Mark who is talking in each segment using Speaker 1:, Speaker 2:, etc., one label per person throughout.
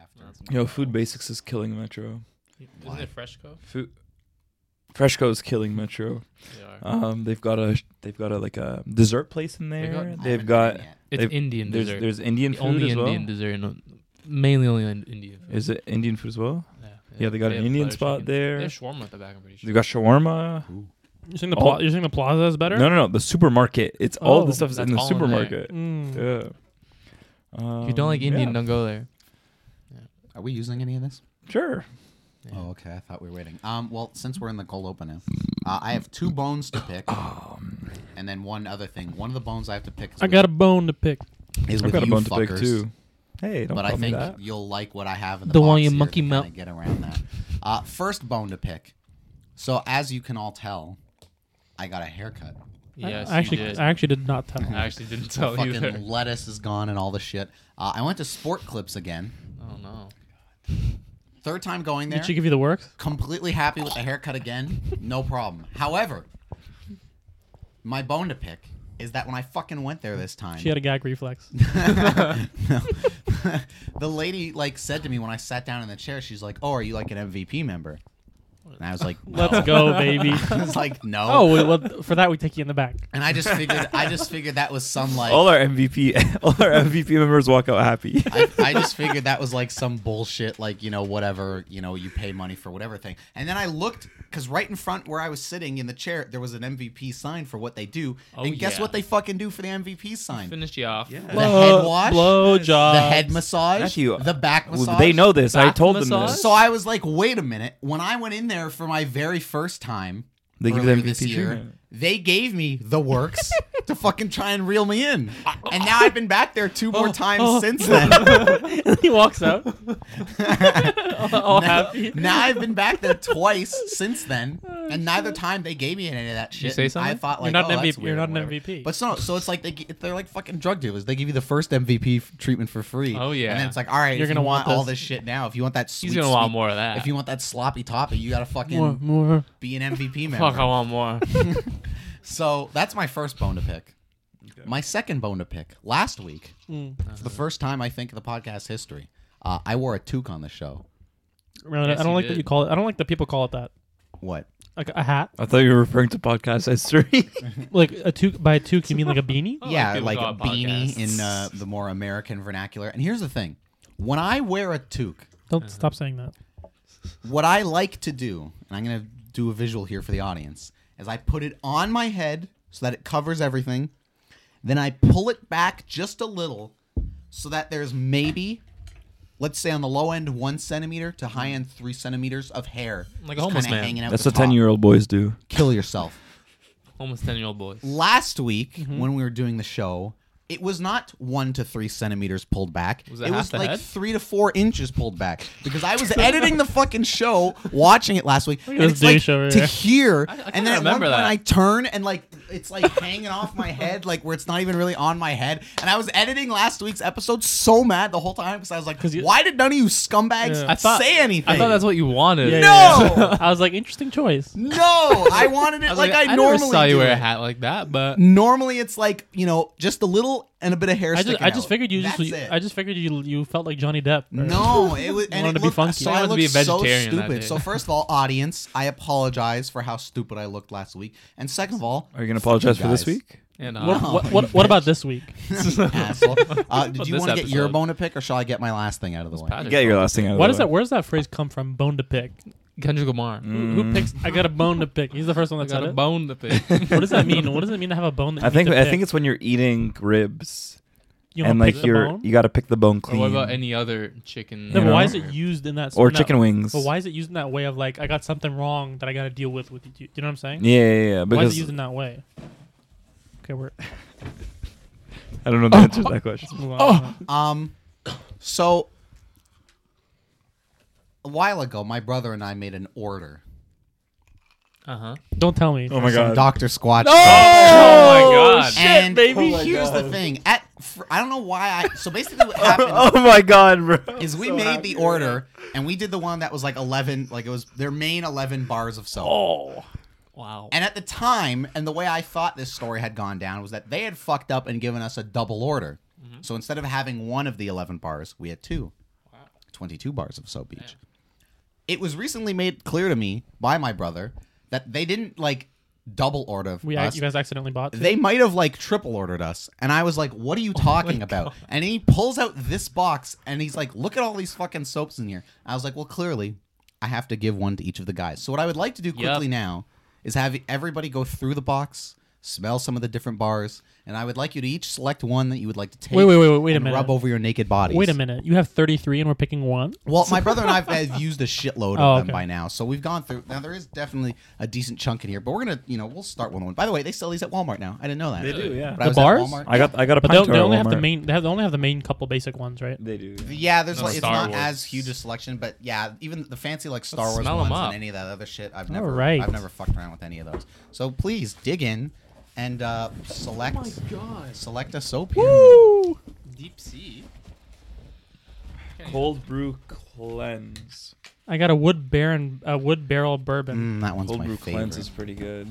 Speaker 1: after.
Speaker 2: That's-
Speaker 1: It's
Speaker 3: Yo, Food Basics is killing Metro.
Speaker 2: Isn't it Freshco?
Speaker 3: Food Freshco is killing Metro.
Speaker 2: They are.
Speaker 3: Um, they've got a they've got a like a dessert place in
Speaker 2: They got-
Speaker 3: there.
Speaker 1: I
Speaker 2: I
Speaker 3: They've
Speaker 1: haven't had
Speaker 3: got
Speaker 1: it yet.
Speaker 2: It's
Speaker 3: they've-
Speaker 2: Indian
Speaker 3: there's
Speaker 2: dessert.
Speaker 3: there's Indian
Speaker 2: The
Speaker 3: food
Speaker 2: only
Speaker 3: as well.
Speaker 2: Indian dessert, and mainly only in Indian food.
Speaker 3: Is it Indian food as well?
Speaker 2: yeah,
Speaker 3: Yeah, they got an
Speaker 2: have
Speaker 3: Indian
Speaker 2: butter
Speaker 3: spot
Speaker 2: chicken.
Speaker 3: there.
Speaker 2: They have shawarma at the back. I'm pretty sure.
Speaker 3: They've got shawarma.
Speaker 4: You're
Speaker 1: Oh.
Speaker 4: saying the,
Speaker 3: All-
Speaker 4: pla- you're saying the plaza is better?
Speaker 3: No, no, no. The supermarket. It's all
Speaker 4: Oh,
Speaker 3: the stuff is in
Speaker 2: that's
Speaker 3: the
Speaker 2: all in there.
Speaker 3: supermarket.
Speaker 4: Mm.
Speaker 1: Uh,
Speaker 3: yeah.
Speaker 2: if you don't like
Speaker 3: Um,
Speaker 2: Indian,
Speaker 3: yeah,
Speaker 2: don't go there.
Speaker 1: Are we using any of this?
Speaker 3: Sure.
Speaker 2: Yeah.
Speaker 1: Oh, okay. I thought we were waiting. Um, well, since we're in the cold open now,
Speaker 3: Mm.
Speaker 1: uh, I have two bones to pick,
Speaker 3: Um.
Speaker 1: and then one other thing. One of the bones I have to pick is
Speaker 4: I
Speaker 1: with,
Speaker 4: got a bone to pick.
Speaker 1: is
Speaker 3: I've
Speaker 1: with
Speaker 3: got a
Speaker 1: you
Speaker 3: bone
Speaker 1: fuckers,
Speaker 3: to pick too. Hey, don't
Speaker 1: but
Speaker 3: call
Speaker 1: I
Speaker 3: me
Speaker 1: think
Speaker 3: that.
Speaker 1: you'll like what I have in the,
Speaker 4: The
Speaker 1: box
Speaker 4: one you
Speaker 1: here to
Speaker 4: monkey
Speaker 1: kinda
Speaker 4: mouth-
Speaker 1: Get around that. Uh, first bone to pick. So as you can all tell, I got a haircut.
Speaker 2: Yes,
Speaker 4: I, I actually,
Speaker 2: you did.
Speaker 4: I actually did not tell.
Speaker 2: I actually didn't
Speaker 4: Oh,
Speaker 2: tell
Speaker 1: Fucking
Speaker 2: you either.
Speaker 1: lettuce is gone and all the shit. Uh, I went to Sport Clips again.
Speaker 2: Oh no.
Speaker 1: Third time going there.
Speaker 4: Did she give you the works?
Speaker 1: completely happy with the haircut again. No problem. However, my bone to pick is that when I fucking went there this time,
Speaker 4: She had a gag reflex.
Speaker 1: No. the lady like said to me when I sat down in the chair, she's like, "Oh, are you like an MVP member?" And I was like, no.
Speaker 4: Let's go, baby.
Speaker 1: I was like, "No."
Speaker 4: oh, well, well, for that we take you in the back.
Speaker 1: And I just figured, I just figured that was some like,
Speaker 3: all our MVP, all our MVP members walk out happy.
Speaker 1: I, I just figured that was like some bullshit, like you know, whatever, you know, you pay money for whatever thing. And then I looked because right in front where I was sitting in the chair, there was an MVP sign for what they do.
Speaker 2: Oh,
Speaker 1: and guess
Speaker 2: yeah.
Speaker 1: what they fucking do for the MVP sign?
Speaker 2: Finish you off.
Speaker 1: The head wash,
Speaker 4: Uh, blow job.
Speaker 1: the head massage,
Speaker 3: Matthew,
Speaker 1: the back massage.
Speaker 3: they know this. I
Speaker 2: Bath
Speaker 3: told them
Speaker 2: massage?
Speaker 3: this.
Speaker 1: So I was like, wait a minute. When I went in there for my very first time
Speaker 3: They give you
Speaker 1: earlier
Speaker 3: the
Speaker 1: this
Speaker 3: MVP
Speaker 1: year,
Speaker 3: treatment.
Speaker 1: they gave me the works to fucking try and reel me in. And now I've been back there two
Speaker 2: Oh,
Speaker 1: more times since then.
Speaker 4: he walks out. all happy.
Speaker 1: now I've been back there twice since then, and neither time they gave me any of that shit.
Speaker 2: say
Speaker 1: and I
Speaker 2: something?
Speaker 1: thought like,
Speaker 4: Oh, You're not
Speaker 1: oh,
Speaker 4: an
Speaker 1: that's
Speaker 4: MVP.
Speaker 1: weird
Speaker 4: You're
Speaker 1: or
Speaker 4: not an
Speaker 1: whatever.
Speaker 4: MVP.
Speaker 1: But so, so it's like they gi- they're like fucking drug dealers. They give you the first MVP f- treatment for free.
Speaker 2: Oh, yeah.
Speaker 1: and then it's like, all right,
Speaker 4: You're
Speaker 1: if
Speaker 4: gonna
Speaker 1: you want,
Speaker 4: want
Speaker 1: all
Speaker 4: this.
Speaker 1: this shit now. If you want that, sweet,
Speaker 2: He's gonna want
Speaker 1: sweet-
Speaker 2: more of that.
Speaker 1: If you want that sloppy topping, you gotta fucking
Speaker 4: more, more.
Speaker 1: be an MVP member.
Speaker 2: Fuck, I want more.
Speaker 1: So that's my first bone to pick. My second bone to pick last week,
Speaker 4: Mm.
Speaker 1: for the first time I think in the podcast history, uh, I wore a toque on the show.
Speaker 4: Really,
Speaker 2: Yes,
Speaker 4: I don't
Speaker 2: you
Speaker 4: like that
Speaker 2: did.
Speaker 4: you call it. I don't like that people call it that.
Speaker 1: What?
Speaker 4: Like a hat,
Speaker 3: I thought you were referring to podcast history.
Speaker 4: like a toque. By a toque, you mean like a beanie?
Speaker 2: I
Speaker 1: yeah,
Speaker 2: people
Speaker 1: like
Speaker 2: call
Speaker 1: a
Speaker 2: it
Speaker 1: beanie
Speaker 2: podcasts.
Speaker 1: in uh, the more American vernacular. And here's the thing: when I wear a toque,
Speaker 4: Don't stop saying that.
Speaker 1: what I like to do, and I'm gonna do a visual here for the audience, is I put it on my head so that it covers everything. Then I pull it back just a little so that there's maybe, let's say on the low end one centimeter to high end three centimeters of hair,
Speaker 2: Like a
Speaker 1: just
Speaker 2: homeless
Speaker 1: kinda
Speaker 2: man.
Speaker 1: hanging out.
Speaker 3: That's
Speaker 1: the
Speaker 3: what ten year old boys do.
Speaker 1: Kill yourself
Speaker 2: Almost ten year old boys.
Speaker 1: last week
Speaker 2: Mm-hmm.
Speaker 1: when we were doing the show, it was not one to three centimeters pulled back.
Speaker 2: Was
Speaker 1: it
Speaker 2: it half
Speaker 1: was
Speaker 2: the
Speaker 1: like
Speaker 2: head?
Speaker 1: three to four inches pulled back because I was editing the fucking show, watching it last week, and
Speaker 4: this
Speaker 1: it's like
Speaker 4: douche over
Speaker 1: to
Speaker 4: here.
Speaker 1: hear, and
Speaker 2: kinda
Speaker 1: then at one
Speaker 2: remember
Speaker 1: point
Speaker 2: that.
Speaker 1: I turn and like it's like hanging off my head, like where it's not even really on my head. And I was editing last week's episode so mad the whole time because I was like,
Speaker 4: you-
Speaker 1: why did none of you scumbags
Speaker 4: Yeah. I
Speaker 1: say anything?
Speaker 2: I thought that's what you wanted.
Speaker 4: Yeah,
Speaker 1: no.
Speaker 4: I was like, interesting choice.
Speaker 1: no, I wanted it
Speaker 2: I was
Speaker 1: like, I,
Speaker 2: I
Speaker 1: normally
Speaker 2: never saw
Speaker 1: do
Speaker 2: you wear
Speaker 1: it.
Speaker 2: a hat like that, but
Speaker 1: Normally, it's like you know, just a little and a bit of hair.
Speaker 4: I just,
Speaker 1: sticking
Speaker 4: I just
Speaker 1: out.
Speaker 4: figured you
Speaker 1: That's
Speaker 4: just,
Speaker 1: it.
Speaker 4: I just figured you, you felt like Johnny Depp. or-
Speaker 1: no, it was and
Speaker 4: wanted
Speaker 1: it
Speaker 4: to be
Speaker 1: looked,
Speaker 4: funky.
Speaker 1: So
Speaker 4: You
Speaker 1: I
Speaker 2: wanted
Speaker 1: looked
Speaker 2: to be a
Speaker 1: so
Speaker 2: vegetarian that
Speaker 1: stupid.
Speaker 2: day.
Speaker 1: So first of all, audience, I apologize for how stupid I looked last week, and second of all,
Speaker 3: Are you gonna apologize
Speaker 1: you
Speaker 3: for this
Speaker 1: guys.
Speaker 3: week?
Speaker 2: and
Speaker 4: What,
Speaker 2: uh,
Speaker 1: No.
Speaker 4: what, what, what about this week?
Speaker 1: asshole. Uh, did
Speaker 2: Well,
Speaker 1: you
Speaker 2: this
Speaker 1: want to get your
Speaker 2: episode.
Speaker 1: bone to pick, or shall I get my last thing out of the way?
Speaker 2: Patrick
Speaker 3: Get your last thing out. of
Speaker 4: Why
Speaker 3: the
Speaker 4: does that?
Speaker 3: way.
Speaker 4: Where does that phrase come from? Bone to pick.
Speaker 2: Kendrick Lamar.
Speaker 4: Who, who picks? I got a bone to pick. He's the first one
Speaker 2: Mm. I
Speaker 4: that said
Speaker 2: got a
Speaker 4: Mm. it.
Speaker 2: bone to pick.
Speaker 4: What does that mean? What does it mean to have a bone? That
Speaker 3: I
Speaker 4: you need
Speaker 3: think
Speaker 4: to
Speaker 3: I
Speaker 4: pick?
Speaker 3: think it's when you're eating ribs
Speaker 4: you
Speaker 3: and
Speaker 4: wanna
Speaker 3: like
Speaker 4: pick the
Speaker 3: you're
Speaker 4: bone?
Speaker 3: you got to pick the bone clean.
Speaker 2: or what about any other chicken?
Speaker 4: Then
Speaker 3: you
Speaker 4: why
Speaker 3: know?
Speaker 4: is it used in that?
Speaker 3: or
Speaker 4: in that-
Speaker 3: chicken wings?
Speaker 4: But why is it used in that way of like I got something wrong that I got to deal with with you? You know what I'm saying?
Speaker 3: Yeah, yeah, yeah.
Speaker 4: why is
Speaker 3: Because
Speaker 4: it used in that way? Okay, we're
Speaker 3: I don't know the answer to that question.
Speaker 4: move on. Oh,
Speaker 1: Um, so a while ago, my brother and I made an order.
Speaker 2: Uh huh.
Speaker 4: don't tell me.
Speaker 3: Oh my
Speaker 1: Some Doctor Squatch.
Speaker 2: Oh my god.
Speaker 1: and
Speaker 4: baby.
Speaker 3: Oh my
Speaker 1: here's the
Speaker 3: God.
Speaker 1: thing. At fr- I don't know why I. So basically, what happened?
Speaker 3: oh my god, bro!
Speaker 1: is we made the order and we did the one that was like 11 like it was their main 11 bars of soap
Speaker 4: Oh,
Speaker 2: Wow.
Speaker 1: and at the time and the way i thought this story had gone down was that they had fucked up and given us a double order so instead of having one of the 11 bars we had two 22 bars of soap each. It was recently made clear to me by my brother that they didn't like double order
Speaker 4: We
Speaker 1: us.
Speaker 4: you guys accidentally bought. two?
Speaker 1: they might have like triple ordered us, and I was like, "What are
Speaker 4: Oh
Speaker 1: you talking about?" And he pulls out this box, and he's like, "Look at all these fucking soaps in here." I was like, "Well, clearly, I have to give one to each of the guys." So what I would like to do quickly now is have everybody go through the box, smell some of the different bars, and I would like you to each select one that you would like to take.
Speaker 4: Wait, wait, wait, wait, wait a
Speaker 1: and
Speaker 4: minute.
Speaker 1: Rub over your naked bodies.
Speaker 4: Wait a minute. You have 33 and we're picking one?
Speaker 1: Well, my brother and I have used a shitload of
Speaker 4: Oh,
Speaker 1: them
Speaker 4: okay.
Speaker 1: by now, so we've gone through. Now there is definitely a decent chunk in here, but we're gonna, you know, we'll start one one. By the way, they sell these at Walmart now. I didn't know that.
Speaker 3: They do, yeah.
Speaker 1: But I
Speaker 4: The
Speaker 1: was at
Speaker 4: bars?
Speaker 1: Walmart.
Speaker 3: I got I got a
Speaker 4: But they,
Speaker 3: pint
Speaker 4: they only have the
Speaker 3: Walmart.
Speaker 4: main they, have, they only have the main couple basic ones, right?
Speaker 3: They do. yeah.
Speaker 1: Yeah, there's
Speaker 2: No,
Speaker 1: like it's
Speaker 2: Star
Speaker 1: not
Speaker 2: Wars.
Speaker 1: as huge a selection, but yeah, even the fancy like Star Wars
Speaker 2: smell 'em
Speaker 1: ones
Speaker 2: up.
Speaker 1: and any of that other shit, I've never,
Speaker 4: Alright.
Speaker 1: I've never fucked around with any of those. So please dig in and uh, select,
Speaker 2: Oh God.
Speaker 1: select a soap here.
Speaker 2: Deep sea.
Speaker 3: Cold brew cleanse.
Speaker 4: I got a wood baron a wood barrel bourbon.
Speaker 1: Mm, that one's
Speaker 3: Cold
Speaker 1: my
Speaker 3: brew cleanse
Speaker 1: favorite.
Speaker 3: is pretty good.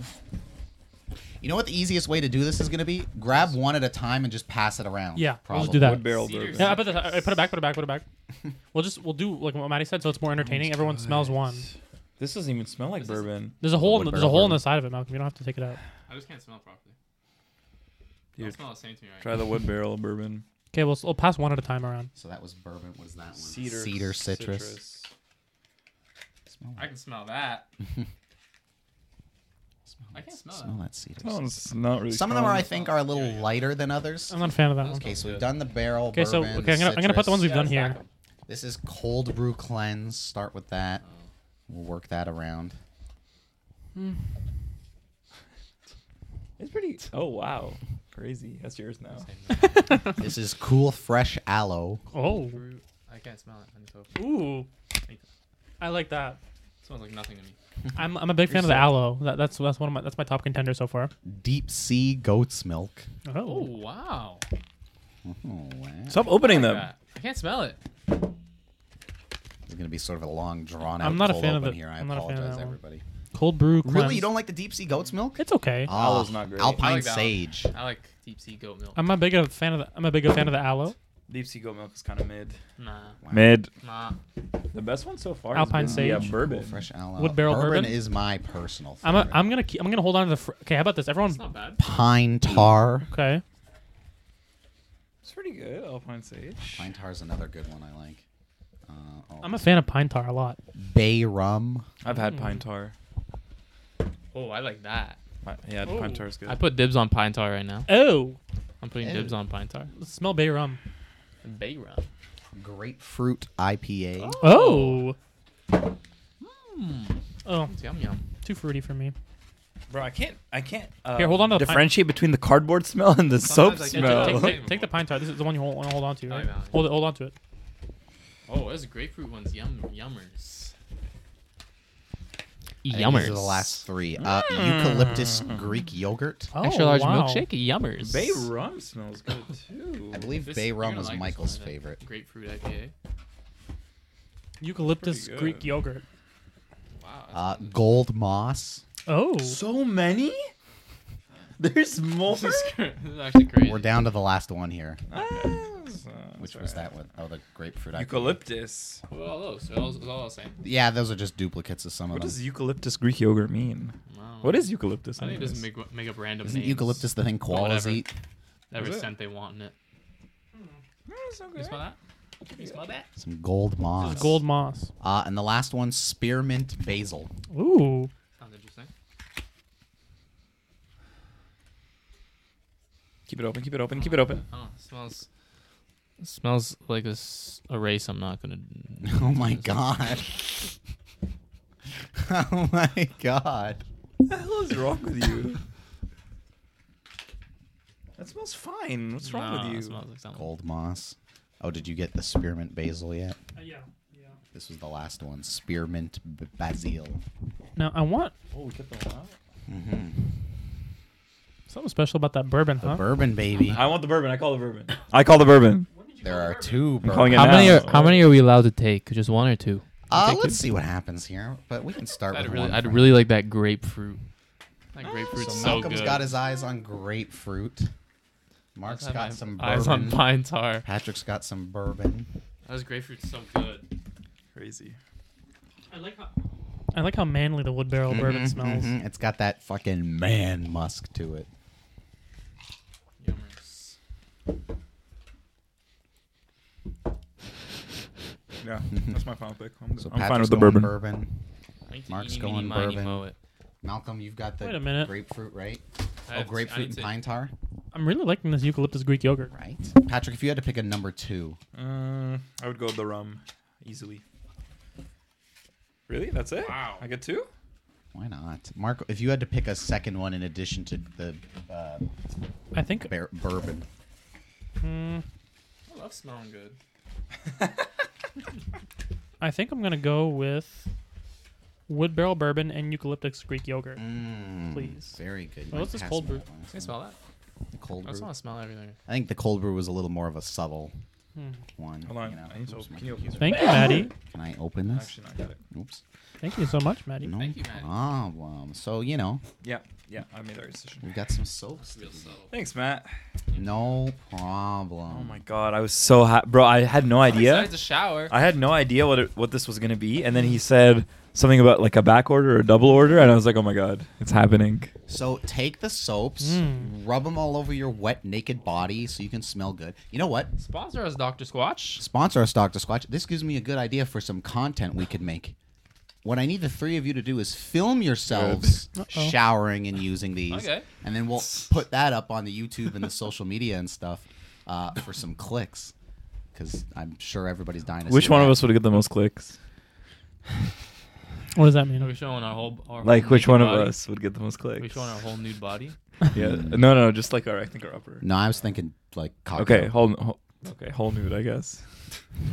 Speaker 1: You know what the easiest way to do this is going to be? Grab one at a time and just pass it around.
Speaker 4: Yeah,
Speaker 1: probably.
Speaker 4: let's do that.
Speaker 3: Wood barrel
Speaker 2: Cedar
Speaker 1: Mm.
Speaker 3: bourbon.
Speaker 4: Yeah, I put this, I I put it back, put it back, put it back. we'll just we'll do like what Maddie said, so it's more entertaining. Everyone smells one.
Speaker 3: This doesn't even smell like bourbon.
Speaker 4: There's a hole. In
Speaker 1: wood
Speaker 4: the, there's a
Speaker 1: barrel
Speaker 4: hole in
Speaker 1: bourbon.
Speaker 4: the side of it, Malcolm. You don't have to take it out.
Speaker 2: I just can't smell properly. It
Speaker 3: Dude,
Speaker 2: don't smell the same to me right
Speaker 3: try the wood barrel bourbon.
Speaker 4: Okay, we'll, s- we'll pass one at a time around.
Speaker 1: So that was bourbon. What is that one? citrus. Smell,
Speaker 2: now. I can smell that.
Speaker 1: smell
Speaker 2: I can't smell
Speaker 1: Smell that cedar.
Speaker 3: Sounds not really.
Speaker 1: Some of them are, I
Speaker 3: strong.
Speaker 1: think, are a little lighter than others.
Speaker 4: I'm not a fan of that one.
Speaker 1: Okay, so we've done the barrel.
Speaker 4: Okay, so
Speaker 1: bourbon,
Speaker 4: okay, I'm gonna, I'm gonna put the ones
Speaker 1: citrus.
Speaker 4: we've done
Speaker 2: stack
Speaker 4: here.
Speaker 2: 'em.
Speaker 1: This is cold brew cleanse. Start with that. We'll work that around.
Speaker 3: It's pretty. Oh wow, crazy. That's yours now.
Speaker 2: that.
Speaker 1: this is cool fresh aloe.
Speaker 4: Oh,
Speaker 2: Fruit. I can't smell it. And so
Speaker 4: ooh, I like that.
Speaker 2: it smells like nothing to me.
Speaker 4: I'm, I'm a big fan of the aloe. That, that's that's one of my that's my top contender so far.
Speaker 1: Deep sea goat's milk.
Speaker 2: Oh wow!
Speaker 1: Oh, wow.
Speaker 3: Stop opening
Speaker 2: Like
Speaker 3: them.
Speaker 2: that. I can't smell it.
Speaker 1: It's gonna be sort of a long, drawn out.
Speaker 4: I'm not a
Speaker 1: cold
Speaker 4: fan of
Speaker 1: open
Speaker 4: the-
Speaker 1: here. I
Speaker 4: I'm not a fan of
Speaker 1: apologize,
Speaker 4: that one.
Speaker 1: everybody.
Speaker 4: cold brew. Cleanse.
Speaker 1: Really, you don't like the deep sea goat's milk?
Speaker 4: It's okay.
Speaker 1: Ah,
Speaker 3: Aloe's not great.
Speaker 1: Alpine
Speaker 2: I like that one.
Speaker 1: sage.
Speaker 2: I like deep sea goat milk.
Speaker 4: I'm a big a fan of the, I'm a big a fan of the aloe.
Speaker 3: Deep sea goat milk is kind of mid.
Speaker 2: nah,
Speaker 3: Mid.
Speaker 2: nah.
Speaker 3: The best one so far.
Speaker 4: Alpine
Speaker 3: has been the, uh,
Speaker 4: sage.
Speaker 1: Cool
Speaker 3: bourbon.
Speaker 1: fresh aloe.
Speaker 4: Wood barrel bourbon?
Speaker 1: is my personal.
Speaker 4: I'm a,
Speaker 1: favorite.
Speaker 4: I'm gonna keep, I'm gonna hold on to the. Fr- okay, how about this? Everyone.
Speaker 2: It's not bad.
Speaker 1: pine
Speaker 4: Mm.
Speaker 1: tar.
Speaker 4: Okay.
Speaker 3: It's pretty good. Alpine sage.
Speaker 1: Pine tar is another good one I like. Uh, oh,
Speaker 4: I'm a fan of pine tar a lot.
Speaker 1: bay rum.
Speaker 3: I've had pine tar.
Speaker 2: Oh, I like that.
Speaker 3: Pi- Yeah, pine tar is good.
Speaker 2: I put dibs on pine tar right now.
Speaker 4: Oh,
Speaker 2: I'm putting
Speaker 1: Ew.
Speaker 2: dibs on pine tar.
Speaker 4: let's smell bay rum.
Speaker 2: Bay rum.
Speaker 1: Grapefruit IPA.
Speaker 4: Oh. Oh,
Speaker 2: It's yum yum.
Speaker 4: too fruity for me.
Speaker 3: Bro, I can't. I can't. Uh,
Speaker 4: Here, hold on to the pine-
Speaker 3: differentiate between the cardboard smell and the
Speaker 2: Sometimes I
Speaker 3: soap
Speaker 2: can't
Speaker 4: Yeah,
Speaker 2: No.
Speaker 3: smell.
Speaker 4: Take, take, take, take the pine tar. This is the one you hold, wanna hold on to. Right?
Speaker 2: Oh, yeah.
Speaker 4: Hold it. Hold on to it.
Speaker 2: Oh, those grapefruit ones, yum yummers.
Speaker 1: I think These are the last three. Uh, eucalyptus Greek yogurt.
Speaker 4: Oh,
Speaker 2: Extra large
Speaker 4: wow.
Speaker 2: milkshake, yummers.
Speaker 3: Bay rum smells good too.
Speaker 1: I believe
Speaker 2: This-
Speaker 1: bay
Speaker 2: you're
Speaker 1: rum
Speaker 2: gonna
Speaker 1: was
Speaker 2: like this
Speaker 1: Michael's
Speaker 2: one, I think.
Speaker 1: favorite.
Speaker 2: Grapefruit IPA.
Speaker 4: Eucalyptus
Speaker 3: Pretty good.
Speaker 4: Greek yogurt.
Speaker 2: Wow. that's
Speaker 1: Uh, gold moss.
Speaker 4: Oh.
Speaker 3: So many? There's more.
Speaker 2: this is actually crazy.
Speaker 1: We're down to the last one here,
Speaker 3: Ah, it's, uh,
Speaker 1: which
Speaker 3: it's
Speaker 1: was
Speaker 3: alright.
Speaker 1: that one. Oh, the grapefruit. IPA.
Speaker 3: Eucalyptus.
Speaker 2: What are all those? What else- what all those saying?
Speaker 1: Yeah, those are just duplicates of some
Speaker 3: What
Speaker 1: of them.
Speaker 3: does eucalyptus Greek yogurt mean?
Speaker 2: Wow.
Speaker 3: What is eucalyptus?
Speaker 2: I think it
Speaker 3: anyways?
Speaker 2: just make, make up random
Speaker 1: Isn't
Speaker 2: names.
Speaker 1: eucalyptus the thing koalas
Speaker 2: whatever.
Speaker 1: eat?
Speaker 2: Every
Speaker 3: Is it?
Speaker 2: scent they want in it.
Speaker 3: Mm, it's okay.
Speaker 2: You smell that? You smell that?
Speaker 1: Some gold moss.
Speaker 4: Gold moss.
Speaker 1: Uh, and the last one, spearmint basil.
Speaker 4: Ooh.
Speaker 2: Sounds interesting.
Speaker 3: Keep it open. Keep it open. Keep it open.
Speaker 2: Oh, it smells. It smells like this a race. I'm not gonna.
Speaker 1: Oh my god. oh my god.
Speaker 3: What the hell is wrong with you? That smells fine. What's wrong
Speaker 2: No,
Speaker 3: with you?
Speaker 2: It smells like something.
Speaker 1: Gold moss. Oh, did you get the spearmint basil yet?
Speaker 4: Uh, yeah. Yeah.
Speaker 1: This was the last one. Spearmint b- basil.
Speaker 4: Now I want
Speaker 3: Oh, we kept them out.
Speaker 4: something special about that bourbon,
Speaker 1: The
Speaker 4: huh?
Speaker 1: bourbon baby.
Speaker 3: I want the bourbon. I call the bourbon. I call the bourbon.
Speaker 1: There are two bourbon.
Speaker 3: calling it
Speaker 2: How many?
Speaker 3: now.
Speaker 2: Are, how many are we allowed to take? Just one or two?
Speaker 1: Uh, let's see what happens here, but we can start
Speaker 2: I'd
Speaker 1: with
Speaker 2: really,
Speaker 1: one.
Speaker 2: I'd
Speaker 1: from-
Speaker 2: really like that grapefruit. That grapefruit's so
Speaker 1: Malcolm's
Speaker 2: good.
Speaker 1: got his eyes on grapefruit. Mark's
Speaker 2: I've had
Speaker 1: got
Speaker 2: my
Speaker 1: some
Speaker 2: eyes on
Speaker 1: bourbon.
Speaker 2: pine tar.
Speaker 1: Patrick's got some bourbon.
Speaker 2: That was grapefruit's so good.
Speaker 3: Crazy.
Speaker 4: I like how manly the wood barrel bourbon
Speaker 2: Mm-hmm,
Speaker 1: Mhm,
Speaker 4: smells.
Speaker 1: mhm. It's got that fucking man musk to it.
Speaker 2: Yummers.
Speaker 3: Yeah, that's my final pick. I'm,
Speaker 1: So
Speaker 3: I'm fine
Speaker 1: Patrick's
Speaker 3: with the
Speaker 1: going bourbon.
Speaker 3: bourbon.
Speaker 2: I need to
Speaker 1: Mark's
Speaker 2: eeny,
Speaker 1: going
Speaker 2: meeny, miny,
Speaker 1: bourbon. Oh,
Speaker 2: moe it.
Speaker 1: Malcolm, you've got the
Speaker 4: Wait a minute.
Speaker 1: grapefruit, right?
Speaker 2: I
Speaker 1: Oh,
Speaker 2: have to- I
Speaker 1: grapefruit
Speaker 2: need
Speaker 1: and
Speaker 2: to-
Speaker 1: pine tar,
Speaker 4: I'm really liking this eucalyptus Greek yogurt.
Speaker 1: right? Patrick, if you had to pick a number two,
Speaker 3: Uh, I would go with the rum easily. Really? That's it?
Speaker 2: Wow.
Speaker 3: I get two?
Speaker 1: why not? Mark, if you had to pick a second one in addition to the uh,
Speaker 4: I think
Speaker 1: bear- bourbon,
Speaker 4: mm,
Speaker 2: I love smelling good.
Speaker 4: I think I'm gonna go with wood barrel bourbon and eucalyptus Greek yogurt.
Speaker 1: Mm,
Speaker 4: Please.
Speaker 1: very good.
Speaker 4: Well,
Speaker 1: You
Speaker 4: what's this
Speaker 1: passed
Speaker 4: cold
Speaker 1: me
Speaker 4: brew?
Speaker 1: that last
Speaker 2: Can I
Speaker 1: one.
Speaker 2: smell that?
Speaker 1: The cold
Speaker 2: I just
Speaker 1: brew.
Speaker 2: want to smell everything.
Speaker 1: I think the cold brew was a little more of a subtle
Speaker 4: Hmm.
Speaker 1: one.
Speaker 3: Hold on.
Speaker 1: you know.
Speaker 3: I need to
Speaker 1: Oops,
Speaker 3: open.
Speaker 1: my-
Speaker 3: Can you open
Speaker 4: Thank you, Maddie.
Speaker 1: Can I open this?
Speaker 3: Actually, no, I got it.
Speaker 1: Oops.
Speaker 4: Thank you so much, Maddie.
Speaker 1: No
Speaker 2: Thank you, Matt.
Speaker 1: problem. So you know
Speaker 3: Yeah, yeah, I made that decision.
Speaker 1: we got some soaps.
Speaker 2: Real subtle.
Speaker 3: Thanks, Matt.
Speaker 1: No problem.
Speaker 3: Oh my god, I was so happy. Bro, I had no idea.
Speaker 2: Besides the shower.
Speaker 3: I had no idea what it, what this was going to be. And then he said something about like a back order or a double order. And I was like, oh my god, it's happening.
Speaker 1: So take the soaps,
Speaker 4: Mm.
Speaker 1: rub them all over your wet, naked body so you can smell good. You know what?
Speaker 2: Sponsor us, Dr. Squatch.
Speaker 1: Sponsor us, Doctor Squatch. This gives me a good idea for some content we could make. What I need the three of you to do is film yourselves
Speaker 4: Uh-oh.
Speaker 1: showering and using these,
Speaker 2: Okay.
Speaker 1: and then we'll put that up on the YouTube and the social media and stuff uh, for some clicks. Because I'm sure everybody's dying. To
Speaker 3: Which
Speaker 1: see
Speaker 3: one
Speaker 1: that.
Speaker 3: of us would get the most clicks?
Speaker 4: What does that
Speaker 2: Are
Speaker 4: mean?
Speaker 2: we showing our whole our
Speaker 3: Like,
Speaker 2: whole
Speaker 3: which
Speaker 2: naked
Speaker 3: one of
Speaker 2: body?
Speaker 3: us would get the most
Speaker 2: Are we
Speaker 3: clicks?
Speaker 2: showing our whole nude body?
Speaker 3: Yeah. No, no, just like our, I think our upper.
Speaker 1: No, I was thinking like cocktail,
Speaker 3: Okay, whole, whole, okay, whole nude, I guess.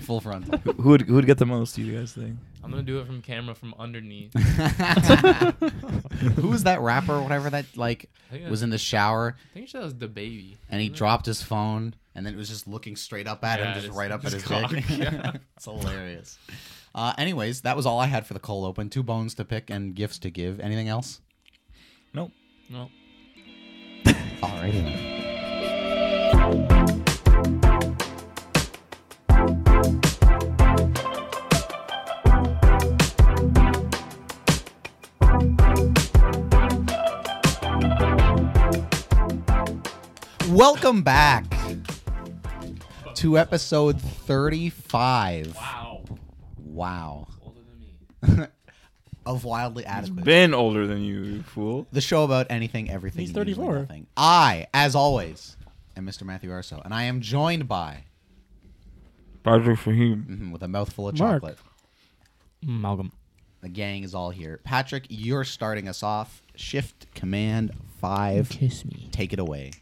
Speaker 1: full frontal.
Speaker 3: Who would who would get the most? Do you guys think?
Speaker 2: I'm gonna do it from camera from underneath.
Speaker 1: Who was that rapper? Whatever that like
Speaker 2: I think
Speaker 1: was
Speaker 2: that-
Speaker 1: in the shower
Speaker 2: I think that was the baby.
Speaker 1: and he
Speaker 2: Wasn't it?
Speaker 1: dropped his phone and then it was just looking straight up at
Speaker 2: Yeah,
Speaker 1: him, just
Speaker 2: just-
Speaker 1: right up
Speaker 2: just
Speaker 1: at his
Speaker 2: cock,
Speaker 1: dick.
Speaker 2: yeah.
Speaker 1: it's hilarious. Uh, anyways, that was all I had for the cold open. Two bones to pick and gifts to give. Anything else?
Speaker 3: Nope.
Speaker 2: No.
Speaker 1: Alrighty then. Welcome back to episode 35.
Speaker 2: Wow.
Speaker 1: Wow.
Speaker 2: Older than me.
Speaker 1: Of Wildly Adequate.
Speaker 3: Been older than you, you fool.
Speaker 1: the show about anything, everything.
Speaker 4: He's
Speaker 1: and usually
Speaker 4: 34.
Speaker 1: nothing. I, as always, am Mr. Matthew Arso, and I am joined by,
Speaker 3: Patrick Fahim.
Speaker 1: mhm, with a mouthful of
Speaker 4: Mark.
Speaker 1: chocolate,
Speaker 2: Mm, Malcolm.
Speaker 1: the gang is all here. Patrick, you're starting us off. Shift Command 5.
Speaker 2: Kiss me.
Speaker 1: Take it away.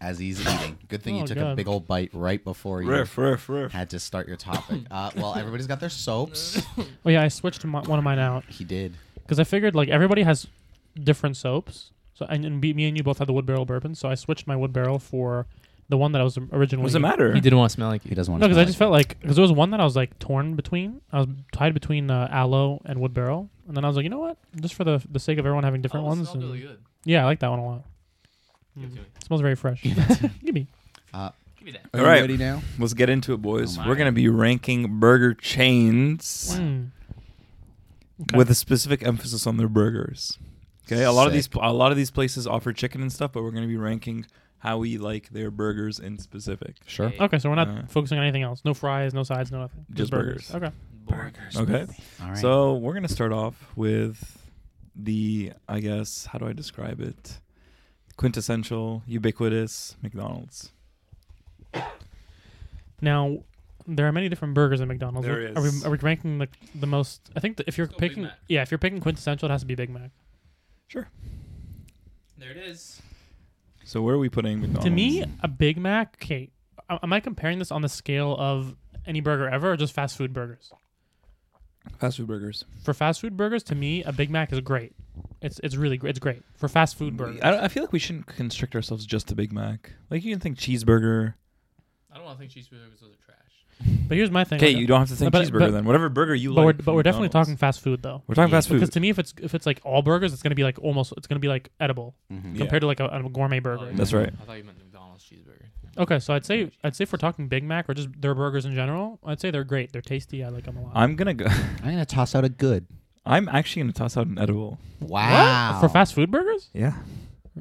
Speaker 1: As he's eating. Good thing you
Speaker 4: Oh,
Speaker 1: took a
Speaker 4: God.
Speaker 1: big old bite right before you
Speaker 3: Riff, riff, riff.
Speaker 1: had to start your topic. Uh, well, everybody's got their soaps.
Speaker 4: Oh yeah, I switched my, one of mine out
Speaker 1: He did.
Speaker 4: because I figured like everybody has different soaps. So and, and be- me and you both had the wood barrel bourbon, so I switched my wood barrel for the one that I was originally.
Speaker 3: What's the matter?
Speaker 2: He didn't want to smell like
Speaker 1: He
Speaker 2: you.
Speaker 1: doesn't want
Speaker 4: No,
Speaker 1: to.
Speaker 4: because I just felt like because there was one that I was like torn between. I was tied between uh, aloe and wood barrel, and then I was like, you know what? Just for the the sake of everyone having different
Speaker 2: Oh, it
Speaker 4: ones.
Speaker 2: smelled
Speaker 4: and- Mm.
Speaker 2: really good.
Speaker 4: Yeah, I like that one a lot.
Speaker 2: Give it to me.
Speaker 4: It smells very fresh. Gimme.
Speaker 2: Give me that.
Speaker 1: Are you
Speaker 3: All right.
Speaker 1: ready now?
Speaker 3: Let's get into it, boys.
Speaker 2: Oh my.
Speaker 3: We're gonna be ranking burger chains
Speaker 4: Mm. Okay.
Speaker 3: with a specific emphasis on their burgers. Okay, a lot of these
Speaker 1: Sick.
Speaker 3: a lot of these places offer chicken and stuff, but we're gonna be ranking how we like their burgers in specific.
Speaker 1: Sure.
Speaker 2: Hey,
Speaker 4: Okay, so we're not
Speaker 3: Uh,
Speaker 4: focusing on anything else. No fries, no sides, no nothing.
Speaker 3: Just burgers.
Speaker 4: Okay.
Speaker 2: boy.
Speaker 3: Okay,
Speaker 1: All right.
Speaker 3: so we're gonna start off with the I guess how do I describe it? Quintessential, ubiquitous McDonald's.
Speaker 4: Now, there are many different burgers at McDonald's.
Speaker 3: There
Speaker 4: Are we
Speaker 3: is.
Speaker 4: are we ranking the the most? I think that if you're
Speaker 2: Let's go Big
Speaker 4: picking,
Speaker 2: Mac.
Speaker 4: yeah, if you're picking quintessential, it has to be Big Mac.
Speaker 3: Sure.
Speaker 2: There it is.
Speaker 3: So where are we putting McDonald's?
Speaker 4: To me, a Big Mac. Okay, a- am I comparing this on the scale of any burger ever, or just fast food burgers?
Speaker 3: fast food burgers.
Speaker 4: For fast food burgers, to me, a Big Mac is great. It's it's really great. It's great for fast food burgers.
Speaker 3: Mm, I, I feel like we shouldn't constrict ourselves just to Big Mac. Like you can think cheeseburger.
Speaker 2: I don't want to think cheeseburgers those are trash.
Speaker 4: But here's my thing.
Speaker 3: Okay,
Speaker 4: like,
Speaker 3: you don't have to think
Speaker 4: But-
Speaker 3: cheeseburger
Speaker 4: but-
Speaker 3: then. Whatever burger you
Speaker 4: But
Speaker 3: like.
Speaker 4: we're
Speaker 3: from
Speaker 4: but we're definitely
Speaker 3: McDonald's.
Speaker 4: talking fast food though.
Speaker 3: We're talking
Speaker 1: Yeah,
Speaker 3: fast
Speaker 4: Because
Speaker 3: food.
Speaker 4: to me, if it's if it's like all burgers, it's gonna be like almost it's gonna be like edible
Speaker 1: Mhm.
Speaker 3: Yeah.
Speaker 4: compared to like a, a gourmet burger.
Speaker 2: Oh,
Speaker 3: That's
Speaker 2: yeah.
Speaker 3: right.
Speaker 2: I thought you meant McDonald's cheeseburger.
Speaker 4: Okay, so I'd say I'd say if we're talking Big Mac or just their burgers in general, I'd say they're great. They're tasty. I like them a lot.
Speaker 3: I'm gonna go.
Speaker 1: I'm gonna toss out a good.
Speaker 3: I'm actually gonna toss out an edible.
Speaker 1: Wow.
Speaker 4: For fast food burgers?
Speaker 3: Yeah.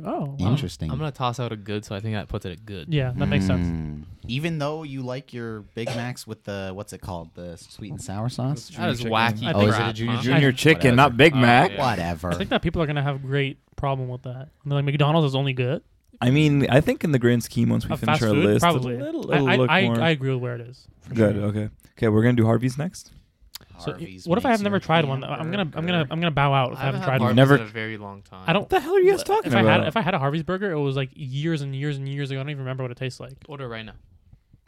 Speaker 4: Oh, wow.
Speaker 1: Interesting.
Speaker 2: I'm gonna toss out a good, so I think that puts it at good.
Speaker 4: yeah, that makes sense.
Speaker 1: Mm. Even though you like your Big Macs with the what's it called, the sweet and sour sauce.
Speaker 2: That is
Speaker 3: Chicken.
Speaker 2: wacky.
Speaker 4: I
Speaker 2: crap,
Speaker 4: think- Oh,
Speaker 1: is it a
Speaker 2: huh?
Speaker 4: Junior
Speaker 5: Junior chicken,
Speaker 1: Whatever.
Speaker 5: not Big
Speaker 4: Uh,
Speaker 2: Oh,
Speaker 5: Mac.
Speaker 2: yeah.
Speaker 1: Whatever.
Speaker 4: I
Speaker 3: Mm.
Speaker 4: think that people are gonna have great problem with that. And they're like McDonald's is only good.
Speaker 3: I mean, I think in the grand scheme, once we
Speaker 4: Uh,
Speaker 3: finish
Speaker 4: fast
Speaker 3: our
Speaker 4: food,
Speaker 3: list,
Speaker 4: probably.
Speaker 3: a little,
Speaker 4: I,
Speaker 3: it'll look
Speaker 4: I, I,
Speaker 3: more
Speaker 4: I agree with where it is. for
Speaker 3: good.
Speaker 4: sure.
Speaker 3: Okay. Okay, we're gonna do Harvey's next.
Speaker 4: So,
Speaker 1: Harvey's
Speaker 4: what if I have
Speaker 1: makes
Speaker 4: never
Speaker 1: your
Speaker 4: tried one? I'm gonna I'm gonna I'm gonna bow out if I haven't, tried
Speaker 2: Harvey's
Speaker 4: one.
Speaker 3: Never-
Speaker 2: in a very long time.
Speaker 4: I don't.
Speaker 3: What the hell are you guys talking
Speaker 4: if
Speaker 3: about?
Speaker 4: I had if I had a Harvey's burger, it was like years and years and years ago. I don't even remember what it tastes like.
Speaker 2: order right now.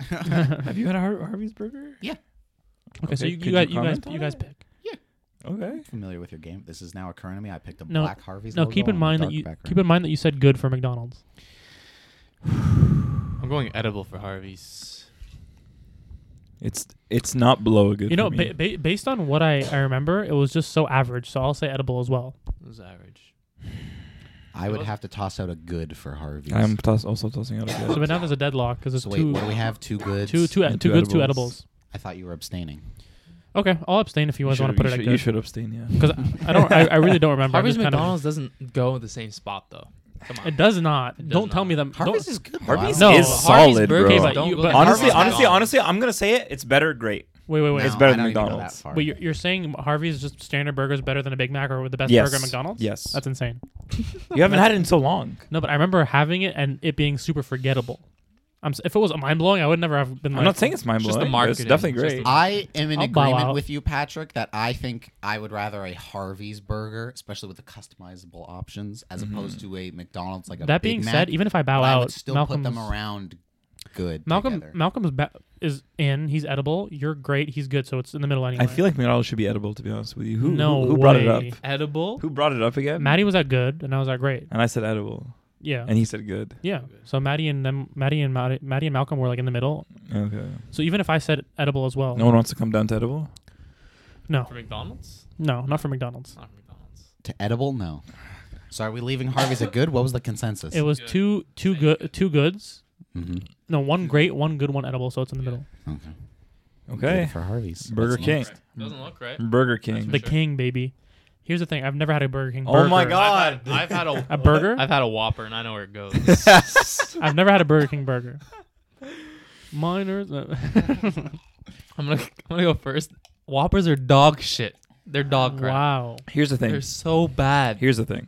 Speaker 3: Have you had a Har- Harvey's burger?
Speaker 1: Yeah.
Speaker 4: Okay, so
Speaker 3: Okay,
Speaker 4: you,
Speaker 3: could
Speaker 4: you
Speaker 3: you
Speaker 4: guys you guys
Speaker 3: comment on
Speaker 4: you guys
Speaker 3: it?
Speaker 4: pick.
Speaker 3: Okay.
Speaker 1: familiar with your game. This is now occurring to me. I picked a
Speaker 4: No,
Speaker 1: black Harvey's.
Speaker 4: No,
Speaker 1: logo
Speaker 4: keep in
Speaker 1: on a
Speaker 4: mind that
Speaker 1: dark
Speaker 4: you
Speaker 1: background.
Speaker 4: keep in mind that you said good for McDonald's.
Speaker 2: I'm going edible for Harvey's.
Speaker 3: It's it's not below a good.
Speaker 4: you know,
Speaker 3: for me.
Speaker 4: ba- ba- based on what I, I remember, it was just so average. So I'll say edible as well.
Speaker 2: It was average.
Speaker 1: I would have to toss out a good for Harvey's.
Speaker 3: I'm toss- also tossing out a
Speaker 4: So
Speaker 3: good.
Speaker 4: but now there's a deadlock because there's
Speaker 1: so wait,
Speaker 4: two,
Speaker 1: what do we have? Two goods.
Speaker 4: two, two,
Speaker 3: And
Speaker 4: two
Speaker 3: two
Speaker 4: goods, two edibles.
Speaker 3: edibles.
Speaker 1: I thought you were abstaining.
Speaker 4: Okay, I'll abstain if you guys
Speaker 3: should-
Speaker 4: want to put
Speaker 3: you
Speaker 4: it at
Speaker 3: should, you
Speaker 4: good.
Speaker 3: should abstain. Yeah.
Speaker 4: Because I don't, I, I really don't remember. I
Speaker 2: Harvey's
Speaker 4: just kind of-
Speaker 2: McDonald's doesn't go in the same spot though. Come on.
Speaker 4: it does not.
Speaker 2: It does
Speaker 4: don't tell
Speaker 2: not.
Speaker 4: me that.
Speaker 1: Harvey's
Speaker 4: don't-
Speaker 1: is good.
Speaker 3: Harvey's
Speaker 4: No,
Speaker 3: is
Speaker 4: Harvey's
Speaker 2: burgers
Speaker 3: solid, bro.
Speaker 4: Okay, but
Speaker 2: don't
Speaker 4: you-
Speaker 2: go
Speaker 4: but-
Speaker 2: in
Speaker 3: honestly,
Speaker 2: Harvey's
Speaker 3: honestly,
Speaker 2: McDonald's.
Speaker 3: honestly, I'm gonna say it. It's better. Great.
Speaker 4: wait, wait, wait.
Speaker 1: No,
Speaker 3: It's better
Speaker 1: I
Speaker 3: than
Speaker 1: don't even go that
Speaker 3: McDonald's.
Speaker 1: far.
Speaker 4: But you're, you're saying Harvey's just standard burgers better than a Big Mac or the best
Speaker 3: Yes.
Speaker 4: burger at McDonald's?
Speaker 3: Yes.
Speaker 4: That's insane.
Speaker 3: You haven't had it in so long.
Speaker 4: No, but I remember having it and it being super forgettable. I'm, s- if it was mind blowing, I would never have been.
Speaker 3: I'm
Speaker 4: like,
Speaker 3: not saying it's mind
Speaker 2: just the
Speaker 3: blowing. It's
Speaker 2: marketing,
Speaker 3: definitely
Speaker 2: just the-
Speaker 3: great.
Speaker 1: I am in
Speaker 4: I'll bow
Speaker 1: agreement
Speaker 4: out.
Speaker 1: with you, Patrick, that I think I would rather a Harvey's burger, especially with the customizable options, as opposed to a McDonald's like a
Speaker 4: Mm-hmm. That
Speaker 1: Big
Speaker 4: being
Speaker 1: Mac,
Speaker 4: said, even if I bow
Speaker 1: but I
Speaker 4: out,
Speaker 1: would still
Speaker 4: Malcolm's,
Speaker 1: put them around good.
Speaker 4: Malcolm
Speaker 1: together.
Speaker 4: Malcolm's ba- is in. He's edible. You're great. He's good. So it's in the middle anyway.
Speaker 3: I feel like McDonald's should be edible. To be honest with you, who who-
Speaker 4: No
Speaker 3: who, brought it up?
Speaker 4: way.
Speaker 2: edible.
Speaker 3: Who brought it up again?
Speaker 4: Maddie was at good, and I was at great.
Speaker 3: And I said edible,
Speaker 4: Yeah,
Speaker 3: and he said good.
Speaker 4: yeah. So Maddie and them, Maddie and Maddie, Maddie and Malcolm were like in the middle.
Speaker 3: Okay.
Speaker 4: So even if I said edible as well,
Speaker 3: No one wants to come down to edible.
Speaker 4: no,
Speaker 2: For McDonald's?
Speaker 4: no, not for McDonald's.
Speaker 2: It's not for McDonald's.
Speaker 1: to edible, no. So are we leaving Harvey's a good? What was the consensus?
Speaker 4: It was
Speaker 2: Good.
Speaker 4: two two good two goods.
Speaker 1: hmm
Speaker 4: No, one great, one good, one edible. So it's in the middle.
Speaker 1: Okay. Good
Speaker 3: Okay.
Speaker 1: for Harvey's.
Speaker 3: Burger
Speaker 1: What's
Speaker 3: King.
Speaker 1: next?
Speaker 2: Doesn't look right.
Speaker 3: Burger King.
Speaker 4: The
Speaker 2: sure.
Speaker 4: King, baby. Here's the thing: I've never had a Burger King.
Speaker 3: Oh my
Speaker 4: burger.
Speaker 3: God.
Speaker 2: I've had, I've had a,
Speaker 4: A burger?
Speaker 2: I've had a Whopper, and I know where it goes.
Speaker 4: I've never had a Burger King burger. Uh, Miners.
Speaker 2: I'm gonna I'm gonna go first. Whoppers are dog shit. They're dog crap.
Speaker 4: wow.
Speaker 3: Here's the
Speaker 2: They're
Speaker 3: thing.
Speaker 2: so bad.
Speaker 3: Here's the thing.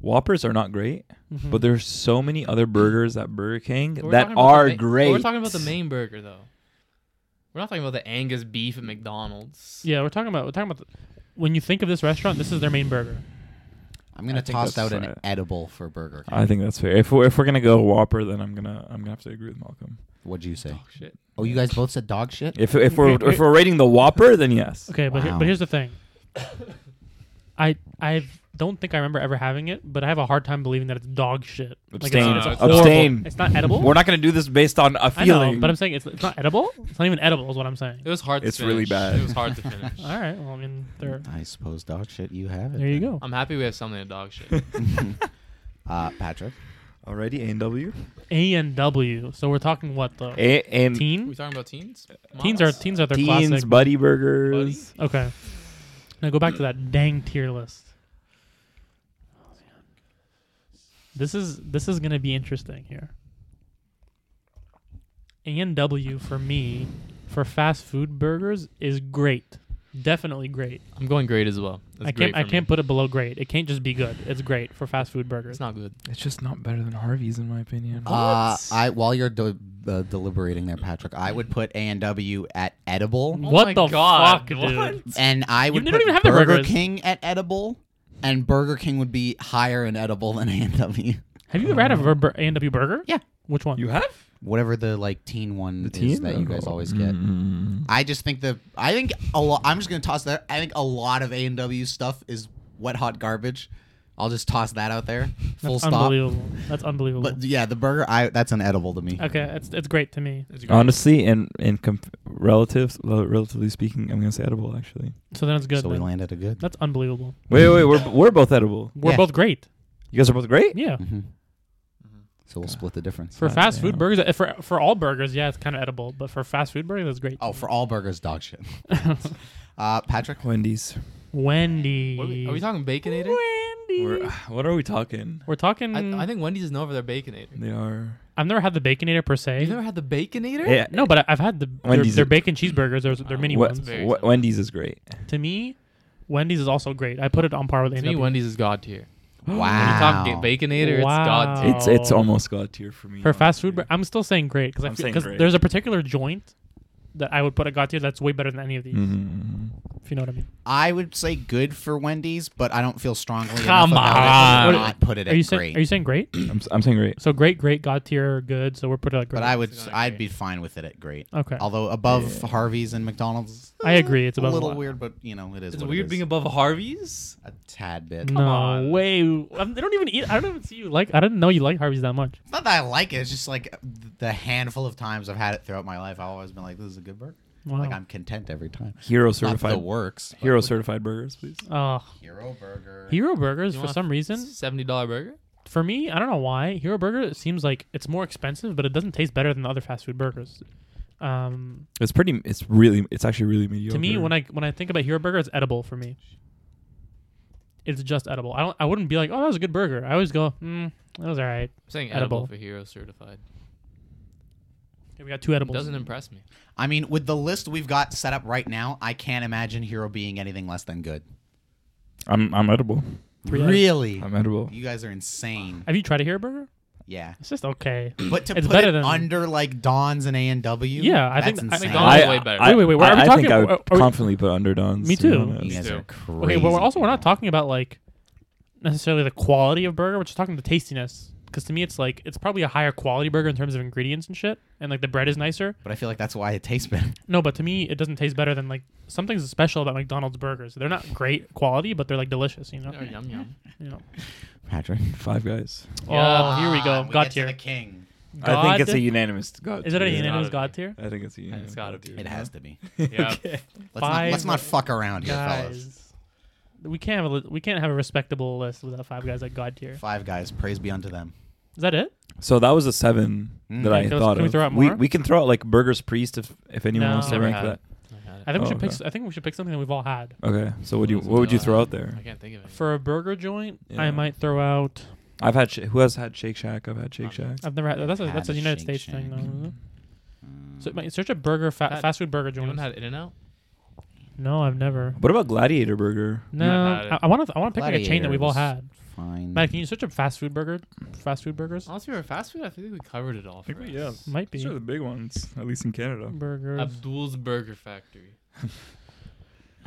Speaker 3: Whoppers are not great, but there's so many other burgers at Burger King
Speaker 2: But we're
Speaker 3: that
Speaker 2: talking about
Speaker 3: are
Speaker 2: the ma- but
Speaker 3: great.
Speaker 2: We're talking about the main burger though. We're not talking about the Angus beef at McDonald's.
Speaker 4: Yeah, we're talking about we're talking about the, when you think of this restaurant, this is their main burger.
Speaker 1: I'm gonna
Speaker 3: I think
Speaker 1: toss out
Speaker 3: that's,
Speaker 1: an
Speaker 3: uh,
Speaker 1: edible for Burger King.
Speaker 3: I think that's fair. If we're, if we're gonna go Whopper, then I'm gonna I'm gonna have to agree with Malcolm.
Speaker 1: What'd you say?
Speaker 2: Dog shit.
Speaker 1: Oh, you guys both said dog shit.
Speaker 3: If if we're
Speaker 4: Okay,
Speaker 3: if we're rating the Whopper, then yes.
Speaker 4: Okay, but here,
Speaker 1: Wow.
Speaker 4: but here's the thing. I I don't think I remember ever having it, but I have a hard time believing that it's dog shit. Like, it's-
Speaker 3: Abstain.
Speaker 4: it's
Speaker 2: No, no, it's
Speaker 4: horrible.
Speaker 3: Abstain.
Speaker 4: It's not edible.
Speaker 3: We're not gonna do this based on a
Speaker 4: I know,
Speaker 3: feeling.
Speaker 4: but I'm saying it's, it's not edible. It's not even edible, is what I'm saying.
Speaker 2: It was hard.
Speaker 3: It's
Speaker 2: to finish.
Speaker 3: really bad.
Speaker 2: It was hard to finish.
Speaker 4: All right. Well, I mean, there
Speaker 1: I suppose dog shit. You have it.
Speaker 4: there you go.
Speaker 2: I'm happy we have something at dog shit.
Speaker 1: Uh, Patrick.
Speaker 3: Already A and W.
Speaker 4: A and W. So we're talking what though?
Speaker 3: A and
Speaker 2: we
Speaker 4: Teen.
Speaker 2: talking about teens?
Speaker 4: Teens are
Speaker 2: Models?
Speaker 4: teens are their
Speaker 3: teens,
Speaker 4: classic.
Speaker 3: buddy burgers.
Speaker 4: Okay. Now go back to that dang tier list. This is this is gonna be interesting here. A and W for me for fast food burgers is great. Definitely great.
Speaker 2: I'm going great as well. That's
Speaker 4: I
Speaker 2: great
Speaker 4: can't
Speaker 2: for
Speaker 4: I
Speaker 2: me.
Speaker 4: can't put it below great. It can't just be good. It's great for fast food burgers.
Speaker 2: It's not good.
Speaker 3: It's just not better than Harvey's in my opinion.
Speaker 1: Uh, I while you're de- uh, deliberating there, Patrick, I would put A and W at edible,
Speaker 2: Oh
Speaker 4: what
Speaker 2: my
Speaker 4: the
Speaker 2: God,
Speaker 4: fuck,
Speaker 2: what?
Speaker 4: dude?
Speaker 1: and I would
Speaker 4: don't
Speaker 1: put
Speaker 4: even have the
Speaker 1: Burger
Speaker 4: burgers.
Speaker 1: King at edible, and Burger King would be higher in edible than A and W.
Speaker 4: Have you ever had a bur- bur- A&W burger?
Speaker 1: Yeah.
Speaker 4: Which one?
Speaker 3: you have
Speaker 1: Whatever the like teen one is
Speaker 3: teen?
Speaker 1: that you guys
Speaker 3: Oh.
Speaker 1: always
Speaker 4: Mm-hmm.
Speaker 1: get.
Speaker 3: Mm.
Speaker 1: I just think the I think a lot. I'm just gonna toss that. I think a lot of A and W stuff is wet hot garbage. I'll just toss that out there. Full
Speaker 4: That's
Speaker 1: stop.
Speaker 4: unbelievable. That's unbelievable.
Speaker 1: But yeah, the burger, I that's an edible to me.
Speaker 4: okay, it's it's great to me.
Speaker 2: It's great.
Speaker 3: Honestly, and and comp- relatives, well, relatively speaking, I'm gonna say edible. Actually,
Speaker 4: So then it's good.
Speaker 1: so we
Speaker 4: then.
Speaker 1: land at a good.
Speaker 4: That's unbelievable.
Speaker 3: wait, wait, we're we're both edible.
Speaker 4: We're
Speaker 1: Yeah.
Speaker 4: both great.
Speaker 3: Mm. You guys are both great.
Speaker 2: Mm-hmm.
Speaker 4: Yeah.
Speaker 1: Mhm. Mm-hmm. So we'll split the difference.
Speaker 4: For
Speaker 3: Uh,
Speaker 4: fast
Speaker 3: yeah.
Speaker 4: food burgers, uh, for for all burgers, yeah, it's kind of edible. But for fast food burgers, that's great.
Speaker 1: Oh, for all burgers, dog shit. uh, Patrick,
Speaker 3: Wendy's.
Speaker 4: Wendy.
Speaker 2: What are, we, are we talking Baconator?
Speaker 4: Wendy.
Speaker 3: We're,
Speaker 4: We're,
Speaker 3: what are we talking?
Speaker 4: talking.
Speaker 2: I,
Speaker 4: I,
Speaker 2: I think Wendy's is known for their Baconator.
Speaker 3: They are.
Speaker 4: have never had the Baconator per se.
Speaker 2: You've never had the Baconator?
Speaker 4: no, but I- I've had the their,
Speaker 3: Wendy's
Speaker 4: their
Speaker 3: is-
Speaker 4: bacon cheeseburgers. There's their
Speaker 2: Wow.
Speaker 4: mini
Speaker 3: What,
Speaker 4: ones.
Speaker 2: Very
Speaker 3: what,
Speaker 2: simple.
Speaker 3: Wendy's is great.
Speaker 4: To me, Wendy's is also great. I put it on par with
Speaker 2: To me,
Speaker 4: A&W.
Speaker 2: Wendy's is god tier. When you
Speaker 1: wow.
Speaker 2: talk ga- Baconator,
Speaker 4: Wow.
Speaker 2: it's god tier.
Speaker 3: It's it's almost god tier for me.
Speaker 4: For fast food, bur-
Speaker 3: honestly.
Speaker 4: I'm still saying great because I
Speaker 3: I'm
Speaker 4: feel
Speaker 3: saying
Speaker 4: because
Speaker 3: great.
Speaker 4: there's a particular joint that I would put a god tier that's way better than any of these.
Speaker 3: Mhm.
Speaker 4: If you know what I mean.
Speaker 1: I would say good for Wendy's, but I don't feel strongly
Speaker 2: Come
Speaker 1: enough about it
Speaker 2: on.
Speaker 1: to not put it
Speaker 4: Are you
Speaker 1: at
Speaker 4: saying
Speaker 1: great.
Speaker 4: Are you saying great?
Speaker 3: I'm, s- I'm saying great.
Speaker 4: So great, great, god tier, good. So we're putting like great.
Speaker 1: but I would,
Speaker 2: It's not
Speaker 1: I'd
Speaker 2: great.
Speaker 1: be fine with it at great.
Speaker 4: okay.
Speaker 1: Although above Harvey's and McDonald's,
Speaker 4: I agree. It's
Speaker 1: a
Speaker 4: above a
Speaker 1: little
Speaker 4: lot.
Speaker 1: weird, but you know it is.
Speaker 2: It's
Speaker 1: what
Speaker 2: weird
Speaker 1: it
Speaker 2: being
Speaker 1: is.
Speaker 2: above Harvey's.
Speaker 1: a tad bit.
Speaker 4: No
Speaker 2: on.
Speaker 4: way. I'm, they don't even eat. I don't even see you like. I didn't know you like Harvey's that much.
Speaker 1: It's not that I like it. It's just like the handful of times I've had it throughout my life, I've always been like, "This is a good burger."
Speaker 4: Wow.
Speaker 1: Like I'm content every time.
Speaker 3: Hero
Speaker 1: Not that
Speaker 3: certified.
Speaker 1: it works. but-
Speaker 3: Hero certified burgers, please.
Speaker 4: Ugh.
Speaker 1: Hero burger.
Speaker 4: Hero Burgers
Speaker 2: You
Speaker 4: for
Speaker 2: want
Speaker 4: some reason
Speaker 2: Seventy dollar burger.
Speaker 4: for me I don't know why Hero Burger it seems like it's more expensive but it doesn't taste better than the other fast food burgers. Um,
Speaker 3: It's pretty. It's really. It's actually really mediocre.
Speaker 4: to me when I when I think about Hero Burger it's edible for me. It's just edible. I don't. I wouldn't be like, oh, that was a good burger. I always go, hmm, that was all right.
Speaker 2: I'm saying
Speaker 4: Edible.
Speaker 2: edible, for Hero certified.
Speaker 4: Okay, we got two edibles.
Speaker 2: Doesn't impress me.
Speaker 1: I mean, with the list we've got set up right now, I can't imagine Hero being anything less than good.
Speaker 3: I'm I'm edible.
Speaker 4: Three out of-
Speaker 1: really?
Speaker 3: I'm edible.
Speaker 1: You guys are insane.
Speaker 4: Have you tried a Hero Burger?
Speaker 1: Yeah.
Speaker 4: It's just okay.
Speaker 1: But to
Speaker 4: It's
Speaker 1: put
Speaker 4: better
Speaker 1: it
Speaker 4: than-
Speaker 1: under like Don's and A and W.
Speaker 4: Yeah, I
Speaker 1: that's
Speaker 4: think- I-
Speaker 1: insane.
Speaker 2: McDonald's- way better.
Speaker 3: I,
Speaker 4: Wait, wait, wait,
Speaker 3: I,
Speaker 4: are we
Speaker 3: I
Speaker 4: talking-
Speaker 3: think I would
Speaker 4: are- are we-
Speaker 3: confidently put under Don's.
Speaker 4: Me
Speaker 3: to be
Speaker 4: too.
Speaker 3: honest.
Speaker 1: you guys
Speaker 2: too.
Speaker 1: are crazy.
Speaker 4: Okay, but we're also we're not
Speaker 1: people.
Speaker 4: talking about like necessarily the quality of burger. We're just talking the tastiness. Because to me, it's like it's probably a higher quality burger in terms of ingredients and shit, and like the bread is nicer.
Speaker 1: But I feel like that's why it tastes better.
Speaker 4: No, but to me, it doesn't taste better than like something's special about McDonald's burgers. They're not great quality, but they're like delicious. You know.
Speaker 2: Or yum yum.
Speaker 4: You know.
Speaker 1: Patrick.
Speaker 3: Five guys.
Speaker 4: Oh, here we
Speaker 1: Ah,
Speaker 4: go. God
Speaker 1: get to
Speaker 4: tier.
Speaker 1: the king.
Speaker 3: I think it's
Speaker 4: God-
Speaker 3: a unanimous god.
Speaker 4: Is it a
Speaker 3: tier.
Speaker 4: unanimous
Speaker 2: gotta
Speaker 4: god
Speaker 2: be.
Speaker 4: tier?
Speaker 3: I think it's a unanimous.
Speaker 2: gotta
Speaker 3: god
Speaker 2: be.
Speaker 3: tier.
Speaker 1: It has to be.
Speaker 2: Yeah.
Speaker 1: Let's not,
Speaker 4: Five
Speaker 1: let's not fuck around here, fellas.
Speaker 4: guys. We can't have a li- we can't have a respectable list without five guys at god tier.
Speaker 1: Five guys, praise be unto them.
Speaker 4: Is that it?
Speaker 3: So that was a seven
Speaker 1: Mm.
Speaker 3: that
Speaker 1: Okay,
Speaker 3: I
Speaker 4: can we-
Speaker 3: thought
Speaker 4: can we
Speaker 3: of.
Speaker 4: throw out
Speaker 3: we
Speaker 4: more?
Speaker 3: we can throw out like Burgers Priest if if anyone
Speaker 4: No.
Speaker 3: wants to
Speaker 2: Never
Speaker 3: rank
Speaker 2: had
Speaker 3: that.
Speaker 2: it. I had it.
Speaker 4: I think we
Speaker 3: Oh,
Speaker 4: should pick.
Speaker 3: okay.
Speaker 4: s- I think we should pick something that we've all had.
Speaker 3: Okay. So what do you
Speaker 2: What was
Speaker 3: what would
Speaker 2: the
Speaker 3: you
Speaker 2: other
Speaker 3: throw
Speaker 2: one?
Speaker 3: out there?
Speaker 2: I can't think of it.
Speaker 4: For a burger joint, I
Speaker 3: Yeah.
Speaker 4: might throw out.
Speaker 3: I've had sh- who has had Shake Shack? I've had Shake Shack.
Speaker 4: I've never had. That's a,
Speaker 1: Had
Speaker 4: that's a
Speaker 1: a
Speaker 4: United
Speaker 1: Shake
Speaker 4: States thing, though.
Speaker 1: Shack.
Speaker 4: isn't it? So,
Speaker 1: Um,
Speaker 4: might- search a burger fa-
Speaker 2: Had-
Speaker 4: fast food burger joint.
Speaker 2: Anyone had In and Out?
Speaker 4: no, I've never.
Speaker 3: What about Gladiator Burger?
Speaker 2: Not had
Speaker 4: No,
Speaker 2: it.
Speaker 4: I want to. I want to pick like a chain that we've all
Speaker 1: Gladiators.
Speaker 4: had.
Speaker 1: Fine.
Speaker 4: Matt, can you search up fast food burger? Fast food burgers
Speaker 2: Honestly, for fast food, I think we covered it all. For us.
Speaker 4: might be
Speaker 3: These are the big ones, at least in Canada.
Speaker 4: burgers.
Speaker 2: Abdul's Burger Factory.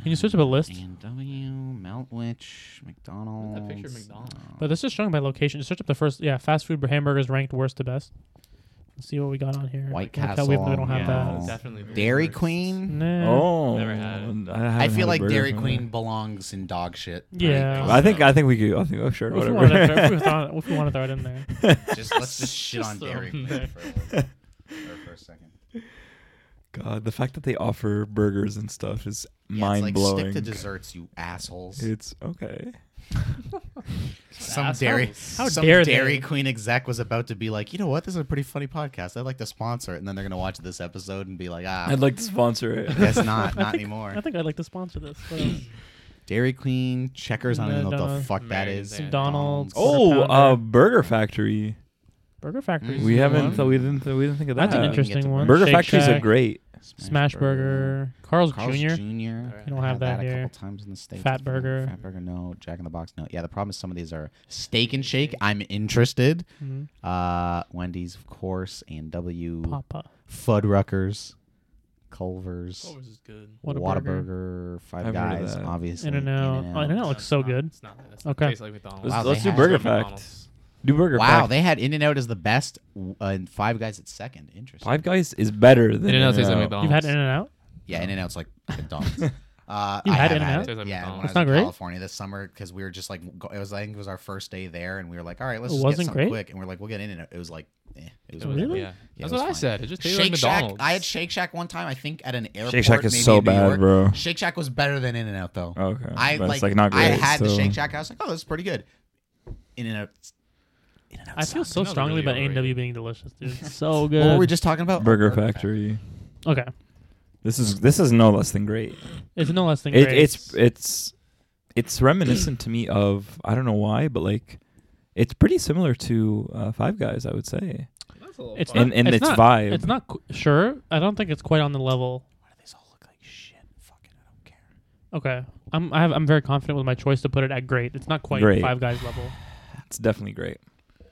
Speaker 4: can you search up a list?
Speaker 1: And W, Meltwich, McDonald's.
Speaker 2: That picture of McDonald's.
Speaker 4: But this is showing by location. Just search up the first. Yeah, fast food hamburgers ranked worst to best. Let's see what we got on here.
Speaker 1: White
Speaker 4: I can't tell we, have- we don't have
Speaker 1: Castle.
Speaker 4: that.
Speaker 1: Yeah.
Speaker 2: Definitely. the
Speaker 1: Dairy
Speaker 2: worst.
Speaker 1: Queen.
Speaker 4: Nah.
Speaker 3: Oh,
Speaker 2: Never had it.
Speaker 3: I, haven't
Speaker 1: I
Speaker 3: had
Speaker 1: feel
Speaker 3: a
Speaker 1: like
Speaker 3: burger
Speaker 1: Dairy
Speaker 3: from
Speaker 1: Queen
Speaker 3: there.
Speaker 1: belongs in dog shit.
Speaker 4: Yeah.
Speaker 3: I think I think we could. I think oh sure
Speaker 4: If you
Speaker 3: whatever.
Speaker 4: want to throw if you wanna throw it in there.
Speaker 1: Just let's just shit
Speaker 2: Just
Speaker 1: on
Speaker 2: throw
Speaker 1: Dairy Queen
Speaker 2: them there.
Speaker 1: for a, little, or for a second.
Speaker 3: God, the fact that they offer burgers and stuff is
Speaker 1: Yeah,
Speaker 3: mind
Speaker 1: it's like
Speaker 3: blowing.
Speaker 1: stick to desserts, you assholes.
Speaker 3: It's okay.
Speaker 1: Some
Speaker 2: Assholes.
Speaker 1: dairy,
Speaker 4: How
Speaker 1: some
Speaker 4: dare they.
Speaker 1: Dairy Queen exec was about to be like, you know what, this is a pretty funny podcast. I'd like to sponsor it, and then they're gonna watch this episode and be like, ah,
Speaker 3: I'd like to sponsor it.
Speaker 1: guess not, not
Speaker 4: I
Speaker 1: anymore.
Speaker 4: think I'd like to sponsor this. What else?
Speaker 1: Dairy Queen, Checkers. I don't even know what the
Speaker 4: McDonald's.
Speaker 1: fuck that
Speaker 2: American
Speaker 1: is.
Speaker 2: Dairy.
Speaker 4: Donald's.
Speaker 3: oh,
Speaker 4: Quarter
Speaker 3: uh,
Speaker 4: pounder.
Speaker 3: Burger Factory.
Speaker 4: Burger Factory.
Speaker 1: Mm.
Speaker 3: We
Speaker 1: Mhm.
Speaker 3: haven't. Th- we didn't. Th- we didn't think of that.
Speaker 4: That's an
Speaker 1: Yeah.
Speaker 4: interesting one.
Speaker 3: Burger
Speaker 4: Shake
Speaker 3: Factories
Speaker 4: Shack,
Speaker 3: are great.
Speaker 4: Smash Burger, Carl's,
Speaker 1: Carl's
Speaker 4: Jr.
Speaker 1: Jr.
Speaker 2: Alright.
Speaker 4: You don't
Speaker 1: Had
Speaker 4: have that,
Speaker 1: a
Speaker 4: here.
Speaker 1: couple times in the states.
Speaker 4: Fat
Speaker 1: I think.
Speaker 4: Burger.
Speaker 1: Fat Burger. No. Jack in the Box. No. Yeah. The problem is some of these are Steak and Shake. I'm interested.
Speaker 4: Mhm.
Speaker 1: Uh, Wendy's, of course, and W.
Speaker 4: Papa.
Speaker 1: Fuddruckers, Culver's,
Speaker 2: Oh, this is good.
Speaker 4: What a burger.
Speaker 1: Whataburger, Five
Speaker 3: I've heard of
Speaker 1: Guys,
Speaker 3: that.
Speaker 1: obviously.
Speaker 4: In and out.
Speaker 1: In-N-Out.
Speaker 4: Oh, In-N-Out looks so
Speaker 2: It's not-
Speaker 4: good.
Speaker 2: It's not. It's
Speaker 4: Okay.
Speaker 2: okay. Tastes like McDonald's.
Speaker 3: Let's,
Speaker 1: Wow,
Speaker 3: let's
Speaker 1: they
Speaker 3: do
Speaker 1: have
Speaker 3: Burger
Speaker 1: some
Speaker 3: Fact.
Speaker 2: McDonald's.
Speaker 3: Do Burger
Speaker 1: Wow,
Speaker 3: Fact.
Speaker 1: they had In and Out as the best, w- uh, and Five Guys at second. Interesting.
Speaker 3: Five Guys is better than. uh,
Speaker 2: In-N-Out
Speaker 3: In-N-Out.
Speaker 2: tastes like McDonald's.
Speaker 4: You've had In and Out?
Speaker 1: Yeah, In and Out's like McDonald's. Uh,
Speaker 4: You
Speaker 1: I
Speaker 4: had
Speaker 1: have
Speaker 4: In-N-Out?
Speaker 1: it.
Speaker 2: Tastes like
Speaker 1: Yeah, when I was
Speaker 2: McDonald's.
Speaker 4: That's not
Speaker 1: in
Speaker 4: great.
Speaker 1: California this summer because we were just like go- it was I think it was our first day there and we were like all right let's
Speaker 4: It
Speaker 1: just
Speaker 4: wasn't
Speaker 1: get something
Speaker 4: great? Oh,
Speaker 1: quick and we are like we'll get in and out. it was like eh, it was
Speaker 2: It was-
Speaker 4: Really?
Speaker 2: Yeah.
Speaker 1: Yeah, it
Speaker 2: That's
Speaker 1: was
Speaker 2: what I
Speaker 1: fine.
Speaker 2: said. It just tastes like
Speaker 1: Shake Shack.
Speaker 2: McDonald's.
Speaker 1: I had Shake Shack one time I think at an airport.
Speaker 3: Shake Shack
Speaker 1: maybe
Speaker 3: is so
Speaker 1: in New
Speaker 3: bad,
Speaker 1: York.
Speaker 3: bro.
Speaker 1: Shake Shack was better than In and Out though.
Speaker 3: Okay.
Speaker 1: I
Speaker 3: But
Speaker 1: like,
Speaker 3: it's like not great.
Speaker 1: I had the
Speaker 3: so-
Speaker 1: Shake Shack. I was like, oh, that's pretty good. In and out
Speaker 3: In-N-Out
Speaker 4: I feel
Speaker 3: sucks.
Speaker 4: so
Speaker 5: In-N-Out's
Speaker 4: strongly
Speaker 5: really
Speaker 4: about A and W
Speaker 5: overrated.
Speaker 4: being delicious, dude. It's so good.
Speaker 1: What were we just talking about?
Speaker 3: Burger Factory.
Speaker 4: okay,
Speaker 3: This is this is no less than great.
Speaker 4: it's no less than
Speaker 3: It,
Speaker 4: great.
Speaker 3: it's it's it's reminiscent to me of I don't know why, but like it's pretty similar to uh, Five Guys, I would say,
Speaker 5: That's a little
Speaker 4: It's
Speaker 5: fun.
Speaker 3: and and
Speaker 4: it's
Speaker 3: its,
Speaker 4: not-
Speaker 3: vibe.
Speaker 4: it's not qu- sure. I don't think it's quite on the level.
Speaker 1: These all look like shit. Fucking, I don't care.
Speaker 4: Okay, I'm I have, I'm very confident with my choice to put it at great. It's not quite
Speaker 3: Great.
Speaker 4: Five Guys level.
Speaker 3: it's definitely great.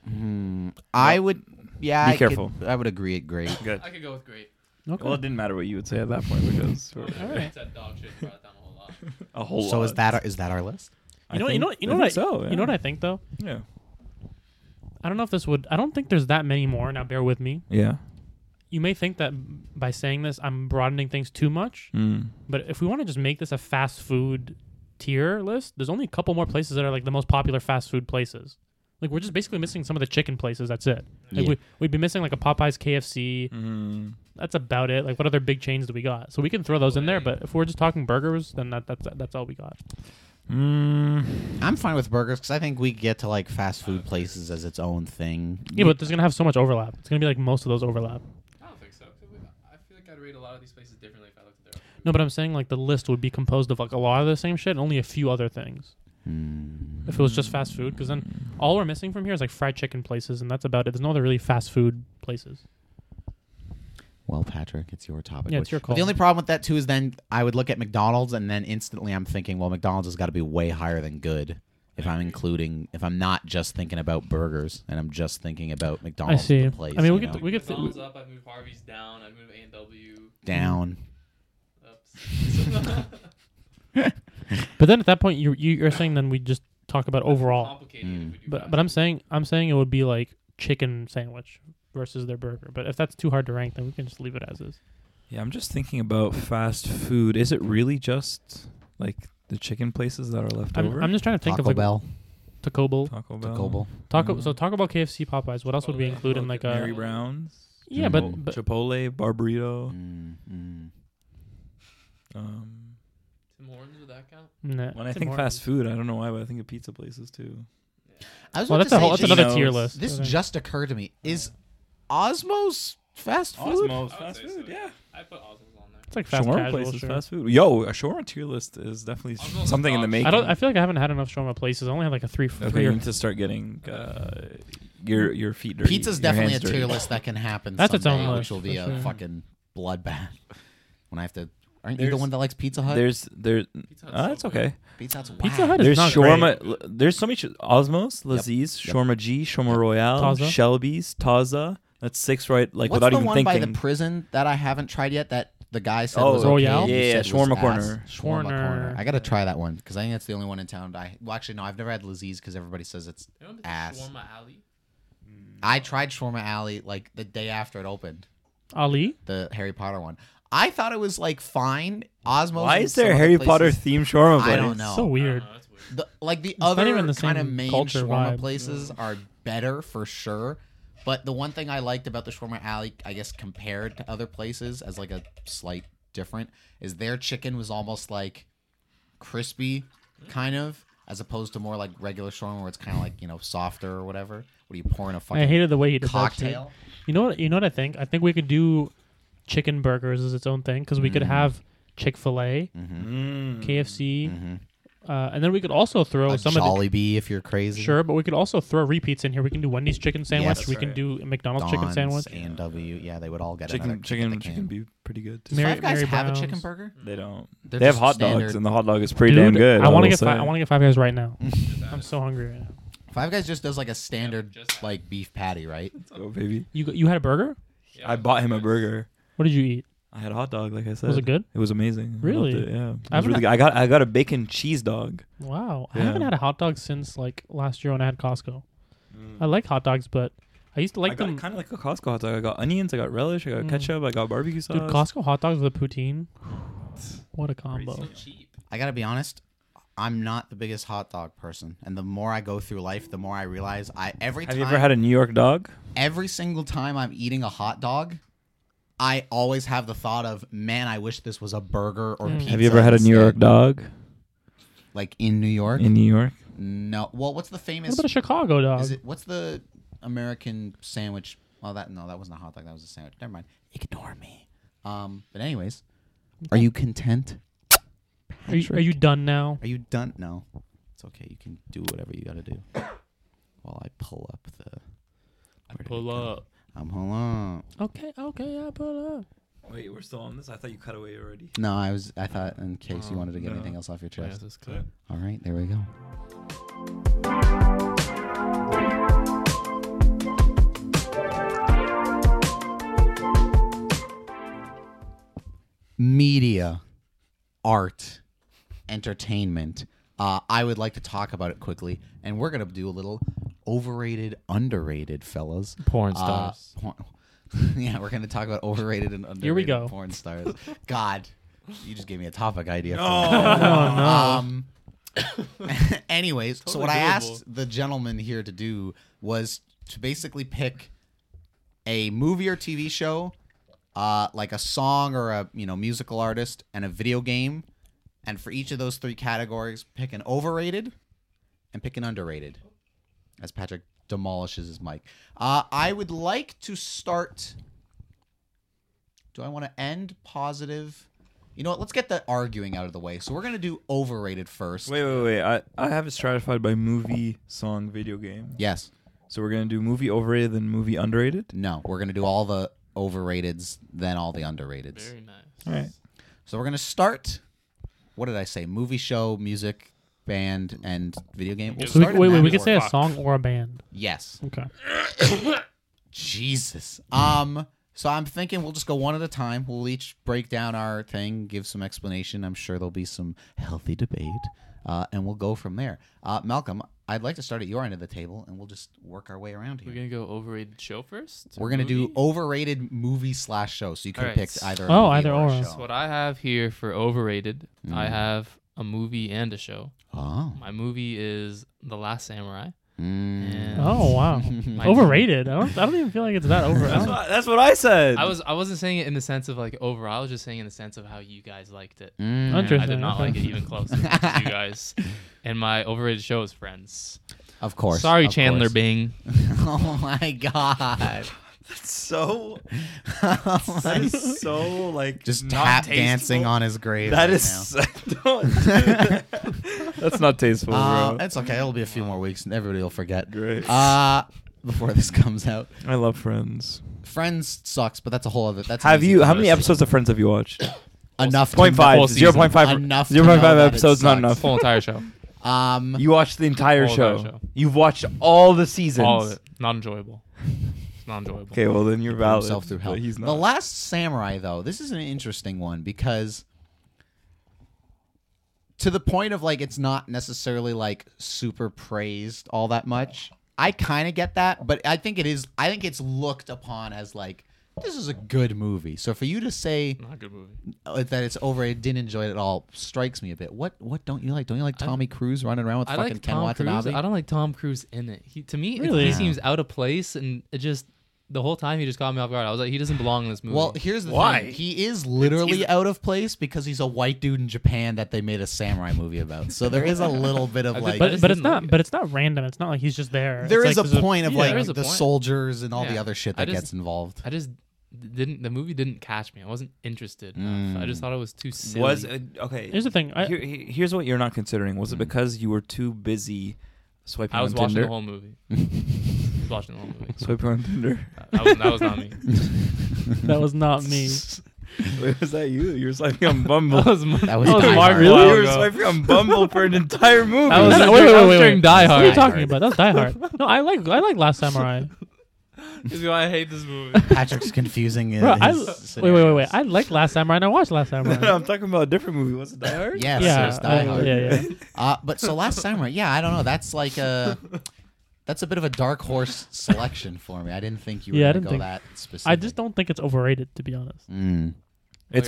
Speaker 1: Hmm, I would. Yeah,
Speaker 3: Be
Speaker 1: I could-
Speaker 3: careful.
Speaker 1: I would agree. It great.
Speaker 3: Good.
Speaker 2: I could go with great.
Speaker 4: Okay.
Speaker 3: Well, it didn't matter what you would say at that point because we're
Speaker 2: All
Speaker 4: right.
Speaker 2: right. That dog shit brought it down a whole lot.
Speaker 3: a whole.
Speaker 1: So
Speaker 3: lot.
Speaker 1: is that our, is that our list?
Speaker 3: I
Speaker 4: You know, what- you
Speaker 3: think-
Speaker 4: know, you
Speaker 3: I
Speaker 4: know what I,
Speaker 3: think so,
Speaker 4: you know
Speaker 3: yeah.
Speaker 4: what I think though.
Speaker 3: Yeah.
Speaker 4: I don't know if this would. I don't think there's that many more. Now, bear with me.
Speaker 3: Yeah.
Speaker 4: You may think that by saying this, I'm broadening things too much.
Speaker 3: Mm.
Speaker 4: But if we want to just make this a fast food tier list, there's only a couple more places that are like the most popular fast food places. Like we're just basically missing some of the chicken places. That's it. Like
Speaker 1: Yeah.
Speaker 4: we, we'd be missing like a Popeyes, KFC.
Speaker 3: Mm.
Speaker 4: That's about it. Like what other big chains do we got? So we can throw those in there. But if we're just talking burgers, then that, that's that's all we got.
Speaker 3: Mm.
Speaker 1: I'm fine with burgers because I think we get to like fast food places as its own thing.
Speaker 4: Yeah, but there's gonna have so much overlap. It's gonna be like most of those overlap.
Speaker 2: I don't think so. 'cause we- I feel like I'd rate a lot of these places differently if I looked at their. own
Speaker 4: No, but I'm saying like the list would be composed of like a lot of the same shit and only a few other things.
Speaker 1: Hmm.
Speaker 4: If it was just
Speaker 3: Mm.
Speaker 4: fast food, because then all we're missing from here is like fried chicken places, and that's about it. There's no other really fast food places.
Speaker 1: Well, Patrick, it's your topic.
Speaker 4: Yeah, it's
Speaker 1: Which-
Speaker 4: your
Speaker 1: But
Speaker 4: call.
Speaker 1: the only problem with that too is then I would look at McDonald's and then instantly I'm thinking, well, McDonald's has got to be way higher than good. If I'm including, if I'm not just thinking about burgers and I'm just thinking about McDonald's,
Speaker 4: see.
Speaker 1: the place,
Speaker 4: I mean, we
Speaker 1: you
Speaker 4: could-
Speaker 1: know,
Speaker 4: we could-
Speaker 2: McDonald's up. I moved Harvey's down. I moved A and W
Speaker 1: down.
Speaker 2: up.
Speaker 4: But then at that point, you you- you're saying then we just talk about overall.
Speaker 2: Complicated.
Speaker 1: Mm.
Speaker 3: Hmm.
Speaker 2: If we do
Speaker 4: But
Speaker 2: fast
Speaker 4: but I'm
Speaker 2: food.
Speaker 4: saying I'm saying it would be like chicken sandwich versus their burger. But if that's too hard to rank, then we can just leave it as is.
Speaker 3: Yeah, I'm just thinking about fast food. Is it really just like the chicken places that are left
Speaker 4: I'm,
Speaker 3: over?
Speaker 4: I'm just trying to think
Speaker 1: Taco
Speaker 4: of like
Speaker 1: Bell,
Speaker 4: Taco Bell,
Speaker 3: Taco Bell,
Speaker 1: Taco Bell.
Speaker 4: Taco.
Speaker 3: Mm.
Speaker 4: So Taco Bell, KFC, Popeyes. What else would we
Speaker 2: Chipotle,
Speaker 4: include in like
Speaker 2: Bell.
Speaker 3: Mary
Speaker 4: a?
Speaker 2: Chipotle.
Speaker 3: Brown's,
Speaker 4: Yeah,
Speaker 1: Chipotle.
Speaker 4: but but
Speaker 3: Chipotle, Barburrito.
Speaker 1: Mm, mm.
Speaker 3: Um,
Speaker 2: Tim Hortons would that count?
Speaker 4: nah,
Speaker 3: when I
Speaker 4: it's
Speaker 3: think
Speaker 4: important.
Speaker 3: fast food, I don't know why, but I think of pizza places too.
Speaker 1: I was
Speaker 4: Well,
Speaker 1: about
Speaker 4: that's
Speaker 1: to
Speaker 4: a whole.
Speaker 1: say,
Speaker 4: That's
Speaker 1: Gino,
Speaker 3: Gino's.
Speaker 4: another tier list.
Speaker 1: This
Speaker 4: Okay.
Speaker 1: just occurred to me. Is Osmos fast food?
Speaker 3: Osmo's
Speaker 2: I would
Speaker 3: fast
Speaker 2: say
Speaker 3: food,
Speaker 2: so,
Speaker 3: yeah.
Speaker 2: I put Osmond's on there.
Speaker 4: It's like fast
Speaker 3: Shawarma
Speaker 4: casual.
Speaker 3: places,
Speaker 4: sure.
Speaker 3: fast food. Yo, a shawarma tier list is definitely
Speaker 2: I'm not
Speaker 3: something in the
Speaker 2: surprised.
Speaker 3: making.
Speaker 4: I don't. I feel like I haven't had enough shawarma places. I only have like a three,
Speaker 3: okay,
Speaker 4: three.
Speaker 3: you
Speaker 4: Or,
Speaker 3: need to start getting uh, your your feet dirty.
Speaker 1: Pizza's
Speaker 3: your
Speaker 1: definitely a
Speaker 3: hands
Speaker 1: tier
Speaker 3: dirty.
Speaker 1: list that can happen.
Speaker 4: That's its
Speaker 1: someday,
Speaker 4: own
Speaker 1: which
Speaker 4: list,
Speaker 1: will be
Speaker 4: for
Speaker 1: a
Speaker 4: sure.
Speaker 1: fucking bloodbath. When I have to, aren't you the
Speaker 3: There's-
Speaker 1: one that likes Pizza Hut?
Speaker 3: There's there.
Speaker 2: Pizza Hut's
Speaker 3: Uh,
Speaker 2: so
Speaker 3: that's
Speaker 2: good.
Speaker 3: okay.
Speaker 1: Pizza Hut's whack.
Speaker 4: Pizza Hut is
Speaker 3: There's
Speaker 4: not
Speaker 3: shawarma.
Speaker 2: great.
Speaker 3: l- There's so much Osmos, Laziz,
Speaker 1: Yep.
Speaker 3: Shawarma G, Shawarma Royale,
Speaker 4: Taza.
Speaker 3: Shelby's, Taza. That's six right. Like
Speaker 1: What's
Speaker 3: without
Speaker 1: the
Speaker 3: even
Speaker 1: one
Speaker 3: thinking.
Speaker 1: by the prison that I haven't tried yet? That the guy said
Speaker 3: Oh,
Speaker 1: was okay,
Speaker 4: Royale?
Speaker 1: you
Speaker 3: Yeah, yeah,
Speaker 1: said
Speaker 3: Shawarma
Speaker 1: was ass?
Speaker 3: Corner.
Speaker 1: Shawarma corner.
Speaker 4: Corner.
Speaker 1: I gotta try that one because I think that's the only one in town. that I well, actually no, I've never had Laziz because everybody says it's.
Speaker 2: Anyone put
Speaker 1: Ass.
Speaker 2: Shawarma Alley.
Speaker 1: I tried Shawarma Alley like the day after it opened,
Speaker 4: Ali.
Speaker 1: the Harry Potter one. I thought it was like fine. Osmos.
Speaker 3: Why
Speaker 1: and
Speaker 3: is
Speaker 1: some
Speaker 3: there
Speaker 1: other
Speaker 3: Harry
Speaker 1: places-
Speaker 3: Potter themed shawarma?
Speaker 1: I
Speaker 3: place?
Speaker 1: don't know.
Speaker 4: So
Speaker 2: I don't
Speaker 4: weird.
Speaker 2: know, that's weird.
Speaker 1: The, like the
Speaker 4: not
Speaker 1: other
Speaker 4: even the
Speaker 1: kind of
Speaker 4: same
Speaker 1: main
Speaker 4: culture
Speaker 1: shawarma
Speaker 4: vibe.
Speaker 1: places are better for sure. But the one thing I liked about the shawarma alley, I guess, compared to other places as like a slight different, is their chicken was almost like crispy, kind of, as opposed to more like regular shawarma where it's kind of like you know softer or whatever. What do you pour in a
Speaker 3: Uh,
Speaker 1: fucking
Speaker 4: I hated the way he did that shit.
Speaker 1: cocktail?
Speaker 4: You know what? You know what I think? I think we could do chicken burgers as its own thing because we could
Speaker 1: Mm-hmm.
Speaker 4: have Chick Fil A,
Speaker 3: Mm.
Speaker 4: KFC, uh, and then we could also throw
Speaker 1: Mm-hmm. a
Speaker 4: some of
Speaker 1: Jolly Bee if you're crazy.
Speaker 4: the sure, but we could also throw repeats in here. We can do Wendy's chicken sandwich.
Speaker 1: that's
Speaker 4: we can
Speaker 3: right.
Speaker 4: do a McDonald's
Speaker 1: Don's
Speaker 4: chicken sandwich.
Speaker 1: and W. Yeah, they would all get another
Speaker 3: Chicken,
Speaker 1: kick
Speaker 3: chicken,
Speaker 1: at the can.
Speaker 3: chicken be pretty good.
Speaker 1: Does
Speaker 4: Mary-
Speaker 1: Five Guys
Speaker 4: Mary
Speaker 1: have a
Speaker 4: Brown's.
Speaker 1: chicken burger?
Speaker 3: They don't.
Speaker 1: They're
Speaker 3: they have
Speaker 1: just
Speaker 3: hot
Speaker 1: standard.
Speaker 3: dogs, and the hot dog is pretty damn
Speaker 4: Dude,
Speaker 3: good.
Speaker 4: I want
Speaker 3: will
Speaker 4: to get.
Speaker 3: say.
Speaker 4: Five, I want to get Five Guys right now.
Speaker 2: Just add
Speaker 4: I'm
Speaker 2: it.
Speaker 4: so hungry right now.
Speaker 1: Five Guys just does like a standard
Speaker 2: Just have-
Speaker 1: like beef patty, right?
Speaker 3: Go, Oh, baby.
Speaker 4: You got- you had a burger?
Speaker 2: Yeah,
Speaker 3: I
Speaker 2: I'm
Speaker 3: bought him a
Speaker 2: surprised.
Speaker 3: burger.
Speaker 4: What did you eat?
Speaker 3: I had a hot dog, like I said.
Speaker 4: Was it good?
Speaker 3: It was amazing. I
Speaker 4: Really?
Speaker 3: loved it, yeah. It was
Speaker 4: haven't
Speaker 3: really good. I got I got a bacon cheese dog.
Speaker 4: Wow, I
Speaker 3: Yeah.
Speaker 4: haven't had a hot dog since like last year when I had Costco.
Speaker 1: Mm.
Speaker 4: I like hot dogs, but I used to like
Speaker 3: I got
Speaker 4: them.
Speaker 3: kind of like a Costco hot dog. I got onions, I got relish, I got
Speaker 4: Mm.
Speaker 3: ketchup, I got barbecue sauce.
Speaker 4: Dude, Costco hot dogs with a poutine. What a combo.
Speaker 2: So cheap.
Speaker 1: I gotta be honest. I'm not the biggest hot dog person, and the more I go through life, the more I realize I every
Speaker 3: Have
Speaker 1: time
Speaker 3: you ever had a New York dog?
Speaker 1: every single time I'm eating a hot dog, I always have the thought of, man, I wish this was a burger or pizza.
Speaker 3: Have you ever had a New York
Speaker 1: instead."
Speaker 3: dog
Speaker 1: Like in New York?
Speaker 3: in New York?
Speaker 1: no. Well, what's the
Speaker 4: What
Speaker 1: famous?
Speaker 4: about a Chicago dog?
Speaker 1: Is it what's the American sandwich. Well, that no, that wasn't a hot dog. That was a sandwich. Never mind. Ignore me. Um, but anyways, are you content?
Speaker 4: Are you, are you done now?
Speaker 1: Are you done? No, it's okay. You can do whatever you got to do. While I pull up the. where did it
Speaker 2: Pull
Speaker 1: go?
Speaker 2: up.
Speaker 1: I'm hold on.
Speaker 4: Okay, okay, I put up.
Speaker 3: Wait, we're still on this? I thought you cut away already.
Speaker 1: No, I was. I thought in case you
Speaker 3: Oh,
Speaker 1: wanted to get
Speaker 3: no.
Speaker 1: anything else off your
Speaker 2: Yeah,
Speaker 1: chest.
Speaker 2: this clip.
Speaker 1: All right, there we go. Media, art, entertainment. Uh, I would like to talk about it quickly, and we're gonna do a little overrated, underrated, fellas.
Speaker 2: Porn
Speaker 1: Uh,
Speaker 2: stars.
Speaker 1: porn. yeah, we're gonna talk about overrated and underrated
Speaker 4: Here we go.
Speaker 1: porn stars. God, you just gave me a topic idea. for
Speaker 3: Oh, no.
Speaker 1: um, anyways, so
Speaker 3: Totally
Speaker 1: what I
Speaker 3: doable.
Speaker 1: asked the gentleman here to do was to basically pick a movie or TV show, uh, like a song or a you know musical artist, and a video game, and for each of those three categories, pick an overrated and pick an underrated. As Patrick demolishes his mic, uh, I would like to start. Do I want to end positive? You know what? Let's get the arguing out of the way. So we're gonna do overrated first.
Speaker 3: Wait, wait, wait. I, I have it stratified by movie, song, video game.
Speaker 1: Yes.
Speaker 3: So we're going to do movie overrated, then movie underrated?
Speaker 1: No. We're gonna do all the overrateds, then all the underrateds.
Speaker 2: Very nice.
Speaker 3: All right.
Speaker 1: So we're gonna start. What did I say? Movie, show, music, band, and video game. We'll
Speaker 4: So we,
Speaker 1: start in
Speaker 4: wait, wait,
Speaker 1: that
Speaker 4: we could
Speaker 1: order.
Speaker 4: say a
Speaker 2: Fuck.
Speaker 4: song or a band.
Speaker 1: Yes.
Speaker 4: Okay.
Speaker 1: Jesus. Um. So I'm thinking we'll just go one at a time. We'll each break down our thing, give some explanation. I'm sure there'll be some healthy debate, uh, and we'll go from there. Uh, Malcolm, I'd like to start at your end of the table, and we'll just work our way around
Speaker 2: We're
Speaker 1: here.
Speaker 2: gonna go overrated show first.
Speaker 1: We're gonna do
Speaker 2: Movie?
Speaker 1: overrated movie slash show. So you could have
Speaker 2: Alright.
Speaker 1: picked either. a
Speaker 4: Oh,
Speaker 1: movie
Speaker 4: either
Speaker 1: a
Speaker 4: or.
Speaker 1: show.
Speaker 2: So what I have here for overrated, I
Speaker 1: Mm.
Speaker 2: have a movie and a show.
Speaker 1: Oh.
Speaker 2: My movie is The Last Samurai.
Speaker 1: Mm.
Speaker 4: Oh wow.
Speaker 2: My-
Speaker 4: Overrated. I don't. I don't even feel like it's that over. I
Speaker 3: That's
Speaker 4: don't-
Speaker 3: what, that's what I said.
Speaker 2: I was I wasn't saying it in the sense of like overall. I was just saying in the sense of how you guys liked it.
Speaker 1: Mm.
Speaker 2: And I
Speaker 4: Interesting,
Speaker 2: did not
Speaker 4: okay.
Speaker 2: like it even close. to you guys. And my overrated show is Friends.
Speaker 1: Of course.
Speaker 2: Sorry,
Speaker 1: of
Speaker 2: Chandler
Speaker 1: course.
Speaker 2: Bing.
Speaker 1: oh my god.
Speaker 3: so
Speaker 1: Oh my-
Speaker 3: that is so like
Speaker 1: just
Speaker 3: not
Speaker 1: tap
Speaker 3: tasteful.
Speaker 1: dancing on his grave.
Speaker 3: That
Speaker 1: right
Speaker 3: is
Speaker 1: now.
Speaker 3: don't- that's not tasteful,
Speaker 1: Uh,
Speaker 3: bro.
Speaker 1: it's okay. It'll be a few more weeks, and everybody will forget.
Speaker 3: Great.
Speaker 1: Uh before this comes out,
Speaker 3: I love Friends.
Speaker 1: Friends sucks, but that's a whole other. That's an
Speaker 3: Have
Speaker 1: easy
Speaker 3: you? How many
Speaker 1: conversation.
Speaker 3: episodes of Friends have you watched?
Speaker 1: Enough. to
Speaker 3: Point
Speaker 1: know-
Speaker 3: five.
Speaker 2: Whole
Speaker 3: Zero point five.
Speaker 1: Enough to
Speaker 3: Zero point
Speaker 1: know
Speaker 3: five
Speaker 1: that it
Speaker 3: episodes. Not
Speaker 1: sucks.
Speaker 3: enough.
Speaker 2: Whole entire show.
Speaker 1: Um,
Speaker 3: You watched the entire
Speaker 2: Whole
Speaker 3: show.
Speaker 2: entire show.
Speaker 3: You've watched all the seasons.
Speaker 2: All of it. Not enjoyable. It's not enjoyable.
Speaker 3: Okay, well then you're
Speaker 1: put
Speaker 3: valid.
Speaker 1: himself through hell.
Speaker 3: but he's not.
Speaker 1: The Last Samurai, though, this is an interesting one because to the point of like it's not necessarily like super praised all that much. I kind of get that, but I think it is. I think it's looked upon as like this is a good movie. So for you to say
Speaker 2: Not a good movie.
Speaker 1: uh, that it's overrated, didn't enjoy it at all, strikes me a bit. What what don't you like? Don't you like Tommy Cruise running around with
Speaker 2: I
Speaker 1: fucking
Speaker 2: like
Speaker 1: Ken
Speaker 2: Tom
Speaker 1: Watanabe?
Speaker 2: Cruise. I don't like Tom Cruise in it. He to me, it-
Speaker 4: Really?
Speaker 2: he
Speaker 4: Yeah.
Speaker 2: seems out of place, and it just the whole time he just caught me off guard. I was like, he doesn't belong in this movie.
Speaker 1: Well, here's the
Speaker 3: Why?
Speaker 1: thing. He is literally out of place because he's a white dude in Japan that they made a samurai movie about. So there is a little bit of
Speaker 2: I
Speaker 1: like
Speaker 2: think-
Speaker 4: But,
Speaker 2: just
Speaker 4: but it's
Speaker 2: didn't like
Speaker 4: not.
Speaker 2: it.
Speaker 4: But it's not random. It's not like he's just there.
Speaker 1: there
Speaker 4: It's
Speaker 1: is
Speaker 4: like
Speaker 1: a
Speaker 4: there's
Speaker 1: point of
Speaker 2: yeah, there
Speaker 1: like
Speaker 2: is a
Speaker 1: the
Speaker 2: point.
Speaker 1: soldiers and all the
Speaker 2: Yeah.
Speaker 1: other shit
Speaker 2: I
Speaker 1: that
Speaker 2: just-
Speaker 1: gets involved.
Speaker 2: I just didn't. The movie didn't catch me. I wasn't interested.
Speaker 1: Mm.
Speaker 2: Enough. I just thought it was too silly.
Speaker 3: was uh, okay.
Speaker 4: Here's the thing. I,
Speaker 3: Here- here- here's what you're not considering. Was it because you were too busy swiping
Speaker 2: I was
Speaker 3: on
Speaker 2: watching
Speaker 3: Tinder?
Speaker 2: the whole movie. I was watching the whole movie.
Speaker 3: swiping on Tinder.
Speaker 2: That was, that was not me.
Speaker 4: that was not me.
Speaker 3: Wait, was that you? You were swiping on Bumble.
Speaker 2: That was, my,
Speaker 1: That was
Speaker 2: that was
Speaker 1: my
Speaker 2: Mark
Speaker 1: fault.
Speaker 3: You
Speaker 1: Really?
Speaker 2: Wahlberg.
Speaker 3: were swiping on Bumble for an entire movie.
Speaker 2: That was,
Speaker 4: That-
Speaker 2: wait,
Speaker 4: wait, wait,
Speaker 2: that was
Speaker 4: wait,
Speaker 2: during
Speaker 4: wait.
Speaker 2: Die
Speaker 4: What are you
Speaker 2: Hard.
Speaker 4: talking about? That's Die Hard. No, I like I like Last Samurai.
Speaker 2: This is why I hate this movie.
Speaker 1: Patrick's confusing it.
Speaker 4: Bro, I, wait, wait, wait, wait. I like Last Samurai and I watched Last
Speaker 3: No, no,
Speaker 4: Samurai.
Speaker 3: I'm talking about a different movie. Was it Die Hard?
Speaker 1: Yes,
Speaker 4: Yeah,
Speaker 1: there's Die
Speaker 4: I-
Speaker 1: Hard.
Speaker 4: yeah, yeah.
Speaker 1: Uh, but so last samurai, yeah, I don't know. That's like a that's a bit of a dark horse selection for me. I didn't think you were
Speaker 4: Yeah, I
Speaker 1: gonna go
Speaker 4: didn't
Speaker 1: that specific.
Speaker 4: I just don't think it's overrated, to be honest.
Speaker 1: Mm.
Speaker 3: It's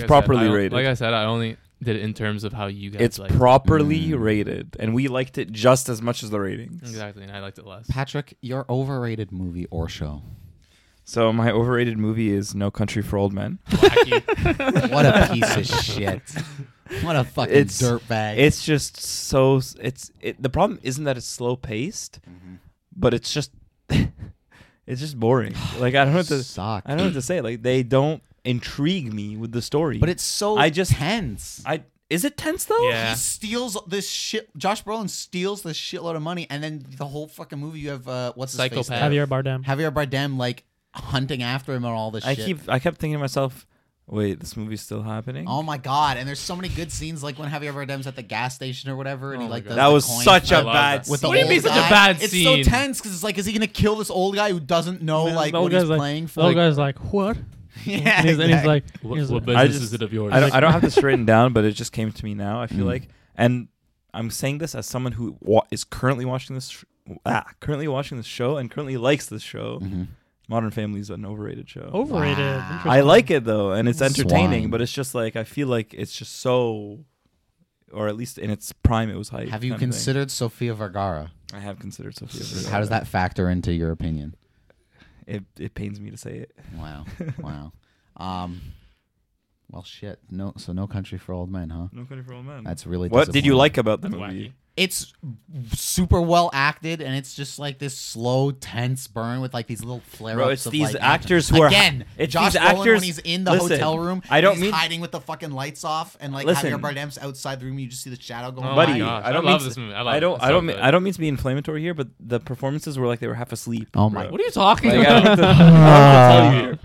Speaker 2: Like I said, I
Speaker 3: properly
Speaker 2: don't-
Speaker 3: rated.
Speaker 2: Like I said, I only did it in terms of how you guys
Speaker 3: it's
Speaker 2: liked it.
Speaker 3: properly
Speaker 1: Mm.
Speaker 3: rated, and we liked it just as much as the ratings.
Speaker 2: Exactly, and I liked it less.
Speaker 1: Patrick, your overrated movie or show?
Speaker 3: So my overrated movie is No Country for Old Men.
Speaker 2: Wacky.
Speaker 1: What a piece of shit! What a fucking
Speaker 3: It's-
Speaker 1: dirtbag!
Speaker 3: It's just so
Speaker 1: Mm-hmm.
Speaker 3: it's it, the problem isn't that it's slow paced, but it's just It's just boring. Like I don't know what to
Speaker 1: Suck.
Speaker 3: I don't know what to say. Like they don't intrigue me with the story.
Speaker 1: But it's so
Speaker 3: I just-
Speaker 1: tense.
Speaker 3: I is it tense though?
Speaker 2: Yeah.
Speaker 1: He steals this shit. Josh Brolin steals this shitload of money, and then the whole fucking movie you have uh, what's his face?
Speaker 2: Psychopath.
Speaker 1: there?
Speaker 4: Javier Bardem.
Speaker 1: Javier Bardem like hunting after him and all this
Speaker 3: I
Speaker 1: shit.
Speaker 3: keep I kept thinking to myself, wait, this movie's still happening.
Speaker 1: Oh my god! And there's so many good scenes, like when Javier Bardem's at the gas station or whatever, and
Speaker 2: Oh
Speaker 1: he
Speaker 2: my
Speaker 1: like
Speaker 2: God.
Speaker 1: does
Speaker 3: that
Speaker 1: the
Speaker 3: was
Speaker 1: coin
Speaker 3: such
Speaker 2: I
Speaker 3: a
Speaker 2: love
Speaker 3: bad
Speaker 2: that.
Speaker 1: with
Speaker 3: scene.
Speaker 1: the
Speaker 2: What do you
Speaker 1: old
Speaker 2: mean such a
Speaker 1: guy.
Speaker 2: bad scene?
Speaker 1: It's so tense because it's like, is he gonna kill this old guy who doesn't know
Speaker 4: Yeah,
Speaker 1: like
Speaker 4: the
Speaker 1: what
Speaker 4: old
Speaker 1: he's
Speaker 4: guy's like-
Speaker 1: playing
Speaker 4: The
Speaker 1: for?
Speaker 4: old guy's like, what?
Speaker 1: yeah,
Speaker 4: And he's, and he's
Speaker 1: exactly.
Speaker 4: like,
Speaker 2: What,
Speaker 4: he's
Speaker 2: what
Speaker 4: like-
Speaker 2: business
Speaker 3: just-
Speaker 2: is it of yours?
Speaker 3: I don't I don't have this written down, but it just came to me now. I feel
Speaker 1: Mm.
Speaker 3: like, and I'm saying this as someone who wa- is currently watching this, sh- ah, currently watching this show and currently likes this show.
Speaker 4: mm-hmm.
Speaker 1: Mhm.
Speaker 3: Modern Family is an overrated
Speaker 1: Oh,
Speaker 3: show.
Speaker 4: overrated.
Speaker 1: Wow.
Speaker 4: Interesting.
Speaker 3: I like it though, and it's entertaining,
Speaker 1: Swine.
Speaker 3: but it's just like I feel like it's just so, or at least in its prime, it was hype.
Speaker 1: Have you
Speaker 3: kind of thing.
Speaker 1: considered Sofia Vergara?
Speaker 3: I have considered Sophia.
Speaker 1: How
Speaker 3: Vergara.
Speaker 1: does that factor into your opinion?
Speaker 3: It it pains me to say it.
Speaker 1: Wow, wow. Um, well, shit. No, so no country for old men, huh?
Speaker 3: No country for old men.
Speaker 1: That's really
Speaker 3: what did you
Speaker 1: disappointing.
Speaker 3: like about the
Speaker 2: That's
Speaker 3: movie?
Speaker 2: wacky.
Speaker 1: It's super well acted, and it's just like this slow, tense burn with like these little flare ups.
Speaker 3: Bro, it's
Speaker 1: of,
Speaker 3: these
Speaker 1: like,
Speaker 3: actors
Speaker 1: action.
Speaker 3: who are
Speaker 1: again.
Speaker 3: it's
Speaker 1: Josh
Speaker 3: these
Speaker 1: Brolin when
Speaker 3: actors-
Speaker 1: he's in the
Speaker 3: listen,
Speaker 1: hotel room.
Speaker 3: I don't
Speaker 1: he's
Speaker 3: mean-
Speaker 1: hiding with the fucking lights off, and like
Speaker 3: Listen.
Speaker 1: Javier Bardem's outside the room. You just see the shadow going.
Speaker 2: Oh my
Speaker 3: Buddy,
Speaker 2: gosh,
Speaker 3: I
Speaker 2: I
Speaker 3: don't
Speaker 2: love
Speaker 3: mean
Speaker 2: this
Speaker 3: to,
Speaker 2: movie. I
Speaker 3: I,
Speaker 2: love it.
Speaker 3: don't
Speaker 2: It's
Speaker 3: I
Speaker 2: so
Speaker 3: don't mean,
Speaker 2: good.
Speaker 3: I don't mean to be inflammatory here, but the performances were like they were half asleep.
Speaker 1: Oh my-
Speaker 3: bro.
Speaker 2: What are you talking
Speaker 3: Like, I
Speaker 2: about?
Speaker 3: don't know what to- I don't know what
Speaker 1: Uh,
Speaker 3: to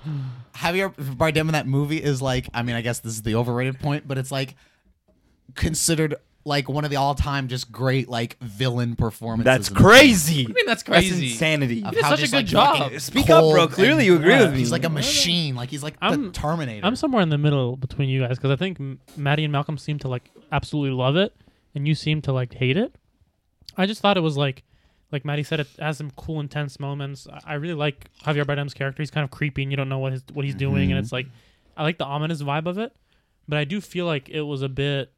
Speaker 3: tell you here.
Speaker 1: Javier Bardem in that movie is like, I mean, I guess this is the overrated point, but it's like considered like one of the all-time just great like villain performances.
Speaker 3: That's
Speaker 1: in the movie.
Speaker 3: crazy.
Speaker 2: I mean, that's
Speaker 3: That's
Speaker 2: crazy.
Speaker 3: insanity.
Speaker 1: Of
Speaker 2: did
Speaker 1: how
Speaker 2: such a
Speaker 1: just,
Speaker 2: good
Speaker 1: like,
Speaker 2: job.
Speaker 1: fucking
Speaker 3: Speak up, bro.
Speaker 1: cold
Speaker 3: Clearly
Speaker 1: and-
Speaker 3: you agree
Speaker 4: Yeah.
Speaker 3: with me.
Speaker 1: He's like a machine. Like he's like the
Speaker 4: I'm-
Speaker 1: Terminator.
Speaker 4: I'm somewhere in the middle between you guys because I think M- Maddie and Malcolm seem to like absolutely love it, and you seem to like hate it. I just thought it was like, like Maddie said, it has some cool, intense moments. I- I really like Javier Bardem's character. He's kind of creepy, and you don't know what his what he's doing, and
Speaker 2: Mm-hmm.
Speaker 4: it's like, I like the ominous vibe of it, but I do feel like it was a bit.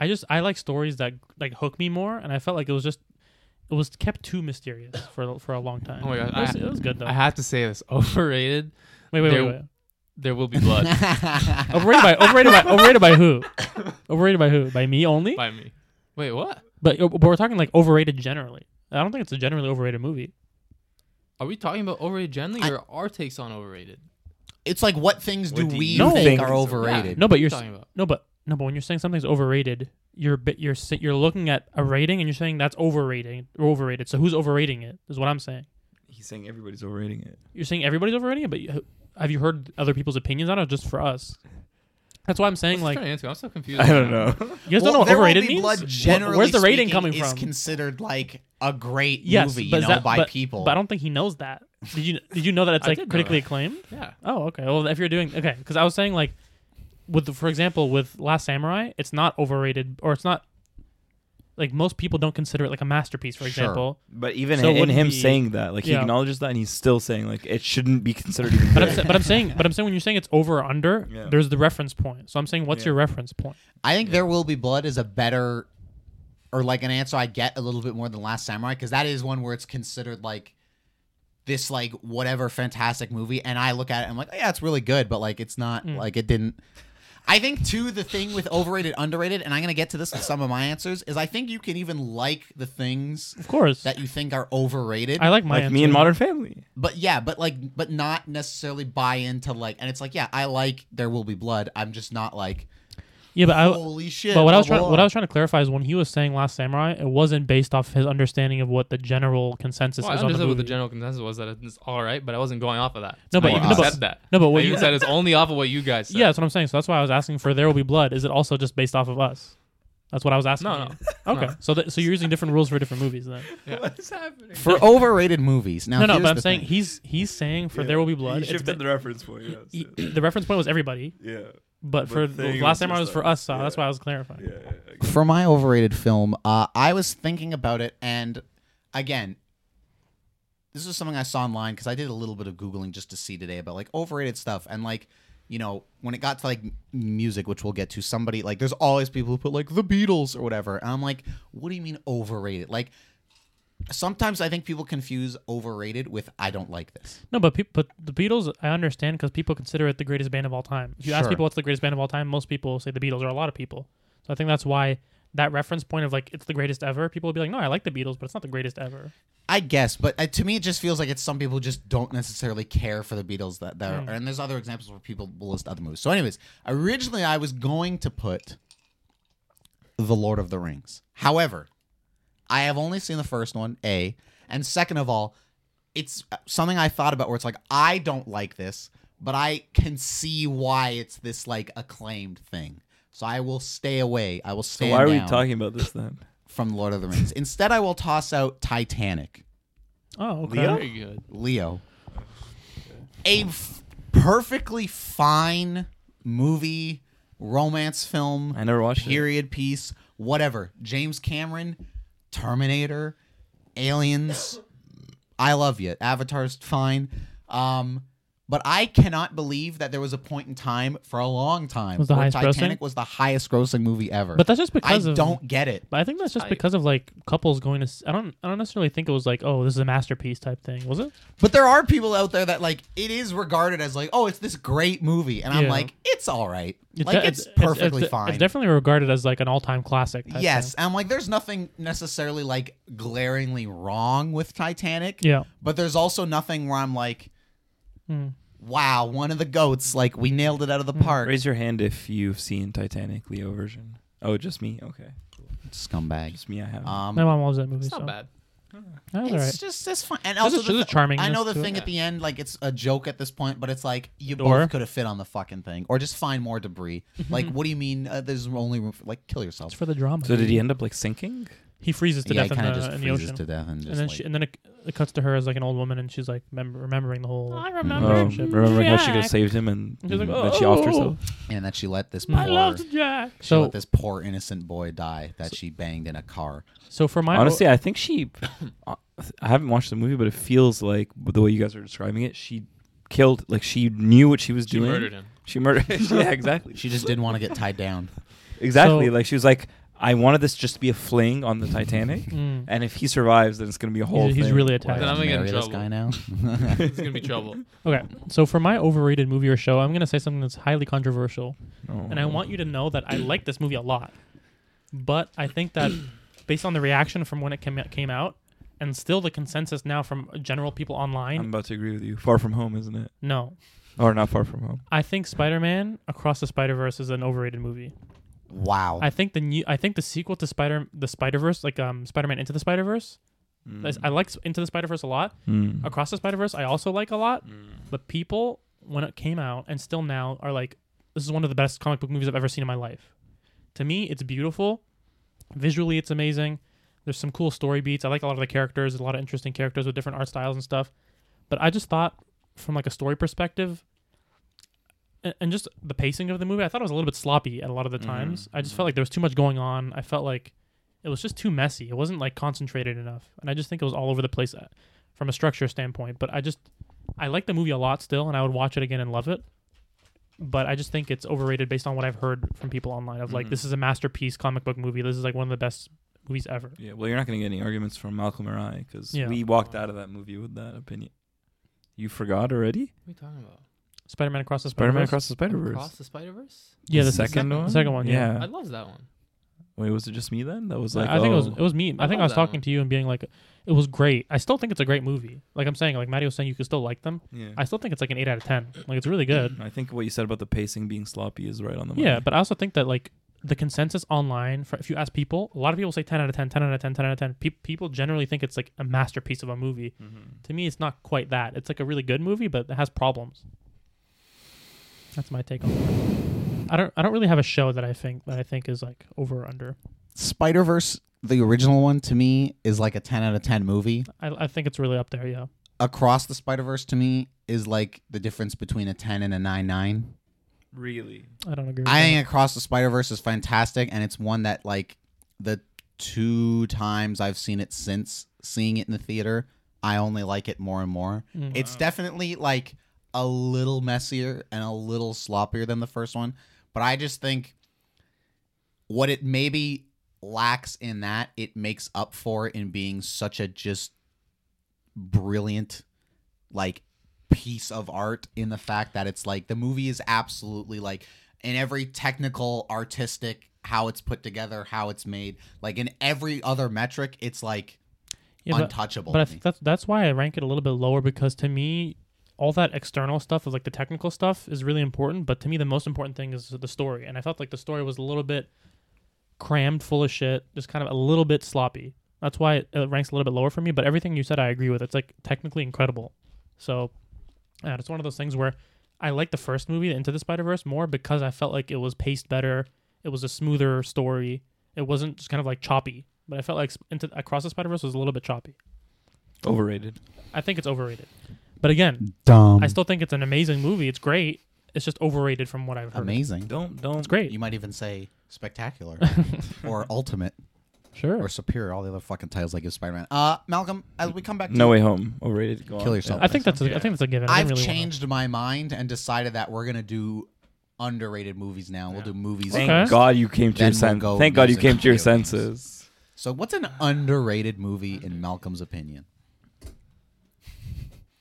Speaker 4: I just I like stories that like hook me more, and I felt like it was just. It was kept too mysterious for for a long time.
Speaker 2: Oh my God,
Speaker 4: it was,
Speaker 2: I-
Speaker 4: it was good though.
Speaker 2: I have to say this. Overrated.
Speaker 4: wait, wait, wait,
Speaker 2: there-
Speaker 4: wait.
Speaker 2: There will be blood
Speaker 4: Overrated by overrated by overrated by who? Overrated by who? By me only?
Speaker 2: by me. Wait, what?
Speaker 4: But, uh, but we're talking like overrated generally. I don't think it's a generally overrated movie.
Speaker 2: Are we talking about overrated generally
Speaker 1: I-
Speaker 2: or our takes on overrated?
Speaker 1: it's like what things do
Speaker 3: What do
Speaker 1: we
Speaker 3: you
Speaker 1: think,
Speaker 3: think
Speaker 1: are
Speaker 3: is-
Speaker 1: overrated?
Speaker 4: No, but you're
Speaker 2: What are you talking about?
Speaker 4: no, but no, but when you're saying something's overrated, you're bi- you're si- you're looking at a rating and you're saying that's overrating or overrated. So who's overrating it? Is what I'm saying.
Speaker 3: He's saying everybody's overrating it.
Speaker 4: You're saying everybody's overrating it, but you, have you heard other people's opinions on it? or Just for us. That's why I'm saying
Speaker 2: What's
Speaker 4: like
Speaker 2: trying to answer? I'm so confused.
Speaker 3: I
Speaker 2: right
Speaker 3: don't
Speaker 2: now.
Speaker 3: know.
Speaker 4: you guys
Speaker 1: Well,
Speaker 4: don't know what
Speaker 1: There Will
Speaker 4: overrated
Speaker 1: Be
Speaker 4: means.
Speaker 1: Blood,
Speaker 4: Wh-
Speaker 1: generally
Speaker 4: Where's the rating
Speaker 1: speaking,
Speaker 4: coming
Speaker 1: is
Speaker 4: from?
Speaker 1: considered like a great
Speaker 4: yes,
Speaker 1: movie,
Speaker 4: but
Speaker 1: you know,
Speaker 4: is that,
Speaker 1: by
Speaker 4: but-
Speaker 1: people.
Speaker 4: But I don't think he knows that. Did you did you know that it's
Speaker 2: I did
Speaker 4: like
Speaker 2: know
Speaker 4: critically
Speaker 2: that.
Speaker 4: acclaimed?
Speaker 2: Yeah.
Speaker 4: Oh, okay. Well, if you're doing okay, because I was saying like, with the, for example, with Last Samurai, it's not overrated or it's not like most people don't consider it like a masterpiece. For
Speaker 1: Sure.
Speaker 4: example,
Speaker 3: But even
Speaker 4: So it
Speaker 3: in
Speaker 4: wouldn't
Speaker 3: him
Speaker 4: be-
Speaker 3: saying that, like he
Speaker 4: Yeah.
Speaker 3: acknowledges that, and he's still saying like it shouldn't be considered even.
Speaker 4: but I'm
Speaker 3: good.
Speaker 4: sa- but I'm saying but I'm saying when you're saying it's over or under,
Speaker 3: Yeah.
Speaker 4: there's the reference point. So I'm saying, what's
Speaker 3: Yeah.
Speaker 4: your reference point?
Speaker 1: I think There Will Be Blood is a better, or like an answer I get a little bit more than Last Samurai because that is one where it's considered like this like whatever fantastic movie, and I look at it and I'm like, oh, yeah, it's really good, but like it's not
Speaker 4: Mm.
Speaker 1: like it didn't. I think too the thing with overrated, underrated, and I'm gonna get to this with some of my answers is I think you can even like the things
Speaker 4: Of course,
Speaker 1: that you think are overrated,
Speaker 4: I like my
Speaker 3: like me
Speaker 4: answer.
Speaker 3: and Modern Family.
Speaker 1: but yeah, but like, but not necessarily buy into like, and it's like, yeah, I like There Will Be Blood. I'm just not like,
Speaker 4: Yeah, but I.
Speaker 1: holy shit.
Speaker 4: But what I was
Speaker 1: blah,
Speaker 4: trying,
Speaker 1: blah,
Speaker 4: what I was trying to clarify is when he was saying Last Samurai, it wasn't based off his understanding of what the general consensus
Speaker 2: Well, I
Speaker 4: is on the
Speaker 2: understood what the
Speaker 4: movie.
Speaker 2: general consensus was that it's all right, but I wasn't going off of that.
Speaker 4: No, but
Speaker 2: I
Speaker 4: you-
Speaker 2: even
Speaker 1: no, but-
Speaker 2: said that.
Speaker 4: no, but what
Speaker 2: I
Speaker 4: you-
Speaker 2: even said is only off of what you guys said.
Speaker 4: Yeah, that's what I'm saying. So that's why I was asking for "There Will Be Blood." Is it also just based off of us? That's what I was asking.
Speaker 2: No,
Speaker 4: you. Okay. So th- so you're using different rules for different movies then.
Speaker 2: Yeah.
Speaker 3: What's happening?
Speaker 1: for overrated movies. Now,
Speaker 4: no, no.
Speaker 1: here's
Speaker 4: But I'm
Speaker 1: the
Speaker 4: saying
Speaker 1: thing.
Speaker 4: he's he's saying for "There Will Be Blood."
Speaker 3: He
Speaker 4: it's
Speaker 3: shifted
Speaker 4: ba-
Speaker 3: the reference point. Yes,
Speaker 4: he- the reference point was everybody,
Speaker 3: yeah,
Speaker 4: but
Speaker 3: But
Speaker 4: for
Speaker 3: thing
Speaker 4: the
Speaker 3: was
Speaker 4: last time I
Speaker 3: just
Speaker 4: was for
Speaker 3: us.
Speaker 4: us, so
Speaker 3: Yeah.
Speaker 4: that's why I was clarifying.
Speaker 3: yeah. yeah, yeah.
Speaker 1: for my overrated film, uh, I was thinking about it, and again, this is something I saw online because I did a little bit of googling just to see today about like overrated stuff and like. You know, when it got to like m- music, which we'll get to, somebody like there's always people who put like the Beatles or whatever, and I'm like, what do you mean overrated? Like, sometimes I think people confuse overrated with I don't like this.
Speaker 4: No, but peop but the Beatles, I understand because people consider it the greatest band of all time. If you ask
Speaker 1: Sure.
Speaker 4: people what's the greatest band of all time, most people say the Beatles, or a lot of people. So I think that's why that reference point of like it's the greatest ever, people would be like, no, I like the Beatles, but it's not the greatest ever.
Speaker 1: I guess, but uh, to me, it just feels like it's some people who just don't necessarily care for the Beatles that there
Speaker 4: Mm.
Speaker 1: are. And there's other examples where people will list other movies. So, anyways, originally I was going to put The Lord of the Rings. However, I have only seen the first one, A. And second of all, it's uh, something I thought about where it's like, I don't like this, but I can see why it's this like acclaimed thing. So I will stay away. I will
Speaker 3: So
Speaker 1: stay
Speaker 3: why are we
Speaker 1: down
Speaker 3: talking about this then?
Speaker 1: from Lord of the Rings. Instead, I will toss out Titanic.
Speaker 4: Oh, okay.
Speaker 3: Leo?
Speaker 2: Very good.
Speaker 1: Leo. A f- perfectly fine movie, romance film,
Speaker 3: I never watched it.
Speaker 1: period piece, whatever. James Cameron, Terminator, Aliens, I love you. Avatar's fine. Um, but I cannot believe that there was a point in time for a long time
Speaker 4: Was the
Speaker 1: where
Speaker 4: highest grossing?
Speaker 1: Titanic was the highest grossing movie ever.
Speaker 4: But that's just
Speaker 1: I
Speaker 4: because of
Speaker 1: don't get it.
Speaker 4: But I think that's just
Speaker 2: I-
Speaker 4: because of like couples going to. s- I don't. I don't necessarily think it was like, oh, this is a masterpiece type thing. Was it?
Speaker 1: But there are people out there that like it is regarded as like, oh, it's this great movie, and I'm
Speaker 4: Yeah.
Speaker 1: like, it's all right,
Speaker 4: It's
Speaker 1: like
Speaker 4: de-
Speaker 1: it's, perfectly
Speaker 4: it's,
Speaker 1: fine.
Speaker 4: It's definitely regarded as like an all-time classic. Type
Speaker 1: yes,
Speaker 4: thing.
Speaker 1: and I'm like, there's nothing necessarily like glaringly wrong with Titanic.
Speaker 4: Yeah.
Speaker 1: But there's also nothing where I'm like,
Speaker 4: Hmm.
Speaker 1: wow, one of the goats, like we nailed it out of the park.
Speaker 3: Raise your hand if you've seen Titanic Leo version. Oh, just me. Okay,
Speaker 1: Scumbag.
Speaker 3: just me. I have.
Speaker 1: Um,
Speaker 4: My mom loves that movie.
Speaker 2: It's not
Speaker 4: so.
Speaker 2: bad.
Speaker 4: That was
Speaker 1: it's
Speaker 4: alright.
Speaker 1: just it's fun, and
Speaker 4: There's
Speaker 1: also
Speaker 4: a- there's
Speaker 1: the
Speaker 4: a charmingness
Speaker 1: I know the
Speaker 4: to it.
Speaker 1: thing at the end, like it's a joke at this point, but it's like you
Speaker 4: Door. Mm-hmm.
Speaker 1: both could have fit on the fucking thing, or just find more debris. like, what do you mean? Uh, there's only room for like kill yourself.
Speaker 4: It's for the drama.
Speaker 3: so did he end up like sinking?
Speaker 4: He freezes to
Speaker 1: yeah,
Speaker 4: death
Speaker 1: it
Speaker 4: in
Speaker 1: kind of
Speaker 4: the,
Speaker 1: just
Speaker 4: in the
Speaker 1: freezes
Speaker 4: ocean.
Speaker 1: to death and just
Speaker 4: and then
Speaker 1: like,
Speaker 4: she, and then it, it cuts to her as like an old woman, and she's like mem- remembering the whole.
Speaker 2: I
Speaker 1: Oh,
Speaker 2: remember.
Speaker 3: Um,
Speaker 4: Relationship.
Speaker 3: remembering how she could
Speaker 2: Jack.
Speaker 3: have saved him and
Speaker 4: And she's like,
Speaker 3: mm,
Speaker 4: oh,
Speaker 3: that she offed herself.
Speaker 1: and that she let this
Speaker 4: I
Speaker 1: poor
Speaker 4: Or- loved
Speaker 2: Jack.
Speaker 1: she
Speaker 4: So-
Speaker 1: let this poor innocent boy die that she banged in a car.
Speaker 4: So for my
Speaker 3: Honestly, I think she. uh, I haven't watched the movie, but it feels like the way you guys are describing it, she killed. Like she knew what she was
Speaker 2: She
Speaker 3: doing.
Speaker 2: murdered him.
Speaker 3: She murdered. yeah, exactly.
Speaker 1: She just didn't want to get tied down.
Speaker 3: Exactly.
Speaker 4: So-
Speaker 3: like she was like, I wanted this just to be a fling on the Titanic,
Speaker 4: Mm.
Speaker 3: and if he survives, then it's gonna be a whole.
Speaker 4: he's, he's
Speaker 3: thing.
Speaker 4: really attached.
Speaker 2: Then I'm gonna get in
Speaker 1: marry this
Speaker 2: trouble.
Speaker 1: guy now.
Speaker 2: It's gonna be trouble.
Speaker 4: Okay, so for my overrated movie or show, I'm gonna say something that's highly controversial,
Speaker 3: Oh.
Speaker 4: and I want you to know that I like this movie a lot, but I think that based on the reaction from when it came came out, and still the consensus now from general people online,
Speaker 3: I'm about to agree with you. Far from home, isn't it?
Speaker 4: no,
Speaker 3: Or not far from home.
Speaker 4: I think Spider-Man Across the Spider-Verse is an overrated movie.
Speaker 1: wow.
Speaker 4: I think the new, I think the sequel to Spider the Spider-Verse, like um Spider-Man Into the Spider-Verse,
Speaker 3: Mm.
Speaker 4: I like Into the Spider-Verse a lot.
Speaker 3: Mm.
Speaker 4: Across the Spider Verse, I also like a lot. But people, when it came out and still now, are like, this is one of the best comic book movies I've ever seen in my life. To me, it's beautiful. Visually, it's amazing. There's some cool story beats. I like a lot of the characters, a lot of interesting characters with different art styles and stuff. But I just thought, from like a story perspective, a- and just the pacing of the movie, I thought it was a little bit sloppy at a lot of the times. I just felt like there was too much going on. I felt like it was just too messy. It wasn't like concentrated enough, and I just think it was all over the place uh, from a structure standpoint. But I just I like the movie a lot still, and I would watch it again and love it. But I just think it's overrated based on what I've heard from people online of
Speaker 2: Mm-hmm.
Speaker 4: like
Speaker 3: Mhm.
Speaker 4: this is a masterpiece comic book movie. This is like one of the best movies ever.
Speaker 3: Yeah, well, you're not going to get any arguments from Malcolm or I because
Speaker 4: Yeah.
Speaker 3: we walked out of that movie with that opinion. You forgot already?
Speaker 2: What are you talking about?
Speaker 4: Spider Man Across the Spider
Speaker 3: Spider Man
Speaker 4: Man
Speaker 3: Across the Spider
Speaker 2: Across
Speaker 3: Verse.
Speaker 2: the Spider Verse.
Speaker 4: Yeah,
Speaker 3: the
Speaker 4: the
Speaker 3: second
Speaker 2: second-
Speaker 3: one?
Speaker 4: the second one, yeah.
Speaker 2: I love that one.
Speaker 3: Wait, was it just me then? That was like,
Speaker 4: I think it was
Speaker 3: oh.
Speaker 4: it was me. I,
Speaker 2: I
Speaker 4: think
Speaker 2: love
Speaker 4: I was
Speaker 2: that
Speaker 4: talking
Speaker 2: one.
Speaker 4: to you and being like, it was great. I still think it's a great movie. Like I'm saying, like Maddie was saying, you could still like them.
Speaker 3: Yeah.
Speaker 4: I still think it's like an eight out of ten. Like it's really good.
Speaker 3: I think what you said about the pacing being sloppy is right on the money.
Speaker 4: Yeah, but I also think that like the consensus online, for, if you ask people, a lot of people say 10 out of 10, 10 out of 10, 10 out of 10. Pe- people generally think it's like a masterpiece of a movie. To me, it's not quite that. It's like a really good movie, but it has problems. That's my take on it. I don't. I don't really have a show that I think that I think is like over or under.
Speaker 1: Spider Verse, the original one, to me is like a ten out of ten movie.
Speaker 4: I, I think it's really up there. Yeah.
Speaker 1: Across the Spider Verse, to me, is like the difference between a ten and a nine nine.
Speaker 3: Really?
Speaker 4: I don't agree. With
Speaker 1: I
Speaker 4: that.
Speaker 1: think Across the Spider Verse is fantastic, and it's one that like the two times I've seen it since seeing it in the theater, I only like it more and more.
Speaker 4: Mm.
Speaker 1: It's definitely like a little messier and a little sloppier than the first one, but I just think what it maybe lacks in that it makes up for in being such a just brilliant like piece of art in the fact that it's like the movie is absolutely like in every technical artistic how it's put together, how it's made. Like in every other metric, it's like
Speaker 4: Yeah, but-
Speaker 1: untouchable.
Speaker 4: But I
Speaker 1: to me.
Speaker 4: think that's that's why I rank it a little bit lower because to me, all that external stuff, like the technical stuff, is really important. But to me, the most important thing is the story, and I felt like the story was a little bit crammed full of shit, just kind of a little bit sloppy. That's why it, it ranks a little bit lower for me. But everything you said, I agree with. It's like technically incredible. So, yeah, it's one of those things where I like the first movie, Into the Spider Verse, more because I felt like it was paced better. It was a smoother story. It wasn't just kind of like choppy. But I felt like Sp- into across the Spider Verse was a little bit choppy.
Speaker 3: Overrated.
Speaker 4: I think it's overrated. But again,
Speaker 1: dumb,
Speaker 4: I still think it's an amazing movie. It's great. It's just overrated from what I've heard.
Speaker 1: amazing.
Speaker 3: Don't don't.
Speaker 4: It's great.
Speaker 1: You might even say spectacular or ultimate
Speaker 4: Sure.
Speaker 1: or superior. All the other fucking titles like give Spider-Man. Uh, Malcolm, as we come back, to
Speaker 3: No
Speaker 1: you,
Speaker 3: Way Home. Overrated. Go
Speaker 1: Kill
Speaker 3: on.
Speaker 1: yourself.
Speaker 4: I think that's a, I think that's a given. I
Speaker 1: I've
Speaker 4: don't really wanna-
Speaker 1: changed my mind and decided that we're gonna do underrated movies now. We'll do movies.
Speaker 3: Thank
Speaker 4: Okay.
Speaker 3: God you came to
Speaker 1: Then
Speaker 3: your
Speaker 1: we'll
Speaker 3: senses.
Speaker 1: go
Speaker 3: Thank God you
Speaker 1: music
Speaker 3: came to your
Speaker 1: video games.
Speaker 3: senses.
Speaker 1: So, what's an
Speaker 2: Ah.
Speaker 1: underrated movie in Malcolm's opinion?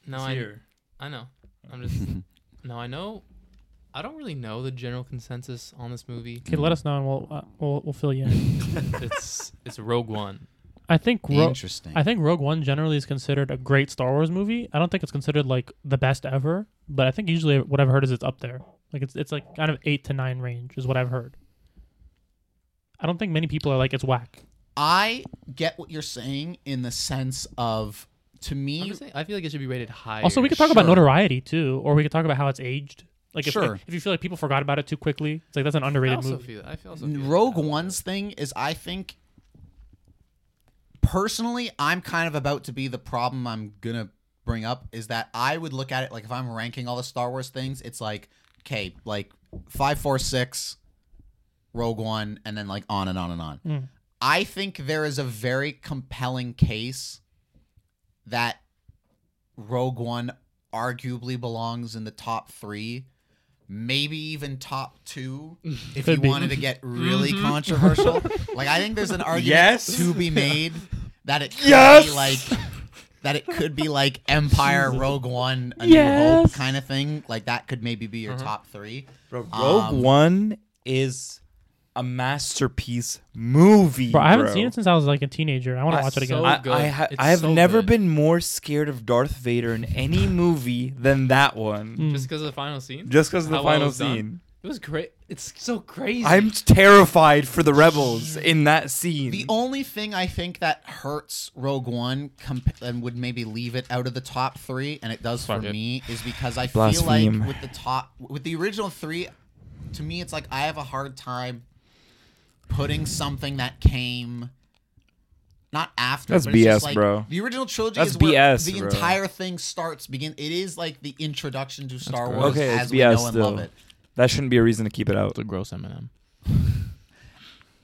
Speaker 2: No, I, I know. I'm just. no, I know. I don't really know the general consensus on this movie.
Speaker 4: Okay, let us know and we'll uh, we'll, we'll fill you in.
Speaker 2: it's it's Rogue One.
Speaker 4: I think Ro-
Speaker 1: Interesting.
Speaker 4: I think Rogue One generally is considered a great Star Wars movie. I don't think it's considered like the best ever, but I think usually what I've heard is it's up there. Like it's it's like kind of eight to nine range is what I've heard. I don't think many people are like it's whack.
Speaker 1: I get what you're saying in the sense of, to
Speaker 2: I'm
Speaker 1: me,
Speaker 2: just saying, I feel like it should be rated higher.
Speaker 4: Also, we could talk about
Speaker 1: sure.
Speaker 4: notoriety too, or we could talk about how it's aged. Like if,
Speaker 1: Sure.
Speaker 4: if, you feel like people forgot about it too quickly, it's like that's an
Speaker 2: I
Speaker 4: underrated
Speaker 2: also
Speaker 4: movie.
Speaker 2: feel. I feel also feel
Speaker 1: Rogue
Speaker 2: that.
Speaker 1: One's thing is, I think, personally, I'm kind of about to be the problem I'm going to bring up is that I would look at it like if I'm ranking all the Star Wars things, it's like, okay, like five, four, six, Rogue One, and then like on and on and on.
Speaker 4: Mm.
Speaker 1: I think there is a very compelling case that Rogue One arguably belongs in the top three, maybe even top two, if
Speaker 4: Could
Speaker 1: you
Speaker 4: be.
Speaker 1: wanted to get really controversial. like I think there's an argument
Speaker 3: Mm-hmm. Yes.
Speaker 1: to be made that it could
Speaker 3: Yes.
Speaker 1: be like that it could be like Empire, Rogue One, A New Hope
Speaker 4: Yes.
Speaker 1: kind of thing. Like that could maybe be
Speaker 3: Mm-hmm.
Speaker 1: your top three.
Speaker 3: Rogue
Speaker 1: Um,
Speaker 3: One is a masterpiece movie.
Speaker 4: Bro, I haven't seen it since I was like a teenager. I want to
Speaker 3: I
Speaker 4: watch it again.
Speaker 2: so-
Speaker 3: I,
Speaker 2: good.
Speaker 3: I, ha-
Speaker 2: It's
Speaker 3: I have
Speaker 2: so
Speaker 3: never
Speaker 2: good.
Speaker 3: been more scared of Darth Vader in any movie than that one.
Speaker 4: Mm.
Speaker 2: Just because of the final scene.
Speaker 3: Just because of the
Speaker 2: How well
Speaker 3: final
Speaker 2: it's done.
Speaker 3: scene.
Speaker 2: It was great. It's so crazy.
Speaker 3: I'm terrified for the rebels in that scene.
Speaker 1: The only thing I think that hurts Rogue One comp- and would maybe leave it out of the top three, and it does
Speaker 2: Fuck
Speaker 1: for
Speaker 2: it.
Speaker 1: me, is because I feel
Speaker 3: Blaspheme.
Speaker 1: like with the top, with the original three, to me, it's like I have a hard time putting something that came not after.
Speaker 3: That's
Speaker 1: but it's just
Speaker 3: BS,
Speaker 1: like-
Speaker 3: bro.
Speaker 1: The original trilogy
Speaker 3: That's
Speaker 1: is where
Speaker 3: BS,
Speaker 1: the
Speaker 3: bro.
Speaker 1: entire thing starts. Begin. It is like the introduction to Star
Speaker 2: gross.
Speaker 1: Wars
Speaker 3: Okay, it's
Speaker 1: as we
Speaker 3: BS
Speaker 1: know and
Speaker 3: still.
Speaker 1: love it.
Speaker 3: that shouldn't be a reason to keep it out.
Speaker 2: a gross Eminem.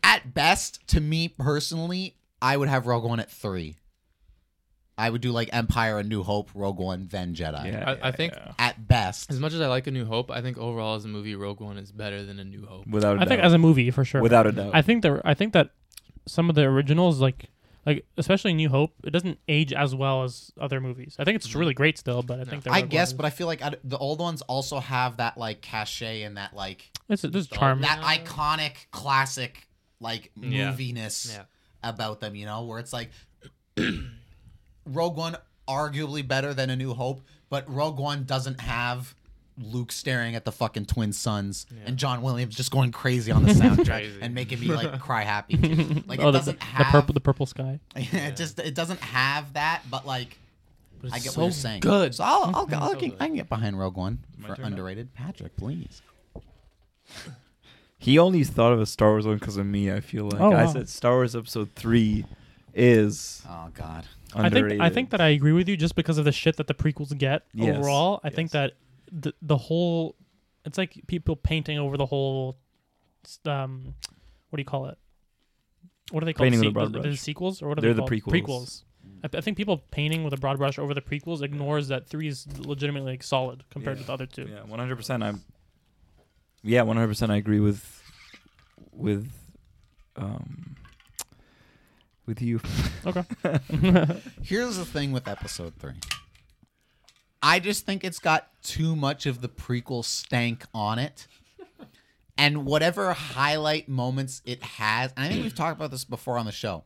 Speaker 1: at best, to me personally, I would have Rogue One at three. I would do like Empire, A New Hope, Rogue One, then Jedi.
Speaker 3: Yeah,
Speaker 2: I- I
Speaker 3: yeah,
Speaker 2: think-
Speaker 3: yeah.
Speaker 1: At best,
Speaker 2: As much as I like A New Hope, I think overall as a movie, Rogue One is better than A New Hope.
Speaker 3: without a
Speaker 4: I think
Speaker 3: doubt.
Speaker 4: as a movie for sure.
Speaker 3: without a doubt.
Speaker 4: I think that I think that some of the originals like like especially New Hope, it doesn't age as well as other movies. I think it's really great still, but I think
Speaker 1: I guess, but I feel like i the old ones also have that like cachet and that like
Speaker 4: it's it's charm.
Speaker 1: that
Speaker 2: Yeah.
Speaker 1: iconic classic like
Speaker 2: Yeah.
Speaker 1: moviness
Speaker 2: Yeah.
Speaker 1: about them. You know, where it's like Rogue One arguably better than A New Hope, but Rogue One doesn't have. Luke staring at the fucking twin sons and John Williams just going crazy on the soundtrack
Speaker 2: Crazy.
Speaker 1: and making me like cry happy. too. Like
Speaker 4: oh,
Speaker 1: it
Speaker 4: the, the,
Speaker 1: doesn't have
Speaker 4: purple the purple sky.
Speaker 1: it just it doesn't have that, but like
Speaker 2: But it's
Speaker 1: I get
Speaker 2: so
Speaker 1: what you're saying.
Speaker 2: Good.
Speaker 1: So I'll, I'll, I'll,
Speaker 2: So
Speaker 1: can-
Speaker 2: good.
Speaker 1: I can get behind Rogue One for
Speaker 3: turn now.
Speaker 1: underrated. Patrick, please.
Speaker 3: He only thought of a Star Wars one because of me. I feel like
Speaker 4: Oh,
Speaker 3: I
Speaker 4: wow.
Speaker 3: said Star Wars Episode Three is
Speaker 1: Oh God.
Speaker 3: underrated.
Speaker 4: I think I think that I agree with you just because of the shit that the prequels get
Speaker 3: Yes.
Speaker 4: overall. I
Speaker 3: Yes.
Speaker 4: think that the the whole it's like people painting over the whole s- um what do you call it? What are they called?
Speaker 3: Painting with a
Speaker 4: Se-
Speaker 3: broad
Speaker 4: the,
Speaker 3: brush.
Speaker 4: sequels or what are
Speaker 3: They're
Speaker 4: they
Speaker 3: the
Speaker 4: called?
Speaker 3: prequels.
Speaker 4: I, I think people painting with a broad brush over the prequels ignores that three is legitimately like solid compared to the other two.
Speaker 3: yeah, one hundred percent. I'm yeah, one hundred percent. I agree with with um with you.
Speaker 4: Okay.
Speaker 1: Here's the thing with Episode Three. I just think it's got too much of the prequel stank on it, and whatever highlight moments it has, and I think we've talked about this before on the show.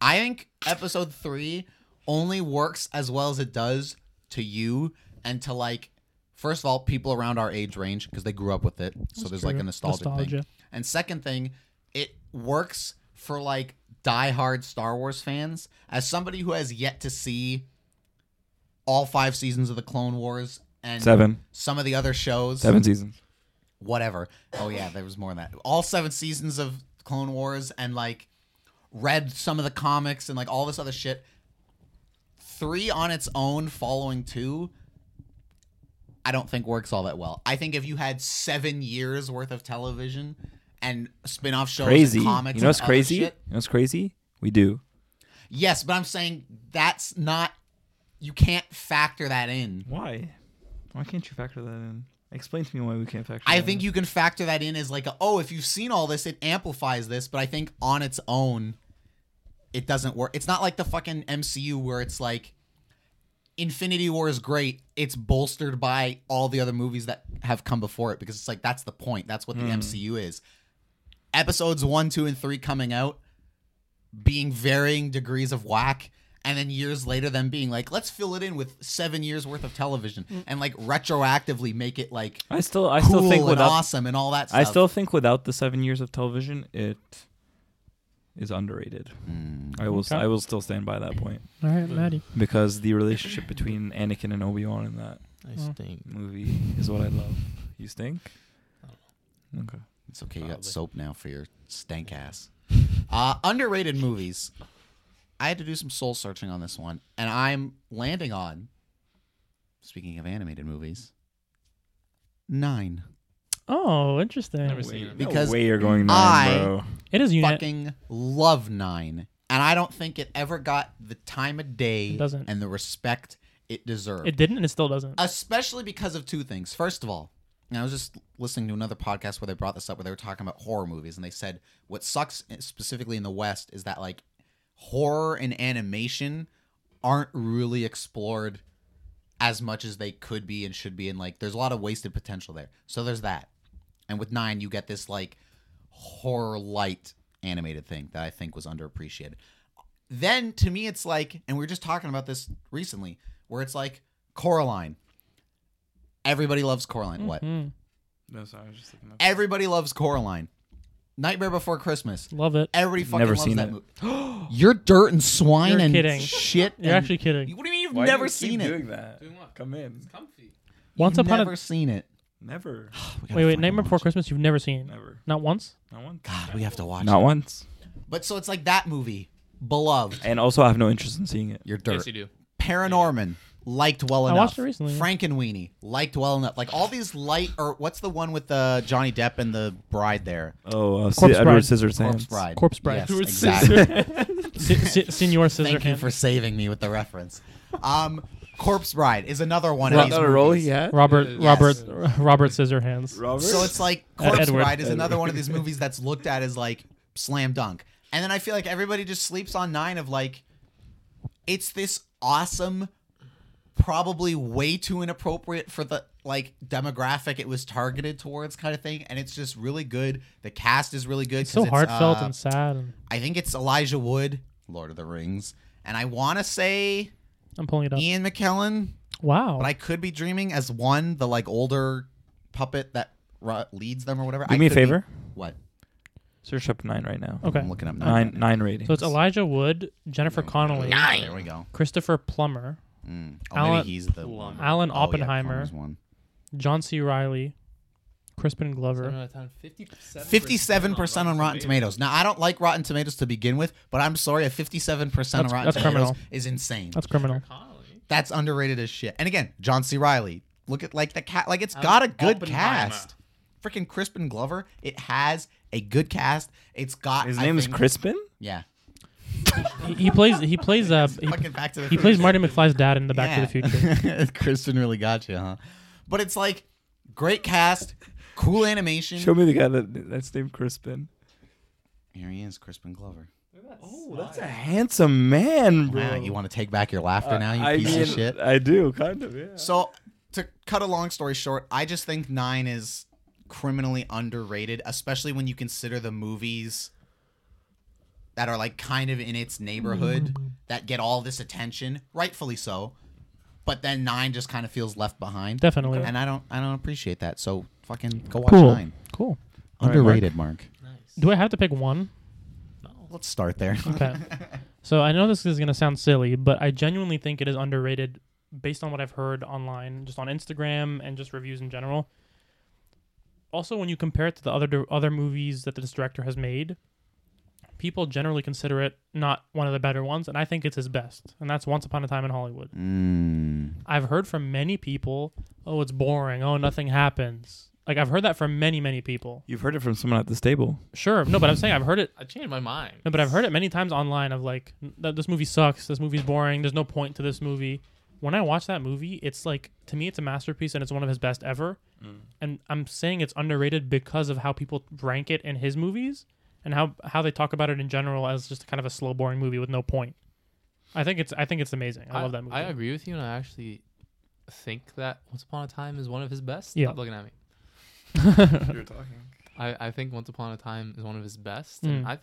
Speaker 1: I think episode three only works as well as it does to you and to like, first of all, people around our age range because they grew up with it. so there's like
Speaker 4: true.
Speaker 1: a nostalgic thing.
Speaker 4: Nostalgia.
Speaker 1: And second thing, it works for like diehard Star Wars fans. As somebody who has yet to see all five seasons of the Clone Wars and
Speaker 3: Seven.
Speaker 1: some of the other shows
Speaker 3: Seven seasons.
Speaker 1: whatever. Oh yeah, there was more than that. All seven seasons of Clone Wars and like read some of the comics and like all this other shit. Three on its own following two, I don't think works all that well. I think if you had seven years worth of television and spin off shows,
Speaker 3: Crazy.
Speaker 1: and
Speaker 3: You
Speaker 1: comics,
Speaker 3: know what's
Speaker 1: and other
Speaker 3: crazy? You know
Speaker 1: shit-
Speaker 3: what's crazy? We do.
Speaker 1: Yes, but I'm saying that's not. You can't factor that in.
Speaker 3: Why? Why can't you factor that in? Explain to me why we can't factor.
Speaker 1: I think you can factor that in as like, a, oh, if you've seen all this, it amplifies this. But I think on its own, it doesn't work. It's not like the fucking MCU where it's like, Infinity War is great. It's bolstered by all the other movies that have come before it because it's like that's the point. That's what the MCU is. Episodes one, two, and three coming out, being varying degrees of whack. And then years later, them being like, let's fill it in with seven years worth of television and like retroactively make it like
Speaker 3: I still. I
Speaker 1: cool
Speaker 3: still think
Speaker 1: and
Speaker 3: without.
Speaker 1: awesome and all that stuff.
Speaker 3: I still think without the seven years of television, it is underrated.
Speaker 1: Mm,
Speaker 3: I will. s
Speaker 4: Okay.
Speaker 3: I will still stand by that point
Speaker 4: All right, Maddie.
Speaker 3: because the relationship between Anakin and Obi Wan in that
Speaker 2: I
Speaker 4: Mm.
Speaker 2: stink.
Speaker 3: movie is what I love. You stink. Okay.
Speaker 1: it's okay. You got
Speaker 2: Probably.
Speaker 1: soap now for your stank ass. Uh, underrated movies. I had to do some soul searching on this one, and I'm landing on. Speaking of animated movies, nine
Speaker 4: Oh, interesting.
Speaker 2: Never seen it.
Speaker 1: Because
Speaker 3: no way you're going nine,
Speaker 1: I-
Speaker 3: bro.
Speaker 4: It is unit.
Speaker 1: fucking love nine, and I don't think it ever got the time of day
Speaker 4: It doesn't.
Speaker 1: and the respect it deserved.
Speaker 4: It didn't, and it still doesn't.
Speaker 1: especially because of two things. First of all, and I was just listening to another podcast where they brought this up, where they were talking about horror movies, and they said what sucks specifically in the West is that like horror and animation aren't really explored as much as they could be and should be, and like there's a lot of wasted potential there. So there's that, and with nine, you get this like horror light animated thing that I think was underappreciated. Then to me, it's like, and we were just talking about this recently, where it's like Coraline. Everybody loves Coraline. What?
Speaker 4: Mm,
Speaker 3: No, sorry, I was just looking up.
Speaker 1: Everybody loves Coraline. Nightmare Before Christmas.
Speaker 4: love it.
Speaker 1: Everybody fucking
Speaker 3: Never
Speaker 1: loves
Speaker 3: seen
Speaker 1: that
Speaker 3: it.
Speaker 1: movie. You're dirt and swine
Speaker 4: You're
Speaker 1: and
Speaker 4: kidding.
Speaker 1: shit.
Speaker 4: You're
Speaker 1: and-
Speaker 4: actually kidding.
Speaker 1: What do you mean you've never seen it?
Speaker 3: that?
Speaker 2: Doing what?
Speaker 3: Come in.
Speaker 2: Comfy.
Speaker 4: Once
Speaker 1: You've
Speaker 4: upon a-
Speaker 1: never seen it.
Speaker 3: Never.
Speaker 1: We gotta
Speaker 4: Wait, wait.
Speaker 1: fucking
Speaker 4: Nightmare Before
Speaker 1: watch it.
Speaker 4: Christmas. You've never seen.
Speaker 3: Never.
Speaker 4: Not once.
Speaker 3: Not once.
Speaker 1: God, we have to watch.
Speaker 3: Not
Speaker 1: it.
Speaker 3: once.
Speaker 1: But so it's like that movie, beloved.
Speaker 3: And also, I have no interest in seeing it.
Speaker 1: You're
Speaker 2: Yes,
Speaker 1: dirt.
Speaker 2: you do.
Speaker 1: Paranorman liked well
Speaker 4: I
Speaker 1: enough.
Speaker 4: watched it recently, yeah.
Speaker 1: Frankenweenie liked well enough. Like all these light or what's the one with the Johnny Depp and the bride there?
Speaker 3: Oh, uh,
Speaker 4: Corpse
Speaker 3: Edward
Speaker 4: Bride.
Speaker 3: Scissorhands.
Speaker 1: Corpse Bride.
Speaker 4: Corpse Bride.
Speaker 1: Yes,
Speaker 2: is
Speaker 4: Who
Speaker 1: exactly.
Speaker 4: Si- si- Senor
Speaker 1: Thank you
Speaker 4: Scissorhands.
Speaker 1: for saving me with the reference. Um, Corpse Bride is another one of
Speaker 3: Not
Speaker 1: these
Speaker 3: a role
Speaker 1: movies.
Speaker 3: he had.
Speaker 4: Robert.
Speaker 2: Yes.
Speaker 4: Robert. Robert Scissorhands.
Speaker 3: Robert.
Speaker 1: So it's like Corpse
Speaker 4: Uh, Edward.
Speaker 1: Bride is another one of these movies that's looked at as like slam dunk. And then I feel like everybody just sleeps on nine of like, it's this awesome, probably way too inappropriate for the like demographic it was targeted towards kind of thing. And it's just really good. The cast is really good.
Speaker 4: It's so
Speaker 1: 'cause
Speaker 4: heartfelt
Speaker 1: uh,
Speaker 4: and sad. And
Speaker 1: I think it's Elijah Wood, Lord of the Rings, and I want to say
Speaker 4: I'm pulling it up.
Speaker 1: Ian McKellen
Speaker 4: Wow.
Speaker 1: but I could be dreaming as one, the like older puppet that ru- leads them or whatever.
Speaker 3: Do
Speaker 1: I
Speaker 3: me a
Speaker 1: could be-
Speaker 3: favor.
Speaker 1: what?
Speaker 3: Search up nine right now.
Speaker 4: okay.
Speaker 1: I'm looking up now.
Speaker 3: Nine, nine ratings.
Speaker 4: So it's Elijah Wood, Jennifer Connelly,
Speaker 1: There we go.
Speaker 4: Christopher Plummer,
Speaker 1: Mm. Oh,
Speaker 4: Alan-
Speaker 1: maybe he's the one.
Speaker 4: Alan
Speaker 1: Oh, yeah,
Speaker 4: Oppenheimer,
Speaker 1: Plummer's one.
Speaker 4: John C. Riley, Crispin Glover.
Speaker 1: Fifty-seven percent on Rotten Tomatoes. Now I don't like Rotten Tomatoes to begin with, but I'm sorry, a fifty-seven percent on
Speaker 4: That's-
Speaker 1: Rotten
Speaker 4: that's
Speaker 1: Tomatoes
Speaker 4: criminal.
Speaker 1: is insane.
Speaker 4: That's criminal.
Speaker 2: Connolly.
Speaker 1: That's underrated as shit. And again, John C. Riley. Look at like the cat. Like it's got a good
Speaker 2: Oppenheimer.
Speaker 1: cast. Freaking Crispin Glover. It has a good cast. It's got
Speaker 3: His
Speaker 1: I
Speaker 3: name is
Speaker 1: think-
Speaker 3: Crispin.
Speaker 1: Yeah.
Speaker 4: He, he plays. He plays. Uh, he,
Speaker 1: Fucking Back to the
Speaker 4: he plays
Speaker 1: Future.
Speaker 4: Marty McFly's dad in the Back to the Future.
Speaker 1: Future. Kristen really got you, huh? But it's like great cast, cool animation.
Speaker 3: Show me the guy that that's named Crispin.
Speaker 1: Here he is, Crispin Glover.
Speaker 3: Oh, that's a handsome man, bro.
Speaker 1: Wow, you want to take back your laughter now, you
Speaker 3: Uh, I
Speaker 1: piece
Speaker 3: mean, uh,
Speaker 1: of shit?
Speaker 3: I do, kind of. Yeah.
Speaker 1: So, to cut a long story short, I just think nine is criminally underrated, especially when you consider the movies that are like kind of in its neighborhood
Speaker 4: Mm-hmm.
Speaker 1: that get all this attention, rightfully so. But then nine just kind of feels left behind.
Speaker 4: Definitely.
Speaker 1: And I don't I don't appreciate that. So fucking go watch
Speaker 4: Cool.
Speaker 1: nine.
Speaker 4: Cool.
Speaker 3: All right, Mark.
Speaker 1: Underrated, Mark.
Speaker 2: Nice.
Speaker 4: Do I have to pick one?
Speaker 1: Let's start there.
Speaker 4: Okay. so I know this is gonna sound silly, but I genuinely think it is underrated based on what I've heard online, just on Instagram and just reviews in general. Also, when you compare it to the other other movies that this director has made, people generally consider it not one of the better ones, and I think it's his best. And that's Once Upon a Time in Hollywood.
Speaker 1: Mm.
Speaker 4: I've heard from many people, "Oh, it's boring. Oh, nothing happens." Like I've heard that from many, many people.
Speaker 3: You've heard it from someone at this table.
Speaker 4: Sure, no, but I'm saying I've heard it
Speaker 2: I changed my mind.
Speaker 4: No, but I've heard it many times online of like that this movie sucks. This movie's boring. There's no point to this movie. When I watch that movie, it's like to me it's a masterpiece and it's one of his best ever.
Speaker 2: Mm.
Speaker 4: And I'm saying it's underrated because of how people rank it in his movies and how how they talk about it in general as just kind of a slow boring movie with no point. I think it's I think it's amazing. I, love that movie.
Speaker 2: I agree with you, and I actually think that Once Upon a Time is one of his best.
Speaker 4: Yeah.
Speaker 2: Stop looking at me.
Speaker 3: You're talking.
Speaker 2: I, I think Once Upon a Time is one of his best.
Speaker 4: Mm.
Speaker 2: And I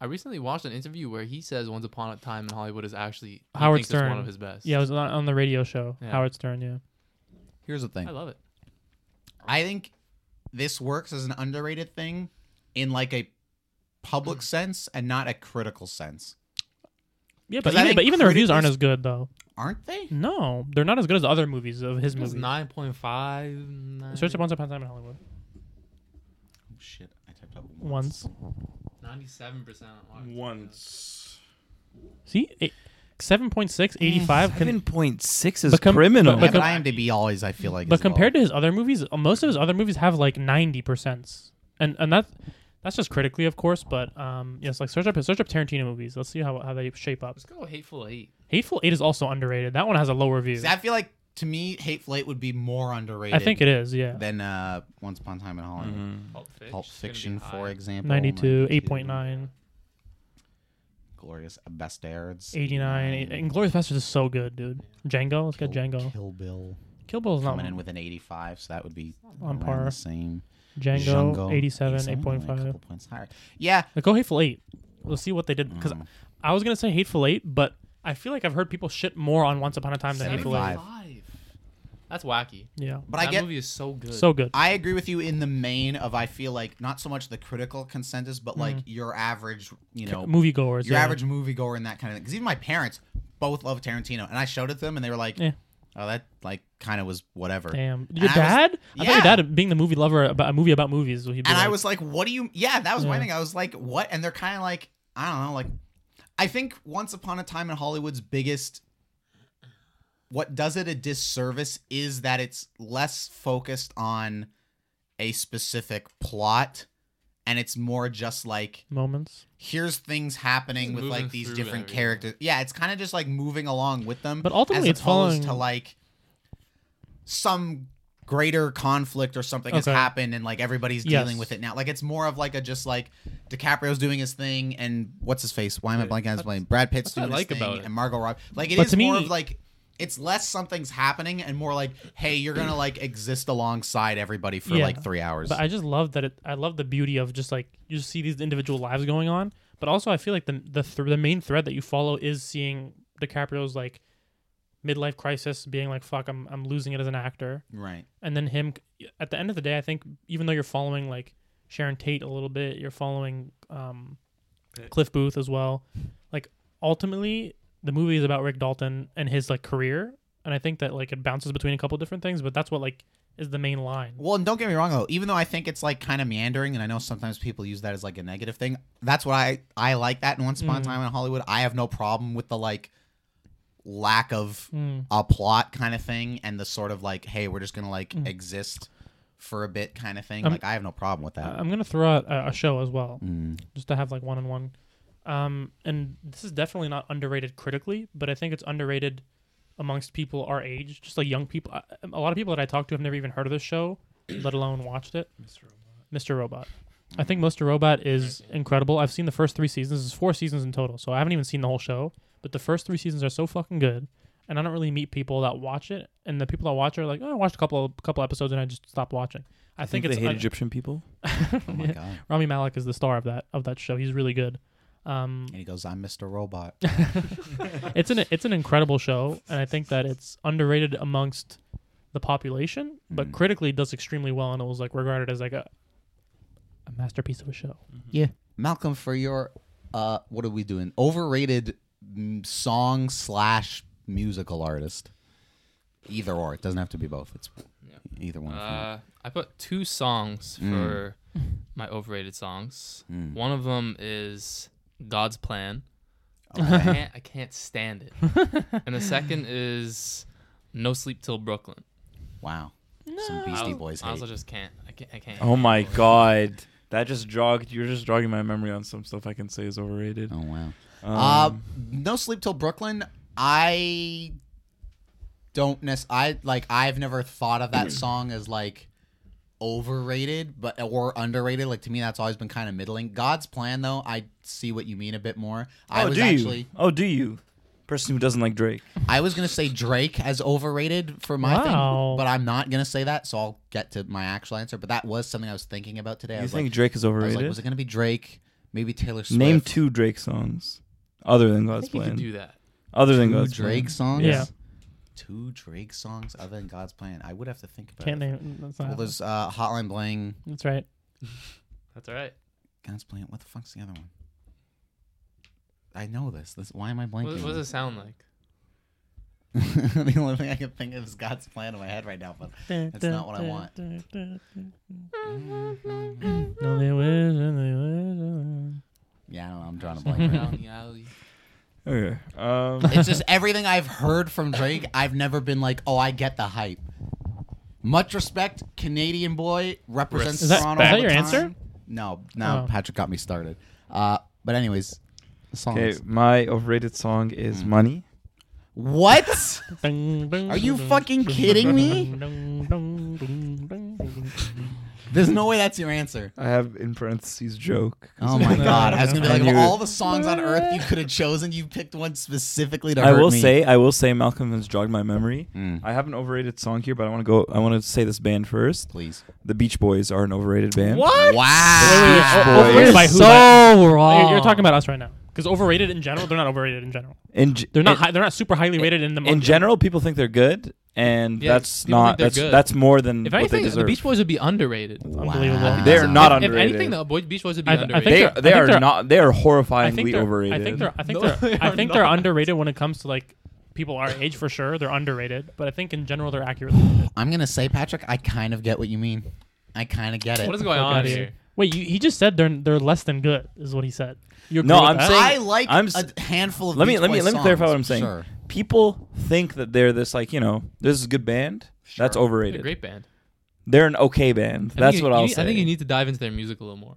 Speaker 2: I recently watched an interview where he says Once Upon a Time in Hollywood is actually he
Speaker 4: Howard
Speaker 2: thinks it's
Speaker 4: Stern.
Speaker 2: one of his best.
Speaker 4: Yeah, it was on, on the radio show
Speaker 2: Yeah.
Speaker 4: Howard Stern. Yeah,
Speaker 1: Here's the thing.
Speaker 2: I love it.
Speaker 1: I think this works as an underrated thing in like a public sense and not a critical sense.
Speaker 4: yeah,
Speaker 1: Because
Speaker 4: but
Speaker 1: I
Speaker 4: even,
Speaker 1: think
Speaker 4: but even the reviews
Speaker 1: critically-
Speaker 4: aren't as good though.
Speaker 1: Aren't they?
Speaker 4: No, they're not as good as other movies of his
Speaker 2: It was
Speaker 4: movies.
Speaker 2: nine point five. Nine,
Speaker 4: Search up Once Upon a Time in Hollywood.
Speaker 1: Oh, shit. I typed up
Speaker 4: Once.
Speaker 2: Ninety-seven percent on Howard Stern.
Speaker 3: Once.
Speaker 4: See, eight, 7.6, 85. con-
Speaker 3: Seven point six is
Speaker 4: But com-
Speaker 3: criminal.
Speaker 1: Yeah,
Speaker 4: But
Speaker 1: but
Speaker 4: com-
Speaker 1: IMDb always, I feel like.
Speaker 4: but compared to his other movies, uh, most of his other movies have like 90%. And and that that's just critically, of course, but um yes, like search up search up Tarantino movies. Let's see how, how they shape up.
Speaker 2: Let's go Hateful Eight.
Speaker 4: Hateful 8 is also underrated. That one has a low review.
Speaker 1: I feel like to me, Hateful Eight would be more underrated
Speaker 4: I think it is, yeah.
Speaker 1: than uh, Once Upon a Time in Hollywood.
Speaker 2: Pulp Fiction.
Speaker 1: Pulp Fiction, for example.
Speaker 4: 92,
Speaker 1: 92,
Speaker 4: 8.9,
Speaker 1: Glorious Bastards.
Speaker 4: 89. eight- And Glorious Bastards is so good, dude. Django, let's
Speaker 1: Kill,
Speaker 4: get Django.
Speaker 1: Kill Bill.
Speaker 4: Kill Bill's not
Speaker 1: Coming in with an 85, so that would be
Speaker 4: on
Speaker 1: around
Speaker 4: par.
Speaker 1: the same.
Speaker 4: Django,
Speaker 1: Django,
Speaker 4: 87,
Speaker 1: 87, only a
Speaker 4: 8.5.
Speaker 1: couple points higher. Yeah,
Speaker 4: Like, go Hateful Eight. We'll see what they did because
Speaker 1: Mm.
Speaker 4: I was gonna say Hateful Eight, but I feel like I've heard people shit more on Once Upon a Time than Hateful Eight.
Speaker 1: 75.
Speaker 2: Five. That's wacky.
Speaker 4: Yeah,
Speaker 1: but
Speaker 2: that
Speaker 1: I get
Speaker 2: movie is so good.
Speaker 4: so good.
Speaker 1: I agree with you in the main of I feel like not so much the critical consensus, but like your average, you know, your
Speaker 4: Moviegoers, Mm. yeah.
Speaker 1: average moviegoer and that kind of thing. Because even my parents both love Tarantino, and I showed it to them, and they were like,
Speaker 4: Yeah.
Speaker 1: "Oh, that like kind of was whatever."
Speaker 4: Damn,
Speaker 1: And
Speaker 4: your
Speaker 1: I was-
Speaker 4: dad? I thought
Speaker 1: Yeah.
Speaker 4: your dad being the movie lover about a movie about movies. He'd be
Speaker 1: And
Speaker 4: like,
Speaker 1: I was like, "What do you?" Yeah, that was my
Speaker 4: Yeah.
Speaker 1: thing. I was like, "What?" And they're kind of like, I don't know, like, I think Once Upon a Time in Hollywood's biggest. What does it a disservice is that it's less focused on a specific plot and it's more just like
Speaker 4: moments,
Speaker 1: here's things happening
Speaker 2: Just
Speaker 1: with
Speaker 2: moving
Speaker 1: like these
Speaker 2: through
Speaker 1: different
Speaker 2: everything.
Speaker 1: characters. Yeah, it's kind of just like moving along with them.
Speaker 4: But ultimately
Speaker 1: as
Speaker 4: it's
Speaker 1: opposed
Speaker 4: following-
Speaker 1: to like some greater conflict or something has
Speaker 4: Okay.
Speaker 1: happened and like everybody's
Speaker 4: Yes.
Speaker 1: dealing with it now. Like it's more of like a just like DiCaprio's doing his thing and what's his face? Why am I blanking on his name? Brad Pitt's
Speaker 2: that's what I
Speaker 1: doing
Speaker 2: like
Speaker 1: his
Speaker 2: about
Speaker 1: thing
Speaker 2: it.
Speaker 1: and Margot Robbie. Like it is
Speaker 4: But to
Speaker 1: more
Speaker 4: me-
Speaker 1: of like it's less something's happening and more like hey, you're going to like exist alongside everybody for
Speaker 4: Yeah.
Speaker 1: like 3 hours.
Speaker 4: but I just love that. It, I love the beauty of just like you see these individual lives going on, but also I feel like the the th- the main thread that you follow is seeing DiCaprio's like midlife crisis, being like, "Fuck, I'm I'm losing it as an actor."
Speaker 1: right.
Speaker 4: and then him at the end of the day i think even though you're following like sharon tate a little bit you're following um,
Speaker 3: Pitt.
Speaker 4: cliff booth as well like ultimately the movie is about rick dalton and his like career and i think that like it bounces between a couple different things but that's what like is the main line
Speaker 1: Well, and don't get me wrong though. Even though I think it's like kind of meandering, and I know sometimes people use that as like a negative thing. That's what I I like that. in Once Upon
Speaker 4: Mm.
Speaker 1: a Time in Hollywood, I have no problem with the like lack of
Speaker 4: Mm.
Speaker 1: a plot kind of thing, and the sort of like, hey, we're just gonna like exist for a bit kind of thing.
Speaker 4: Mm. Um,
Speaker 1: like I have no problem with that.
Speaker 4: i'm gonna throw out a, a show as well just to have like one on one. Um, and this is definitely not underrated critically, but I think it's underrated amongst people our age, just like young people. I- A lot of people that I talk to have never even heard of this show, let alone watched it. Mr. Robot. Mr. Robot. I think Mr. Robot is incredible. I've seen the first three seasons. There's four seasons in total, so I haven't even seen the whole show. But the first three seasons are so fucking good, and I don't really meet people that watch it. And the people that watch it are like, oh, I watched a couple couple episodes and I just stopped watching. I think, it's
Speaker 3: they hate
Speaker 4: un-
Speaker 3: Egyptian people.
Speaker 1: Oh my god!
Speaker 4: Rami Malik is the star of that of that show. He's really good. Um,
Speaker 1: And he goes, "I'm Mr. Robot."
Speaker 4: it's an it's an incredible show, and I think that it's underrated amongst the population, but
Speaker 1: Mm.
Speaker 4: critically does extremely well, and it was like regarded as like a a masterpiece of a show.
Speaker 1: Malcolm, for your uh, what are we doing? Overrated mm, song slash musical artist. Either or, it doesn't have to be both. It's
Speaker 2: Yeah.
Speaker 1: either one.
Speaker 2: Uh, I put two songs
Speaker 1: Mm.
Speaker 2: for my overrated songs.
Speaker 1: Mm.
Speaker 2: One of them is God's Plan. I
Speaker 1: Okay.
Speaker 2: can't, I can't stand it. and the second is No Sleep Till Brooklyn.
Speaker 1: wow, some Beastie
Speaker 2: I-
Speaker 1: Boys
Speaker 2: I also
Speaker 1: hate.
Speaker 2: just can't. I can't. I can't
Speaker 3: Oh my
Speaker 2: Boys.
Speaker 3: god, that just jogged. You're just jogging my memory on some stuff I can say is overrated.
Speaker 1: Oh wow.
Speaker 3: Um,
Speaker 1: Uh, no sleep till Brooklyn. I don't nec- I like. I've never thought of that song as like overrated, but or underrated. Like to me, that's always been kind of middling. God's plan, though, I see what you mean a bit more. I
Speaker 3: oh,
Speaker 1: was
Speaker 3: do
Speaker 1: actually
Speaker 3: you? Oh, do you? Person who doesn't like Drake.
Speaker 1: I was gonna say Drake as overrated for my
Speaker 4: Wow.
Speaker 1: thing, but I'm not gonna say that. So I'll get to my actual answer. But that was something I was thinking about today. I
Speaker 3: You
Speaker 1: was
Speaker 3: think
Speaker 1: like,
Speaker 3: Drake is
Speaker 1: I was
Speaker 3: overrated?
Speaker 1: like, was it gonna be Drake? Maybe Taylor Swift.
Speaker 3: Name two Drake songs other than
Speaker 2: I
Speaker 3: God's
Speaker 2: think you
Speaker 3: Plan.
Speaker 2: could do that.
Speaker 3: Other than
Speaker 1: Two
Speaker 3: God's
Speaker 1: Drake
Speaker 3: Plan.
Speaker 1: songs.
Speaker 4: Yeah.
Speaker 1: Two Drake songs other than God's Plan. I would have to think about
Speaker 4: Can't
Speaker 1: it.
Speaker 4: name. That's, not
Speaker 1: Well, there's uh, Hotline Bling,
Speaker 4: that's right.
Speaker 2: That's all right.
Speaker 1: God's Plan. What the fuck's the other one? I know this. This why am I
Speaker 2: What,
Speaker 1: blanking? on
Speaker 2: what does it
Speaker 1: this?
Speaker 2: sound like?
Speaker 1: the only thing I can think of is God's Plan in my head right now. But That's not what I want. Mm-hmm.
Speaker 4: No, they wish and they wish and
Speaker 1: yeah, I don't know. I'm drawing a blank. Right now.
Speaker 2: Down the alley.
Speaker 3: Okay. Um,
Speaker 1: It's just everything I've heard from Drake. I've never been like, oh, I get the hype. Much respect, Canadian boy represents
Speaker 2: Is that-
Speaker 1: Toronto.
Speaker 4: is that
Speaker 1: all the
Speaker 4: your
Speaker 1: time.
Speaker 4: answer?
Speaker 1: No, no.
Speaker 4: Oh.
Speaker 1: Patrick got me started. Uh, but anyways, songs.
Speaker 3: okay, my overrated song is
Speaker 1: Mm.
Speaker 3: Money.
Speaker 1: What?
Speaker 4: they- Dun, dun,
Speaker 1: Are you
Speaker 4: dun,
Speaker 1: fucking kidding me?
Speaker 4: dun, dun, dun, dun, dun, dun.
Speaker 1: There's no way that's your answer.
Speaker 3: I have in parentheses joke. 'cause
Speaker 1: Oh my
Speaker 4: No,
Speaker 1: god! I was gonna be
Speaker 3: I
Speaker 1: like, of
Speaker 3: knew it.
Speaker 1: all the songs on earth you could have chosen, you picked one specifically to
Speaker 3: I
Speaker 1: hurt
Speaker 3: will
Speaker 1: me.
Speaker 3: say, I will say, Malcolm has jogged my memory.
Speaker 1: Mm.
Speaker 3: I have an overrated song here, but I want to go. I want to say this band first.
Speaker 1: please.
Speaker 3: The Beach Boys are an overrated band.
Speaker 1: What?
Speaker 4: Wait,
Speaker 1: Wow!
Speaker 4: wait, wait. Overrated by who, by-
Speaker 3: so wrong.
Speaker 4: You're, you're talking about us right now. Because overrated in general, they're not overrated in general.
Speaker 3: in g-
Speaker 4: They're not.
Speaker 3: in-
Speaker 4: hi- they're not super highly rated in the.
Speaker 3: in
Speaker 4: among-
Speaker 3: general, people think they're good, and
Speaker 2: Yeah,
Speaker 3: that's
Speaker 2: people
Speaker 3: not
Speaker 2: think they're
Speaker 3: that's
Speaker 2: good.
Speaker 3: that's more than
Speaker 2: If
Speaker 3: what
Speaker 2: anything,
Speaker 3: they
Speaker 2: the
Speaker 3: deserve.
Speaker 2: Beach Boys would be underrated.
Speaker 4: Unbelievable.
Speaker 3: They're not
Speaker 2: if, if
Speaker 3: underrated.
Speaker 2: anything, the Boy- Beach Boys would be
Speaker 4: I- I
Speaker 2: underrated.
Speaker 4: think
Speaker 3: they
Speaker 4: they're- I
Speaker 3: they
Speaker 4: think
Speaker 3: are
Speaker 4: they're-
Speaker 3: not. They are
Speaker 4: I think
Speaker 3: horrifyingly
Speaker 4: they're.
Speaker 3: overrated.
Speaker 4: I think they're. I think
Speaker 2: No,
Speaker 4: they're.
Speaker 2: they
Speaker 4: I
Speaker 2: are
Speaker 4: think they're
Speaker 2: not.
Speaker 4: underrated when it comes to like people our age for sure. They're underrated, but I think in general they're accurately. rated.
Speaker 1: I'm gonna say, Patrick, I kind of get what you mean. I kind of get it.
Speaker 2: what is going on
Speaker 4: outta
Speaker 2: here?
Speaker 4: here. Wait, you, he just said they're they're less than good, is what he said. You
Speaker 3: No,
Speaker 4: agree with
Speaker 3: I'm
Speaker 4: that?
Speaker 3: saying-
Speaker 1: I like
Speaker 3: I'm s-
Speaker 1: a handful of.
Speaker 3: let me
Speaker 1: Beach
Speaker 3: let me
Speaker 1: Boys
Speaker 3: let me
Speaker 1: songs,
Speaker 3: clarify what I'm saying.
Speaker 1: Sure.
Speaker 3: People think that they're this like you know this is a good band. That's
Speaker 1: Sure.
Speaker 2: They're a
Speaker 3: overrated.
Speaker 2: great band.
Speaker 3: They're an okay band.
Speaker 2: I think
Speaker 3: That's
Speaker 2: you-
Speaker 3: what
Speaker 2: you
Speaker 3: I'll
Speaker 2: need-
Speaker 3: say.
Speaker 2: I think you need to dive into their music a little more.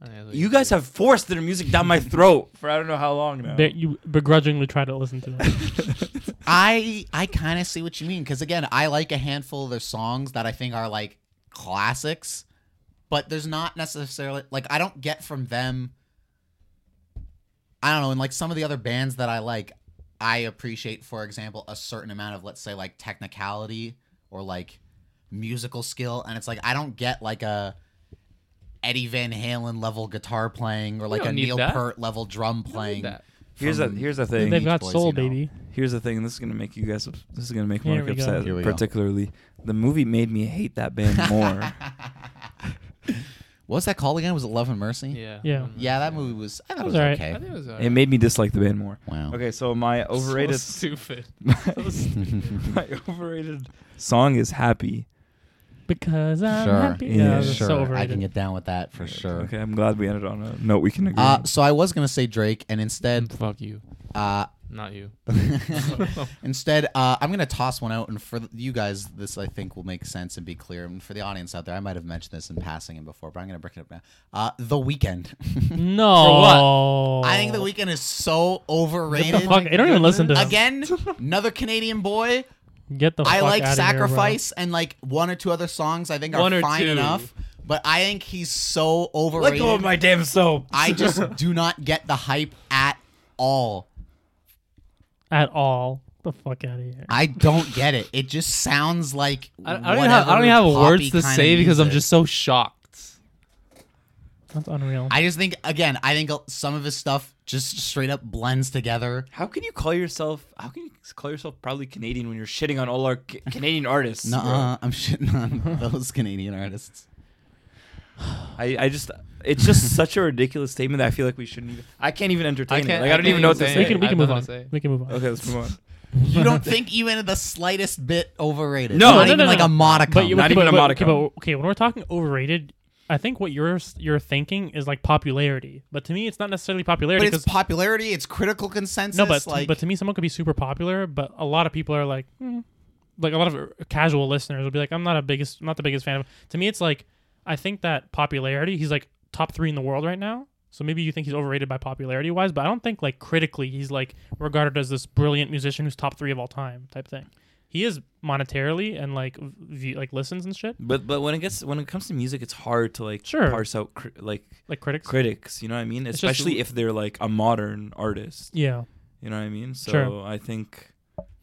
Speaker 2: I think that's what
Speaker 3: You
Speaker 2: should
Speaker 3: guys
Speaker 2: do.
Speaker 3: have forced their music down my throat for I don't know how long now.
Speaker 4: They- you begrudgingly try to listen to them.
Speaker 1: I I kind of see what you mean because again, I like a handful of their songs that I think are like classics, but there's not necessarily like I don't get from them. I don't know, and like some of the other bands that I like, I appreciate, for example, a certain amount of let's say like technicality or like musical skill, and it's like I don't get like a Eddie Van Halen level guitar playing or like
Speaker 2: don't
Speaker 1: a
Speaker 2: need
Speaker 1: Neil
Speaker 2: that.
Speaker 1: Peart level drum
Speaker 2: I need
Speaker 1: playing.
Speaker 2: that.
Speaker 3: here's the
Speaker 1: from-
Speaker 3: here's the thing.
Speaker 4: They've got
Speaker 1: Boys,
Speaker 4: soul,
Speaker 1: you know.
Speaker 4: baby.
Speaker 3: Here's the thing. This is gonna make you guys. ups- This is gonna make
Speaker 4: Here
Speaker 3: Mark
Speaker 4: we go.
Speaker 3: upset.
Speaker 1: Here we go.
Speaker 3: Particularly, the movie made me hate that band more.
Speaker 1: What was that called again? Was it Love and Mercy?
Speaker 2: Yeah. Mm-hmm.
Speaker 4: Yeah.
Speaker 1: Yeah, that movie was. I thought
Speaker 4: was
Speaker 1: it was
Speaker 4: alright.
Speaker 2: I
Speaker 1: okay.
Speaker 2: think it was uh,
Speaker 3: it made me dislike the band more.
Speaker 1: Wow.
Speaker 3: Okay, so my overrated
Speaker 2: So stupid. So stupid.
Speaker 3: my overrated song is "Happy."
Speaker 4: Because I'm
Speaker 1: Sure.
Speaker 4: happy.
Speaker 3: Yeah,
Speaker 4: Yeah, that's
Speaker 1: sure.
Speaker 4: so
Speaker 1: I
Speaker 4: overrated.
Speaker 1: can get down with that for sure.
Speaker 3: Okay, I'm glad we ended on a note we can agree.
Speaker 1: Uh,
Speaker 3: on.
Speaker 1: so I was gonna say Drake, and instead,
Speaker 2: Fuck you.
Speaker 1: uh,
Speaker 2: Not you.
Speaker 1: instead, uh, I'm gonna toss one out. And for th- you guys, this I think will make sense and be clear. And for the audience out there, I might have mentioned this in passing and before, but I'm gonna break it up now. Uh, the Weekend.
Speaker 4: No.
Speaker 1: I think The Weekend is so
Speaker 4: Get the
Speaker 1: overrated.
Speaker 4: fuck. I don't even listen to him.
Speaker 1: Again, another Canadian boy.
Speaker 4: Get the.
Speaker 1: I
Speaker 4: fuck
Speaker 1: like
Speaker 4: outta here, bro.
Speaker 1: Sacrifice and like one or two other songs I think are
Speaker 2: One or
Speaker 1: fine
Speaker 2: two.
Speaker 1: enough. But I think he's so
Speaker 3: Let
Speaker 1: overrated.
Speaker 3: go of my damn soap.
Speaker 1: I just do not get the hype at all.
Speaker 4: At all. the fuck out of here.
Speaker 1: I don't get it. It just sounds like
Speaker 2: I, I don't even have, I don't even have
Speaker 1: whatever
Speaker 2: words
Speaker 1: poppy
Speaker 2: to
Speaker 1: kinda
Speaker 2: say because I'm
Speaker 1: music.
Speaker 2: just so shocked.
Speaker 4: That's unreal.
Speaker 1: I just think again. I think some of his stuff just straight up blends together.
Speaker 3: How can you call yourself? How can you call yourself proudly Canadian when you're shitting on all our ca- Canadian artists?
Speaker 1: Nuh-uh, I'm shitting on those Canadian artists.
Speaker 3: bro? I, I just, it's just such a ridiculous statement that I feel like we shouldn't even. I can't even entertain
Speaker 2: I
Speaker 3: it.
Speaker 2: can't-
Speaker 3: Like I,
Speaker 2: I
Speaker 3: don't
Speaker 2: can't
Speaker 3: even know what to
Speaker 2: even
Speaker 3: say.
Speaker 2: say
Speaker 4: we can, we
Speaker 2: I
Speaker 4: can
Speaker 2: don't
Speaker 4: move
Speaker 2: know what
Speaker 4: on.
Speaker 2: to say.
Speaker 4: We can move on.
Speaker 3: Okay, let's move on.
Speaker 1: You don't think even the slightest bit overrated?
Speaker 3: No,
Speaker 1: not
Speaker 3: no,
Speaker 1: even
Speaker 4: no, no,
Speaker 1: like
Speaker 4: no.
Speaker 1: a modicum.
Speaker 4: But you,
Speaker 3: Not
Speaker 4: okay,
Speaker 3: even
Speaker 4: but-
Speaker 3: a
Speaker 4: but- okay,
Speaker 3: modicum.
Speaker 4: but- okay, when we're talking overrated, I think what you're you're thinking is like popularity. But to me, it's not necessarily popularity
Speaker 1: but it's
Speaker 4: because
Speaker 1: popularity. It's critical consensus.
Speaker 4: no, but
Speaker 1: like,
Speaker 4: but to me, someone could be super popular, but a lot of people are like, hmm. like a lot of uh, casual listeners will be like, I'm not a biggest, not the biggest fan of. To me, it's like I think that popularity. He's like top three in the world right now. So maybe you think he's overrated by popularity wise, but I don't think like critically he's like regarded as this brilliant musician who's top three of all time type thing. He is monetarily and like v- like listens and shit.
Speaker 3: But but when it gets when it comes to music, it's hard to like
Speaker 4: Sure.
Speaker 3: parse out cri- like
Speaker 4: Like critics.
Speaker 3: critics. You know what I mean?
Speaker 4: It's just-
Speaker 3: Especially if they're like a modern artist.
Speaker 4: yeah.
Speaker 3: You know what I mean? So
Speaker 4: Sure.
Speaker 3: I think,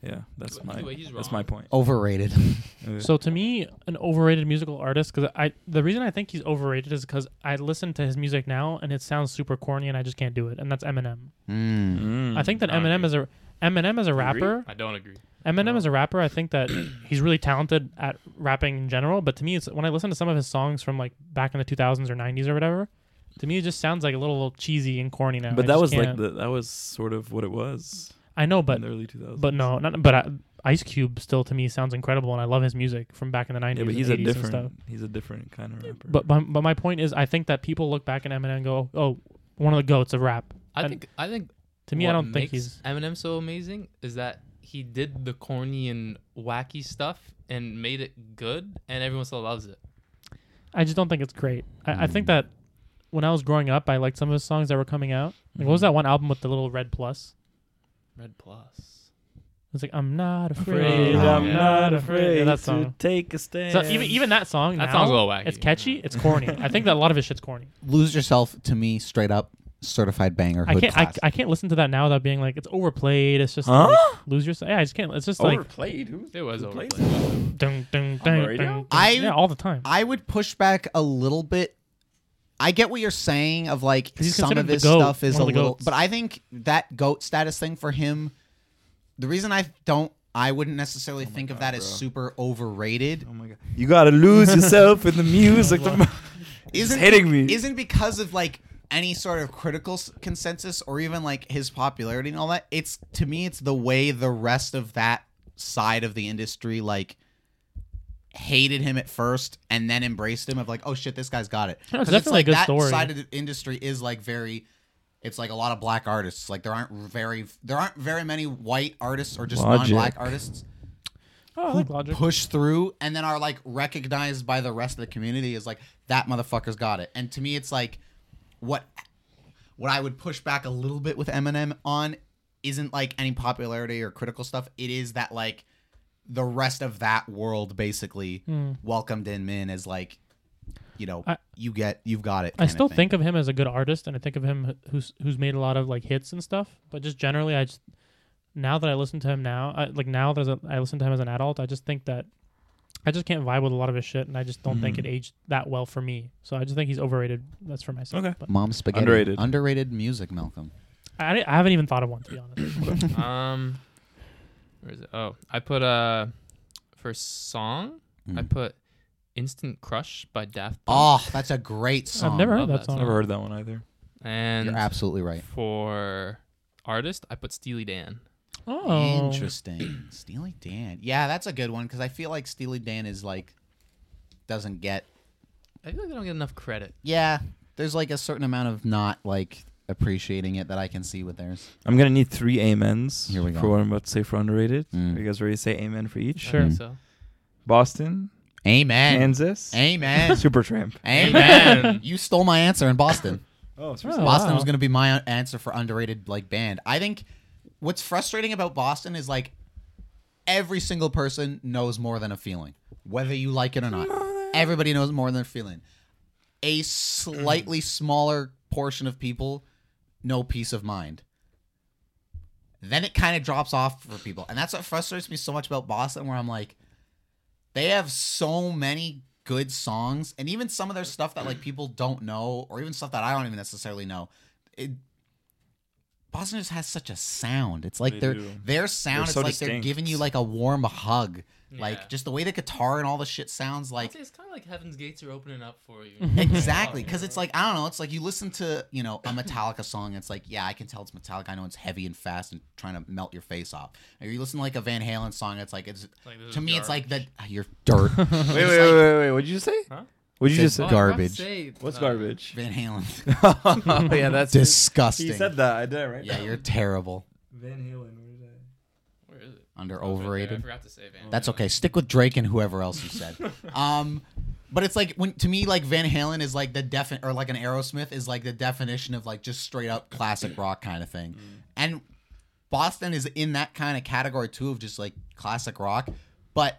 Speaker 3: yeah, that's
Speaker 2: Either
Speaker 3: my
Speaker 2: way, he's
Speaker 3: that's
Speaker 2: wrong.
Speaker 3: my point.
Speaker 1: Oh, overrated.
Speaker 3: Okay.
Speaker 4: So to me, an overrated musical artist because I the reason I think he's overrated is because I listen to his music now and it sounds super corny and I just can't do it. And that's Eminem.
Speaker 1: Mm.
Speaker 3: Mm.
Speaker 4: I think that
Speaker 2: I don't
Speaker 4: Eminem is a Eminem as a rapper.
Speaker 2: I don't agree.
Speaker 4: Eminem as a rapper, I think that he's really talented at rapping in general. But to me, it's when I listen to some of his songs from like back in the 2000s or 90s or whatever, to me it just sounds like a little cheesy and corny now.
Speaker 3: but that
Speaker 4: I just
Speaker 3: was like
Speaker 4: can't-
Speaker 3: the, that was sort of what it was
Speaker 4: I know, but
Speaker 3: in the early 2000s.
Speaker 4: but no, not but I, Ice Cube still to me sounds incredible and I love his music from back in the 90s.
Speaker 3: yeah, but
Speaker 4: and
Speaker 3: he's a
Speaker 4: 80s and stuff.
Speaker 3: different he's a different kind of rapper.
Speaker 4: But, but but my point is, I think that people look back at Eminem and go, "Oh, one of the goats of rap."
Speaker 2: I
Speaker 4: And
Speaker 2: think I think
Speaker 4: To me, I
Speaker 2: what
Speaker 4: don't
Speaker 2: makes
Speaker 4: think he's.
Speaker 2: Eminem so amazing is that he did the corny and wacky stuff and made it good, and everyone still loves it.
Speaker 4: I just don't think it's great. I, I think that when I was growing up, I liked some of his songs that were coming out. Like, what was that one album with the little red plus?
Speaker 2: Red plus.
Speaker 4: It's like I'm not afraid.
Speaker 3: afraid, I'm
Speaker 1: Yeah.
Speaker 3: not
Speaker 4: Yeah,
Speaker 3: afraid
Speaker 4: that
Speaker 3: to
Speaker 4: song.
Speaker 3: take a stand.
Speaker 4: So even even that song
Speaker 2: That
Speaker 4: now,
Speaker 2: song's a little wacky.
Speaker 4: It's catchy. It's corny. I think that a lot of his shit's corny.
Speaker 1: Lose yourself to me, straight up certified banger.
Speaker 4: I
Speaker 1: hood
Speaker 4: can't I,
Speaker 1: class.
Speaker 4: I can't listen to that now without being like it's overplayed. It's just
Speaker 3: Huh?
Speaker 4: like, lose yourself. Yeah, I just can't. It's just like
Speaker 3: overplayed. Who,
Speaker 2: It was
Speaker 3: who plays
Speaker 2: overplayed.
Speaker 3: it? Oh
Speaker 4: dun, dun,
Speaker 3: the
Speaker 4: dun, dun,
Speaker 3: radio?
Speaker 4: dun.
Speaker 1: I-
Speaker 4: yeah all the time.
Speaker 1: I would push back a little bit. I get what you're saying of like
Speaker 4: 'Cause he's
Speaker 1: some
Speaker 4: considered
Speaker 1: of
Speaker 4: the
Speaker 1: his
Speaker 4: goat,
Speaker 1: stuff is
Speaker 4: one
Speaker 1: a
Speaker 4: of the
Speaker 1: little,
Speaker 4: goats.
Speaker 1: but I think that goat status thing for him. The reason I don't, I wouldn't necessarily think of
Speaker 3: Oh God,
Speaker 1: that as
Speaker 3: bro.
Speaker 1: super overrated.
Speaker 3: Oh my god! You gotta lose yourself in the music.
Speaker 1: Isn't
Speaker 3: hitting me.
Speaker 1: Isn't because of like any sort of critical s- consensus or even like his popularity and all that. It's to me, it's the way the rest of that side of the industry like hated him at first and then embraced him of like, oh shit, this guy's got it.
Speaker 4: No, it's
Speaker 1: 'Cause
Speaker 4: definitely a good
Speaker 1: that
Speaker 4: story.
Speaker 1: side of the industry is like very. It's like a lot of black artists. Like there aren't very there aren't very many white artists or just
Speaker 3: Logic.
Speaker 1: non-black artists
Speaker 4: oh, I like Logic.
Speaker 1: push through and then are like recognized by the rest of the community as like that motherfucker's got it. And to me, it's like what what I would push back a little bit with Eminem on isn't like any popularity or critical stuff. It is that like the rest of that world basically welcomed him in as like you know
Speaker 4: Hmm. I-
Speaker 1: you get you've got it.
Speaker 4: I
Speaker 1: kinda
Speaker 4: still
Speaker 1: thing.
Speaker 4: think of him as a good artist, and I think of him who's who's made a lot of like hits and stuff. But just generally, I just now that I listen to him now, I, like now that I listen to him as an adult, I just think that I just can't vibe with a lot of his shit, and I just don't think
Speaker 1: Mm.
Speaker 4: it aged that well for me. So I just think he's overrated. That's for myself.
Speaker 3: Okay.
Speaker 4: But
Speaker 1: Mom spaghetti
Speaker 3: Underrated.
Speaker 1: underrated music, Malcolm.
Speaker 4: I, I haven't even thought of one to be honest.
Speaker 2: um, where is it? Oh, I put uh for song.
Speaker 1: Hmm.
Speaker 2: I put "Instant Crush" by Daft Punk.
Speaker 1: Oh, that's a great song. Oh,
Speaker 4: I've never heard
Speaker 2: Love
Speaker 4: that
Speaker 2: that
Speaker 4: song.
Speaker 3: Never heard that one either.
Speaker 2: and
Speaker 1: You're absolutely right.
Speaker 2: for artist, I put Steely Dan.
Speaker 4: Oh,
Speaker 1: Interesting. Steely Dan. Yeah, that's a good one because I feel like Steely Dan is like doesn't get.
Speaker 2: I feel like they don't get enough credit.
Speaker 1: Yeah, there's like a certain amount of not like appreciating it that I can see with theirs.
Speaker 3: I'm gonna need three amens
Speaker 1: Here we go.
Speaker 3: for what I'm about to say for underrated.
Speaker 1: Mm.
Speaker 3: Are you guys ready to say amen for each?
Speaker 2: I
Speaker 1: Sure.
Speaker 2: think so.
Speaker 3: Boston,
Speaker 1: Amen.
Speaker 3: Kansas,
Speaker 1: Amen.
Speaker 3: Supertramp.
Speaker 1: Amen.
Speaker 2: Amen.
Speaker 1: you stole my answer in Boston.
Speaker 3: Oh,
Speaker 4: seriously? Oh.
Speaker 1: Boston
Speaker 4: wow.
Speaker 1: was going to be my answer for underrated like band. I think what's frustrating about Boston is like every single person knows more than a feeling, whether you like it or not. Everybody knows more than a feeling. A
Speaker 4: Mm.
Speaker 1: slightly smaller portion of people know peace of mind. Then it kind of drops off for people. And that's what frustrates me so much about Boston, where I'm like, they have so many good songs, and even some of their stuff that like people don't know, or even stuff that I don't even necessarily know. It, Boston just has such a sound. It's like
Speaker 3: They
Speaker 1: their
Speaker 3: do.
Speaker 1: their sound
Speaker 3: They're
Speaker 1: is
Speaker 3: so
Speaker 1: like they're
Speaker 3: distinct.
Speaker 1: giving you like a warm hug.
Speaker 2: Yeah.
Speaker 1: Like just the way the guitar and all the shit sounds like
Speaker 2: it's kind of like heaven's gates are opening up for you.
Speaker 1: Exactly,
Speaker 3: Oh,
Speaker 1: because it's like I don't know. It's like you listen to you know a Metallica song. It's like yeah, I can tell it's Metallica. I know it's heavy and fast and trying to melt your face off. Or you listen to like a Van Halen song. It's like it's
Speaker 2: Like, this
Speaker 1: to
Speaker 2: is
Speaker 1: me. It's like
Speaker 2: garbage.
Speaker 1: that you're dirt.
Speaker 3: Wait, wait, wait, wait, wait. What did you say?
Speaker 2: Huh?
Speaker 3: What did
Speaker 1: Said
Speaker 3: you just
Speaker 2: Oh, I
Speaker 3: say?
Speaker 2: forgot to
Speaker 1: Garbage.
Speaker 2: say,
Speaker 3: What's
Speaker 2: uh,
Speaker 3: garbage?
Speaker 1: Van Halen,
Speaker 2: Oh,
Speaker 3: yeah, that's
Speaker 1: disgusting.
Speaker 3: He said that. I did it right.
Speaker 1: Yeah, you're terrible.
Speaker 3: Van Halen. What is that?
Speaker 2: Where is it?
Speaker 1: Under
Speaker 2: Oh, right there. I
Speaker 1: overrated.
Speaker 2: forgot to say Van.
Speaker 1: That's
Speaker 2: Halen.
Speaker 1: okay. Stick with Drake and whoever else you said. um, but it's like when to me like Van Halen is like the defi- or like an Aerosmith is like the definition of like just straight up classic rock kind of thing,
Speaker 3: Mm.
Speaker 1: and Boston is in that kind of category too of just like classic rock, but.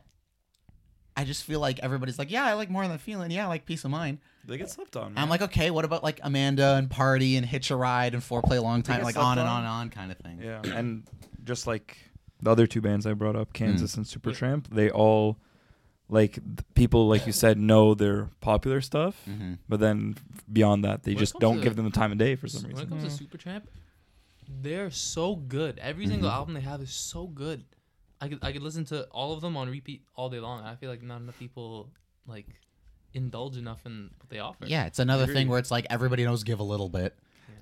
Speaker 1: I just feel like everybody's like, yeah, I like more than feeling. Yeah, I like peace of mind.
Speaker 3: They get slept on.
Speaker 1: I'm like, okay, what about like Amanda and Party and Hitch a Ride and Foreplay a Long Time,
Speaker 3: guess
Speaker 1: like
Speaker 3: that's
Speaker 1: on and
Speaker 3: all.
Speaker 1: on and on kind of thing.
Speaker 3: Yeah, and just like the other two bands I brought up,
Speaker 2: Hmm.
Speaker 3: Kansas and Supertramp, they all like th- people like you said know their popular stuff,
Speaker 1: Mhm.
Speaker 3: but then f- beyond that, they
Speaker 2: Hmm. When it
Speaker 3: just
Speaker 2: comes
Speaker 3: don't
Speaker 2: to-
Speaker 3: give them the time of day for some
Speaker 2: When it
Speaker 3: reason.
Speaker 2: comes to Supertramp, they're so good. Every single album they have is so good. I could I could listen to all of them on repeat all day long. I feel like not enough people like indulge enough in what they offer.
Speaker 1: Yeah, it's another
Speaker 3: Agreed.
Speaker 1: thing where it's like everybody knows give a little bit.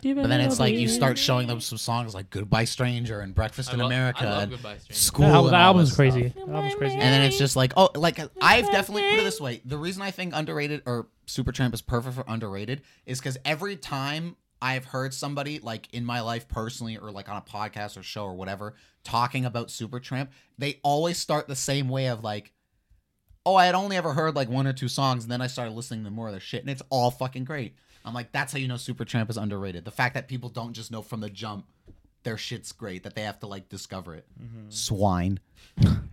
Speaker 4: Give
Speaker 1: But then it's like you
Speaker 4: another-
Speaker 1: start showing them some songs like "Goodbye Stranger" and "Breakfast
Speaker 2: I
Speaker 1: in
Speaker 2: lo-
Speaker 1: America"
Speaker 2: I love
Speaker 1: and
Speaker 2: Goodbye Stranger.
Speaker 1: "School."
Speaker 4: That,
Speaker 1: and
Speaker 4: al- that
Speaker 1: all
Speaker 4: album's
Speaker 1: this
Speaker 4: crazy.
Speaker 1: stuff.
Speaker 4: That album's crazy.
Speaker 1: And then it's just like, oh, like I've definitely put it this way: the reason I think underrated or Supertramp is perfect for underrated is because every time I've heard somebody like in my life personally or like on a podcast or show or whatever talking about Supertramp, they always start the same way of like. Oh, I had only ever heard like one or two songs, and then I started listening to more of their shit, and it's all fucking great. I'm like, that's how you know Supertramp is underrated. The fact that people don't just know from the jump their shit's great, that they have to like discover it.
Speaker 4: Mm-hmm.
Speaker 1: Swine.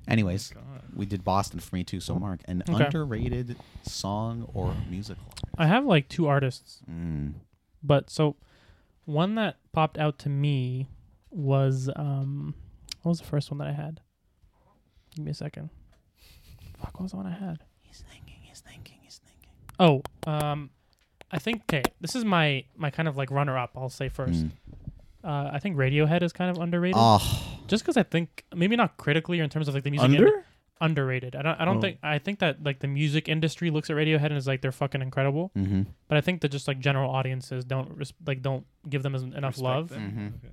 Speaker 1: Anyways, we did Boston for me too. So Mark, an
Speaker 4: Oh Okay.
Speaker 1: underrated song or musical?
Speaker 4: I have like two artists,
Speaker 1: Mm.
Speaker 4: but so one that popped out to me was um, what was the first one that I had? Give me a second. Fuck, what was the one I had?
Speaker 1: He's thinking. He's thinking. He's thinking.
Speaker 4: Oh, um, I think okay. This is my my kind of like runner up. I'll say
Speaker 3: Mm.
Speaker 1: Mm.
Speaker 4: first. Uh, I think Radiohead is kind of underrated.
Speaker 3: Ah.
Speaker 1: Oh,
Speaker 4: just because I think maybe not critically or in terms of like the music in-
Speaker 3: Under?
Speaker 4: underrated. I don't. I don't
Speaker 3: Oh.
Speaker 4: think. I think that like the music industry looks at Radiohead and is like they're fucking incredible.
Speaker 1: mm-hmm.
Speaker 4: But I think that just like general audiences don't res- like don't give them as, enough
Speaker 3: Respect
Speaker 4: love.
Speaker 3: them.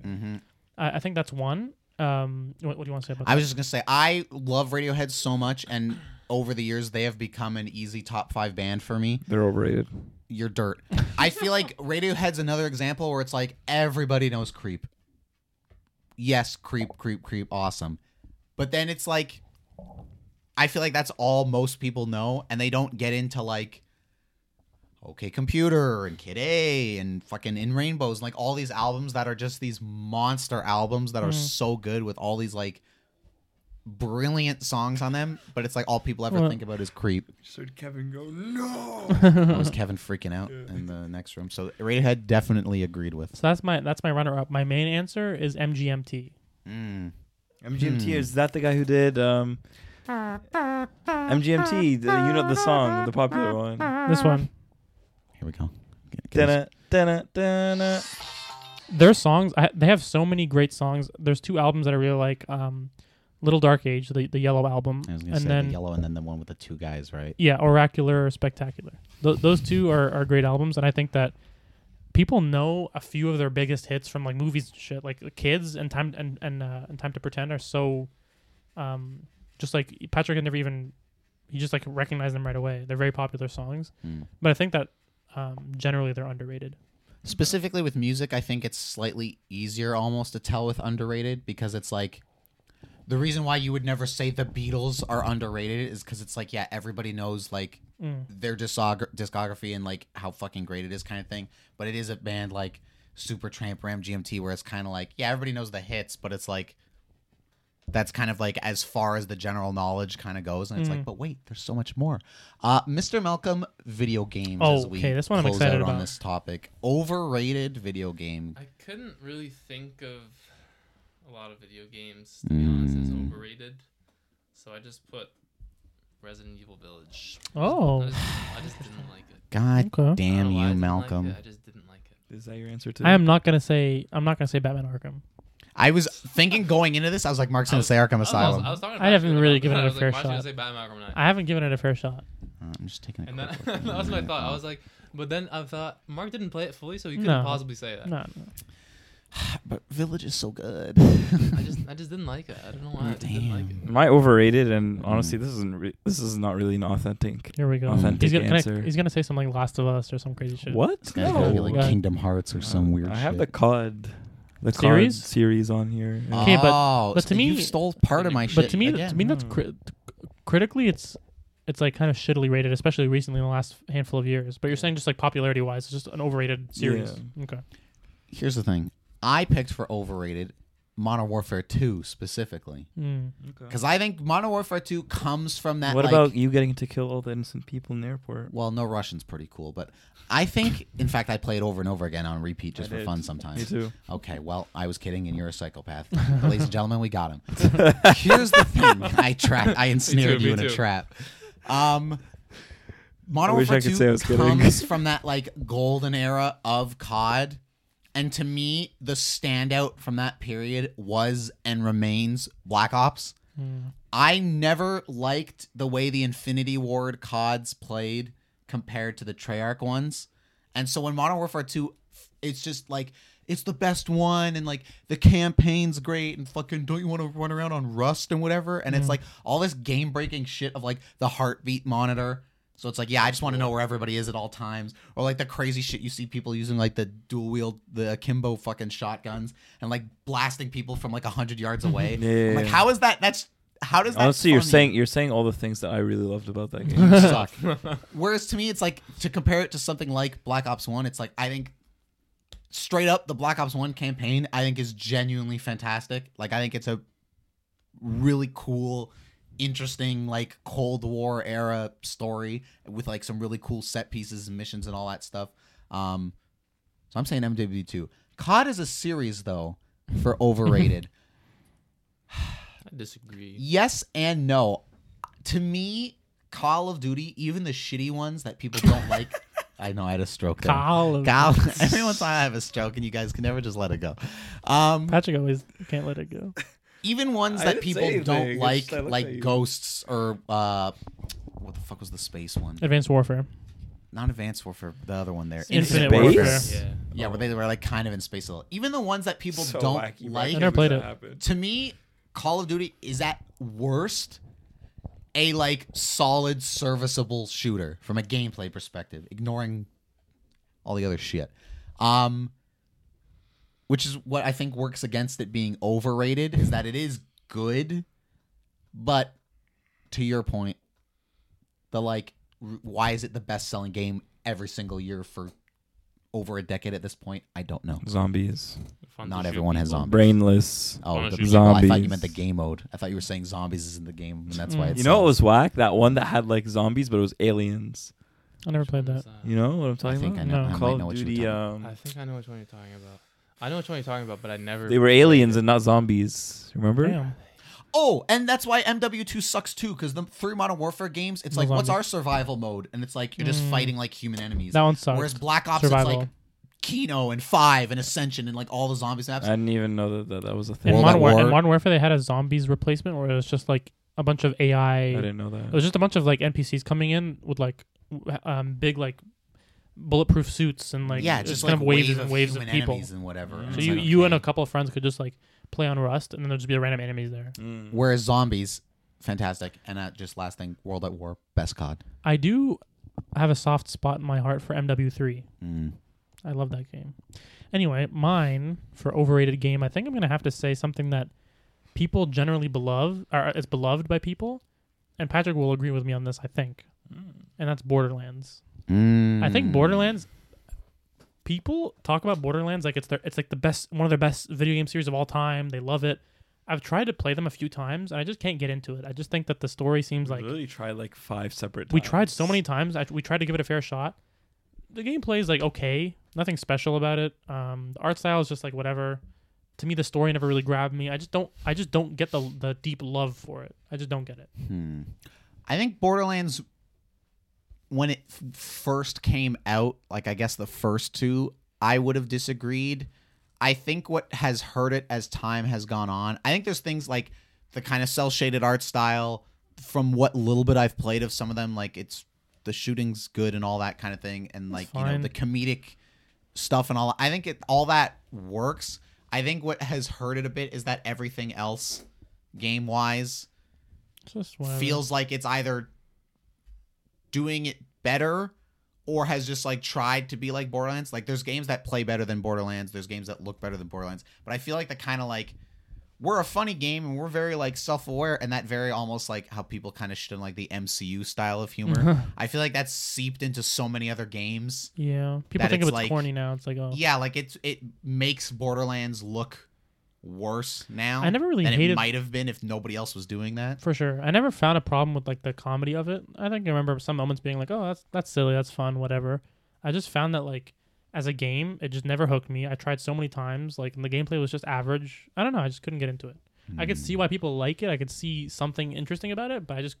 Speaker 1: Mm-hmm.
Speaker 3: Okay.
Speaker 1: Mm-hmm.
Speaker 4: I, I think that's one. Um, what, what do you want to say about?
Speaker 1: I was just gonna say I love Radiohead so much, and over the years they have become an easy top five band for me.
Speaker 3: They're overrated.
Speaker 1: You're dirt. I feel like Radiohead's another example where it's like everybody knows Creep. Yes, Creep, Creep, Creep, awesome. But then it's like I feel like that's all most people know and they don't get into like Okay Computer and Kid A and fucking In Rainbows and like all these albums that are just these monster albums that are so good with all these like brilliant songs on them, but it's like all people ever
Speaker 4: Well-
Speaker 1: think about is Creep.
Speaker 3: Just heard Kevin go no.
Speaker 1: That was Kevin freaking out in the next room. So Radiohead definitely agreed with.
Speaker 4: So that's my that's my runner up. My main answer is MGMT.
Speaker 1: Mm.
Speaker 3: MGMT
Speaker 2: Hmm.
Speaker 3: is that the guy who did um, MGMT? The, you know the song, the popular one.
Speaker 4: This one,
Speaker 1: Here we go. Get- get us-
Speaker 3: Dun-na, dun-na, dun-na.
Speaker 4: their songs. I, they have so many great songs. There's two albums that I really like. Um, Little Dark Age, the the yellow album,
Speaker 1: I was gonna
Speaker 4: and
Speaker 1: say
Speaker 4: then
Speaker 1: the yellow and then the one with the two guys, right?
Speaker 4: yeah, Oracular or Spectacular. Th- those two are, are great albums, and I think that people know a few of their biggest hits from like movies and shit. Like the Kids and Time and and, uh, and Time to Pretend are so, um, just like Patrick had never even he just like recognized them right away. They're very popular songs,
Speaker 1: Mm.
Speaker 4: but I think that um, generally they're underrated.
Speaker 1: Specifically with music, I think it's slightly easier almost to tell with underrated because it's like the reason why you would never say the Beatles are underrated is because it's like yeah, everybody knows like
Speaker 4: Mm.
Speaker 1: their discog- discography and like how fucking great it is kind of thing. But it is a band like Supertramp or MGMT where it's kind of like yeah, everybody knows the hits, but it's like that's kind of like as far as the general knowledge kind of goes. And it's
Speaker 4: Mm.
Speaker 1: like, but wait, there's so much more. Uh, Mr. Malcolm, video games.
Speaker 4: Oh,
Speaker 1: as we
Speaker 4: okay, this one I'm
Speaker 1: close
Speaker 4: excited
Speaker 1: out on
Speaker 4: about.
Speaker 1: this topic. Overrated video game.
Speaker 2: I couldn't really think of a lot of video games. To be honest, is
Speaker 1: Mm.
Speaker 2: overrated. So I just put Resident Evil Village. I
Speaker 4: Oh,
Speaker 2: just, I just didn't like it.
Speaker 1: God
Speaker 4: okay.
Speaker 2: I don't
Speaker 1: damn
Speaker 2: know why I
Speaker 1: you,
Speaker 2: didn't like
Speaker 1: Malcolm.
Speaker 2: it, I just didn't like it.
Speaker 3: Is that your answer to?
Speaker 4: I am not gonna say. I'm not gonna say Batman Arkham.
Speaker 1: I was thinking going into this, I was like, Mark's
Speaker 2: I
Speaker 1: gonna
Speaker 2: was-
Speaker 1: say Arkham
Speaker 2: I was also-
Speaker 1: Asylum.
Speaker 2: I, was talking to
Speaker 4: I haven't
Speaker 2: Patrick
Speaker 4: really
Speaker 2: about
Speaker 4: given
Speaker 2: that.
Speaker 4: it
Speaker 2: I
Speaker 4: a
Speaker 2: was like,
Speaker 4: fair
Speaker 2: why should I
Speaker 4: shot.
Speaker 2: say Batman Arkham Knight?
Speaker 4: I haven't given it a fair shot.
Speaker 1: Uh, I'm just taking. A
Speaker 2: And then
Speaker 1: quick look.
Speaker 2: that was my thought. I was like, but then I thought Mark didn't play it fully, so he couldn't
Speaker 4: No.
Speaker 2: possibly say that.
Speaker 4: No, no.
Speaker 1: but Village is so good.
Speaker 2: I just, I just didn't like it. I don't know why I just didn't like it.
Speaker 1: Damn.
Speaker 3: My overrated
Speaker 4: Mm-hmm.
Speaker 3: and honestly, this isn't. Re- this is not really an authentic.
Speaker 4: Here we go.
Speaker 1: Authentic
Speaker 4: he's gonna
Speaker 3: answer.
Speaker 4: he's gonna say something like Last of Us or some crazy shit.
Speaker 3: What?
Speaker 1: It's gotta be like
Speaker 4: No.
Speaker 1: Kingdom Hearts or
Speaker 2: Uh,
Speaker 1: some weird.
Speaker 3: I have the
Speaker 1: shit.
Speaker 3: COD, the COD
Speaker 4: Series?
Speaker 3: series on here.
Speaker 4: Uh, Okay, but-
Speaker 1: Oh,
Speaker 4: but
Speaker 1: so
Speaker 4: to me-
Speaker 1: you stole part of my shit.
Speaker 4: But to me,
Speaker 1: again.
Speaker 4: to me, that's cri- critically, it's it's like kind of shittily rated, especially recently in the last handful of years. But you're saying just like popularity wise, it's just an overrated series. Okay.
Speaker 1: here's the thing. I picked for overrated Modern Warfare 2 specifically
Speaker 4: Mm.
Speaker 1: because I think Modern Warfare 2 comes from that.
Speaker 3: what
Speaker 1: like-
Speaker 3: about you getting to kill all the innocent people in the airport?
Speaker 1: Well, no Russian's pretty cool, but I think, in fact, I play it over and over again on repeat just
Speaker 3: I
Speaker 1: for
Speaker 3: did.
Speaker 1: fun sometimes.
Speaker 3: Me too.
Speaker 1: Okay, well, I was kidding, and you're a psychopath, ladies and gentlemen. We got him. Here's the thing: I trapped, I ensnared
Speaker 2: too,
Speaker 1: you in
Speaker 2: me
Speaker 1: a
Speaker 2: too.
Speaker 1: trap. Um, Modern
Speaker 3: I wish I
Speaker 1: Warfare
Speaker 3: could
Speaker 1: Two
Speaker 3: say I was kidding.
Speaker 1: comes from that like golden era of COD, and to me, the standout from that period was and remains Black Ops. I never liked the way the Infinity Ward CODs played compared to the Treyarch ones. And so when Modern Warfare 2, f- it's just like, it's the best one, and like the campaign's great, and fucking don't you want to run around on Rust and whatever? And it's like all this game breaking shit of like the heartbeat monitor. So it's like, yeah, I just want to know where everybody is at all times. Or like the crazy shit you see people using like the dual wield, the akimbo fucking shotguns and like blasting people from like 100 yards away.
Speaker 3: Yeah.
Speaker 1: I'm like, how is that? That's how does that
Speaker 3: Honestly, you're
Speaker 1: funny?
Speaker 3: saying you're saying all the things that I really loved about that game.
Speaker 1: suck. Whereas to me, it's like to compare it to something like Black Ops One. It's like I think straight up the Black Ops One campaign I think is genuinely fantastic. Like I think it's a really cool, interesting like Cold War era story with like some really cool set pieces and missions and all that stuff. Um, so I'm saying MW two. COD is a series though for overrated.
Speaker 2: I disagree.
Speaker 1: Yes and no. To me, Call of Duty, even the shitty ones that people don't like. I know I had a stroke. there.
Speaker 4: Call of-
Speaker 1: Call. Every once in a while I have a stroke, and you guys can never just let it go. Um,
Speaker 4: Patrick always can't let it go.
Speaker 1: even ones
Speaker 3: I
Speaker 1: that
Speaker 3: didn't
Speaker 1: people
Speaker 3: say anything,
Speaker 1: don't
Speaker 3: it's
Speaker 1: like,
Speaker 3: just I looked at
Speaker 1: like
Speaker 3: you.
Speaker 1: Ghosts or uh, what the fuck was the space one?
Speaker 4: Advanced Warfare.
Speaker 1: Not Advanced Warfare, the other one there.
Speaker 4: Infinite
Speaker 3: Space?
Speaker 4: Warfare.
Speaker 2: Yeah.
Speaker 1: Yeah, where they were like kind of in space a little. Even the ones that people don't like,
Speaker 4: I never played it.
Speaker 1: to me, Call of Duty is at worst a like solid serviceable shooter from a gameplay perspective, ignoring all the other shit. Um which is what I think works against it being overrated is that it is good, but to your point, the like r- why is it the best selling game every single year for over a decade at this point? I don't know.
Speaker 3: Zombies,
Speaker 2: Fun to
Speaker 1: Not
Speaker 2: shoot
Speaker 1: everyone has
Speaker 2: people.
Speaker 1: zombies.
Speaker 3: brainless.
Speaker 1: Oh,
Speaker 2: Wanna
Speaker 1: the
Speaker 2: shoot
Speaker 1: people. I thought you
Speaker 3: zombies.
Speaker 1: meant the game mode. I thought you were saying zombies is in the game, and that's why
Speaker 4: Mm.
Speaker 1: it's
Speaker 3: You know what was whack? That one that had like zombies, but it was aliens.
Speaker 4: I never played
Speaker 2: What's
Speaker 4: that.
Speaker 2: that?
Speaker 3: You know what I'm
Speaker 1: I
Speaker 3: talking
Speaker 1: think I
Speaker 3: about?
Speaker 1: know.
Speaker 4: No.
Speaker 1: I
Speaker 3: Call
Speaker 1: might
Speaker 3: of
Speaker 1: know what
Speaker 3: Duty.
Speaker 1: you were talking
Speaker 3: Um,
Speaker 2: I think I know which one you're talking about. I know which one you're talking about, but I never.
Speaker 3: they were aliens and not zombies. Remember?
Speaker 4: Damn.
Speaker 1: Oh, and that's why MW2 sucks too, because the three Modern Warfare games, it's
Speaker 4: No
Speaker 1: like, what's
Speaker 4: zombies.
Speaker 1: our survival mode? And it's like you're just
Speaker 4: Mm.
Speaker 1: fighting like human enemies.
Speaker 4: That one sucks.
Speaker 1: Whereas Black Ops, it's
Speaker 4: Survival.
Speaker 1: like Kino and Five and Ascension and like all the zombies maps.
Speaker 3: I didn't even know that that, that was a thing.
Speaker 4: In
Speaker 1: World
Speaker 4: Modern,
Speaker 1: at
Speaker 4: War-
Speaker 1: War.
Speaker 4: in Modern Warfare, they had a zombies replacement where it was just like a bunch of
Speaker 3: I
Speaker 4: AI.
Speaker 3: didn't know that.
Speaker 4: It was just a bunch of like NPCs coming in with like w- um, big like bulletproof suits and like
Speaker 1: yeah,
Speaker 4: it's
Speaker 1: just
Speaker 4: kind
Speaker 1: like
Speaker 4: of waves
Speaker 1: wave
Speaker 4: and waves of
Speaker 1: human
Speaker 4: people.
Speaker 1: enemies and whatever.
Speaker 3: So
Speaker 1: And Mm.
Speaker 4: So
Speaker 1: it's
Speaker 4: you,
Speaker 1: like,
Speaker 4: you and a
Speaker 1: okay.
Speaker 4: couple of friends could just like play on Rust, and then there'd just be random enemies there.
Speaker 3: Mm.
Speaker 1: Whereas zombies, fantastic. And uh, just last thing, World at War, best COD.
Speaker 4: I do have a soft spot in my heart for MW3.
Speaker 1: Mm.
Speaker 4: I love that game. Anyway, mine for overrated game, I think I'm gonna have to say something that people generally beloved or is beloved by people, and Patrick will agree with me on this. I think,
Speaker 1: Mm.
Speaker 4: and that's Borderlands. I think Borderlands. People talk about Borderlands like it's their it's like the best one of their best video game series of all time. They love it. I've tried to play them a few times and I just can't get into it. I just think that the story seems
Speaker 3: We
Speaker 4: like
Speaker 3: literally tried like five separate.
Speaker 4: we tried so
Speaker 3: times.
Speaker 4: many times. I, we tried to give it a fair shot. The gameplay is like okay, nothing special about it. Um, the art style is just like whatever. to me the story never really grabbed me. I just don't I just don't get the the deep love for it. I just don't get it.
Speaker 1: Hmm. I think Borderlands, when it f- first came out, like I guess the first two, I would have disagreed. I think what has hurt it as time has gone on, I think there's things like the kind of cell shaded art style. From what little bit I've played of some of them, like it's the shooting's good and all that kind of thing, and like you know
Speaker 4: fine.
Speaker 1: the comedic stuff and all. I think it all that works. I think what has hurt it a bit is that everything else, game wise,
Speaker 4: It's just whatever.
Speaker 1: feels like it's either doing it better or has just like tried to be like Borderlands. Like there's games that play better than Borderlands, there's games that look better than Borderlands, but I feel like the kind of like we're a funny game and we're very like self-aware and that very almost like how people kind of shit on like the MCU style of
Speaker 4: Uh-huh.
Speaker 1: humor. I feel like that's seeped into so many other games.
Speaker 4: yeah. People
Speaker 1: that
Speaker 4: think
Speaker 1: it's
Speaker 4: of it's
Speaker 1: like-
Speaker 4: corny now. It's like oh
Speaker 1: Yeah, like it's it makes Borderlands look worse now.
Speaker 4: I never really
Speaker 1: than it
Speaker 4: hated-
Speaker 1: might have been if nobody else was doing that.
Speaker 4: for sure. I never found a problem with like the comedy of it. I think I remember some moments being like, "Oh, that's that's silly, that's fun, whatever." I just found that like as a game, it just never hooked me. I tried so many times, like and the gameplay was just average. I don't know, I just couldn't get into it. I could see why people like it. I could see something interesting about it, but I just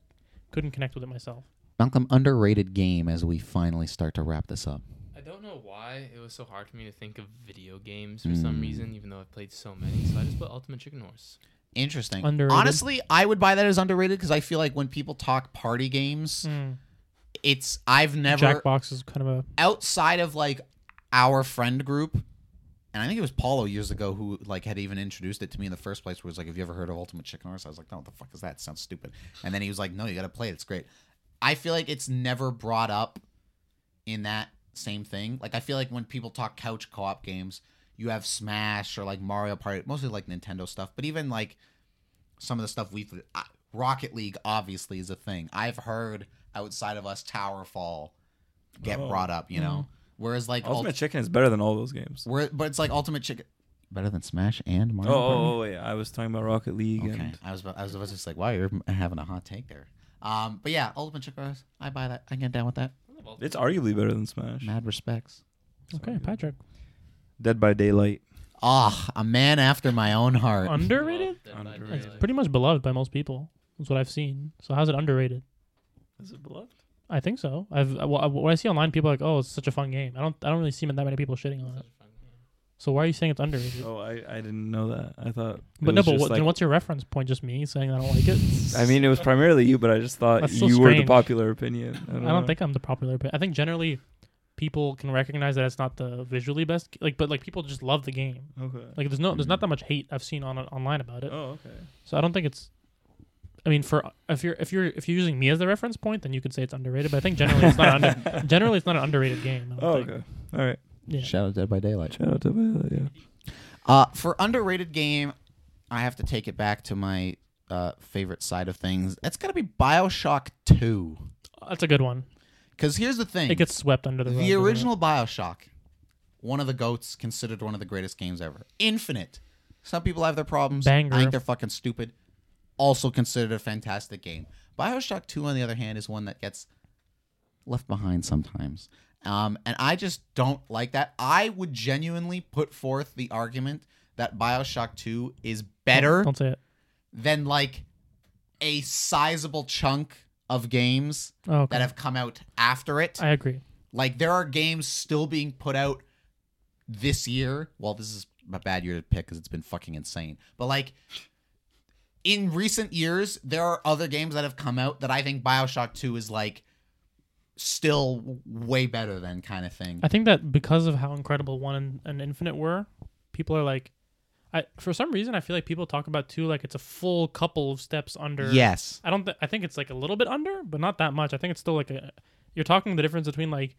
Speaker 4: couldn't connect with it myself.
Speaker 1: Malcolm, underrated game as we finally start to wrap this up.
Speaker 2: I don't know why it was so hard for me to think of video games for
Speaker 3: Hmm.
Speaker 2: some reason, even though I've played so many. So I just put Ultimate Chicken Horse.
Speaker 1: Interesting.
Speaker 4: Underrated.
Speaker 1: Honestly, I would buy that as underrated because I feel like when people talk party games,
Speaker 4: Mm.
Speaker 1: it's I've never
Speaker 4: Jackbox is kind of a
Speaker 1: outside of like our friend group, and I think it was Paulo years ago who like had even introduced it to me in the first place. Where he was like, "Have you ever heard of Ultimate Chicken Horse?" I was like, "No, what the fuck is that? It sounds stupid." And then he was like, "No, you got to play it. It's great." I feel like it's never brought up in that same thing. Like I feel like when people talk couch co-op games, you have Smash or like Mario Party, mostly like Nintendo stuff, but even like some of the stuff we've I- Rocket League obviously is a thing. I've heard outside of us Towerfall get
Speaker 3: Oh.
Speaker 1: brought up, you know. Whereas like
Speaker 3: Ultimate
Speaker 1: Ultimate,
Speaker 3: Chicken is better than all those games.
Speaker 1: where, but it's like Ultimate Chicken better than Smash and
Speaker 3: Oh,
Speaker 1: Mario. Party?
Speaker 3: oh, oh, yeah. I was talking about Rocket League
Speaker 1: Okay.
Speaker 3: and
Speaker 1: I was about, I was, I was just like, wow, you're having a hot take there. Um, but yeah, Ultimate Chicken Horse, I buy that. I get down with that.
Speaker 2: I love Ultimate
Speaker 3: it's arguably better than Smash.
Speaker 1: Mad respects.
Speaker 4: okay, Patrick.
Speaker 3: Dead by Daylight.
Speaker 1: Ah, a man after my own heart.
Speaker 4: Underrated?
Speaker 2: Dead by
Speaker 3: Underrated.
Speaker 4: It's
Speaker 2: Daylight.
Speaker 4: pretty much beloved by most people. Is what I've seen. So how's it underrated?
Speaker 3: Is it beloved?
Speaker 4: I think so. I've uh, wh- what I see online, people are like, "Oh, it's such a fun game." I don't, I don't really see that many people shitting on it. So why are you saying it's underrated?
Speaker 3: Oh, I, I didn't know that. I thought. it
Speaker 4: but no,
Speaker 3: was
Speaker 4: but
Speaker 3: just
Speaker 4: what, then
Speaker 3: like-
Speaker 4: what's your reference point? Just me saying I don't like it?
Speaker 3: I mean, it was primarily you, but I just thought
Speaker 4: That's so
Speaker 3: you were the
Speaker 4: strange.
Speaker 3: popular opinion. I
Speaker 4: I
Speaker 3: don't,
Speaker 4: don't
Speaker 3: know.
Speaker 4: think I'm the popular. But I think generally, people can recognize that it's not the visually best. Like, but like people just love the game.
Speaker 3: Okay.
Speaker 4: Like, there's no, there's not that much hate I've seen on online about it.
Speaker 3: oh, okay.
Speaker 4: So I don't think it's. I mean, for uh, if you're if you're if you're using me as the reference point, then you could say it's underrated. But I think generally it's not. Under, generally, it's not an underrated game. I don't
Speaker 3: Oh,
Speaker 4: think.
Speaker 3: okay. All right.
Speaker 4: Yeah.
Speaker 1: Shout out Dead by Daylight.
Speaker 3: Shout out to Violet, yeah.
Speaker 1: Uh, for underrated game, I have to take it back to my uh, favorite side of things. That's got to be Bioshock 2.
Speaker 4: That's a good one.
Speaker 1: Because here's the thing
Speaker 4: It gets swept under the rug.
Speaker 1: the
Speaker 4: doesn't it?
Speaker 1: original Bioshock, one of the GOATs, considered one of the greatest games ever. Infinite. Some people have their problems.
Speaker 4: Banger.
Speaker 1: I think they're fucking stupid. Also considered a fantastic game. Bioshock 2, on the other hand, is one that gets left behind sometimes. Um, and I just don't like that. I would genuinely put forth the argument that Bioshock 2 is better
Speaker 4: Don't say it.
Speaker 1: than like a sizable chunk of games
Speaker 4: Oh, okay.
Speaker 1: that have come out after it.
Speaker 4: I agree.
Speaker 1: Like there are games still being put out this year. Well, this is a bad year to pick because it's been fucking insane. But like in recent years, there are other games that have come out that I think Bioshock Two is like still w- way better than kind of thing.
Speaker 4: I think that because of how incredible one and, and Infinite were, people are like, I for some reason I feel like people talk about two like it's a full couple of steps under.
Speaker 1: Yes,
Speaker 4: I don't. Th- I think it's like a little bit under, but not that much. I think it's still like a. You're talking the difference between like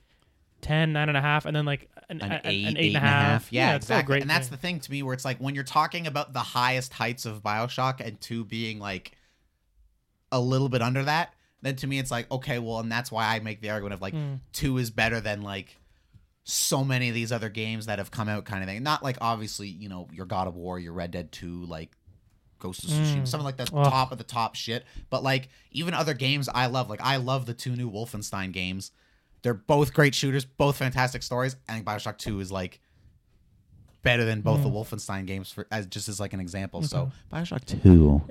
Speaker 4: 10, 9 and a half, and then like an,
Speaker 1: an
Speaker 4: an,
Speaker 1: eight,
Speaker 4: an
Speaker 1: eight and a half. Yeah,
Speaker 4: it's still a
Speaker 1: exactly.
Speaker 4: great
Speaker 1: and that's
Speaker 4: game.
Speaker 1: the thing to me where it's like when you're talking about the highest heights of Bioshock and two being like a little bit under that, then to me it's like, okay, well, and that's why I make the argument of like
Speaker 4: Mm.
Speaker 1: two is better than like so many of these other games that have come out kind of thing. Not like obviously, you know, your God of War, your Red Dead 2, like Ghost of Tsushima,
Speaker 4: Mm.
Speaker 1: something like that
Speaker 4: Ugh.
Speaker 1: top of the top shit. But like even other games I love, like I love the two new Wolfenstein games. They're both great shooters, both fantastic stories. I think Bioshock 2 is like better than
Speaker 4: Mm.
Speaker 1: both the Wolfenstein games for as just as like an example. So Bioshock Two.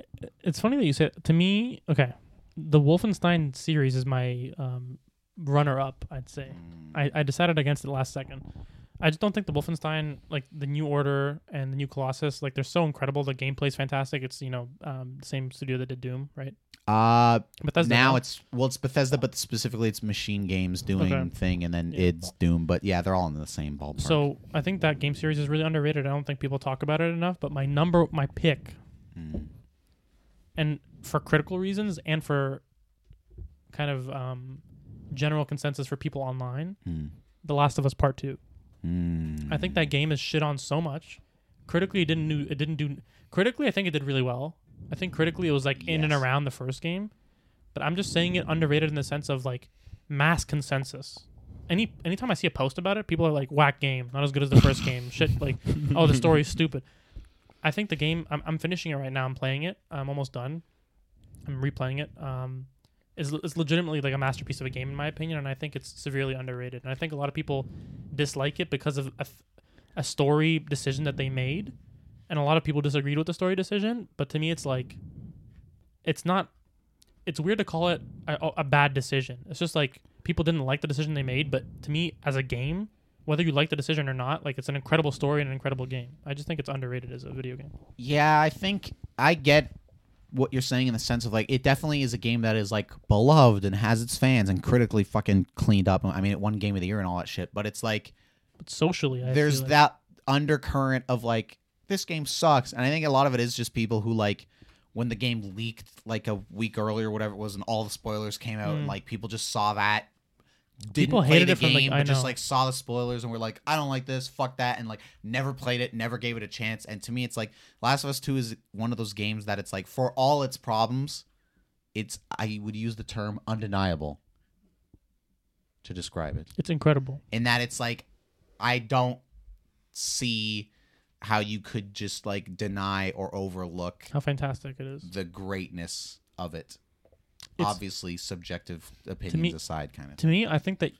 Speaker 4: It's funny that you said to me. Okay, the Wolfenstein series is my um, runner-up. I'd say. I, I decided against it last second. I just don't think the Wolfenstein, like the New Order and the New Colossus, like they're so incredible. The gameplay's fantastic. It's you know um, the same studio that did Doom, right?
Speaker 1: Uh
Speaker 4: Bethesda.
Speaker 1: now
Speaker 4: huh?
Speaker 1: it's well it's Bethesda, but specifically it's Machine Games doing
Speaker 4: Okay.
Speaker 1: thing, and then
Speaker 4: Yeah.
Speaker 1: it's Doom. But yeah, they're all in the same ballpark.
Speaker 4: so. I think that game series is really underrated. I don't think people talk about it enough. But my number, my pick,
Speaker 1: Mm.
Speaker 4: and for critical reasons and for kind of um, general consensus for people online,
Speaker 1: Mm.
Speaker 4: The Last of Us Part Two.
Speaker 1: Mm.
Speaker 4: I think that game is shit on so much. Critically, it didn't do. It didn't do. Critically, I think it did really well. I think critically, it was like in and
Speaker 1: Yes.
Speaker 4: around the first game. But I'm just saying it underrated in the sense of like mass consensus. Any anytime I see a post about it, people are like, "Whack game, not as good as the first game." Shit, like, oh, the story's stupid. I think the game. I'm, I'm finishing it right now. I'm playing it. I'm almost done. I'm replaying it. Um, is is legitimately like a masterpiece of a game in my opinion, and I think it's severely underrated. And I think a lot of people dislike it because of a, th- a story decision that they made, and a lot of people disagreed with the story decision. But to me, it's like, it's not. It's weird to call it a, a bad decision. It's just like people didn't like the decision they made. But to me, as a game, whether you like the decision or not, like it's an incredible story and an incredible game. I just think it's underrated as a video game.
Speaker 1: Yeah, I think I get what you're saying in the sense of like it definitely is a game that is like beloved and has its fans and critically fucking cleaned up. I mean, it won Game of the Year and all that shit, but it's like
Speaker 4: But socially, I
Speaker 1: there's
Speaker 4: feel like,
Speaker 1: that undercurrent of like this game sucks, and I think a lot of it is just people who like when the game leaked like a week earlier, or whatever it was, and all the spoilers came out, and
Speaker 4: Mm.
Speaker 1: like people just saw that. Didn't
Speaker 4: People
Speaker 1: play
Speaker 4: hated
Speaker 1: the
Speaker 4: it from,
Speaker 1: game,
Speaker 4: like, I
Speaker 1: but just
Speaker 4: know.
Speaker 1: like saw the spoilers and were like, "I don't like this, fuck that," and like never played it, never gave it a chance. And to me, it's like Last of Us Two is one of those games that it's like for all its problems, it's I would use the term undeniable to describe it
Speaker 4: it's incredible.
Speaker 1: in that it's like I don't see how you could just like deny or overlook
Speaker 4: How fantastic it is.
Speaker 1: the greatness of it.
Speaker 4: It's-
Speaker 1: Obviously, subjective opinions
Speaker 4: me-
Speaker 1: aside, kind of.
Speaker 4: to me, I think that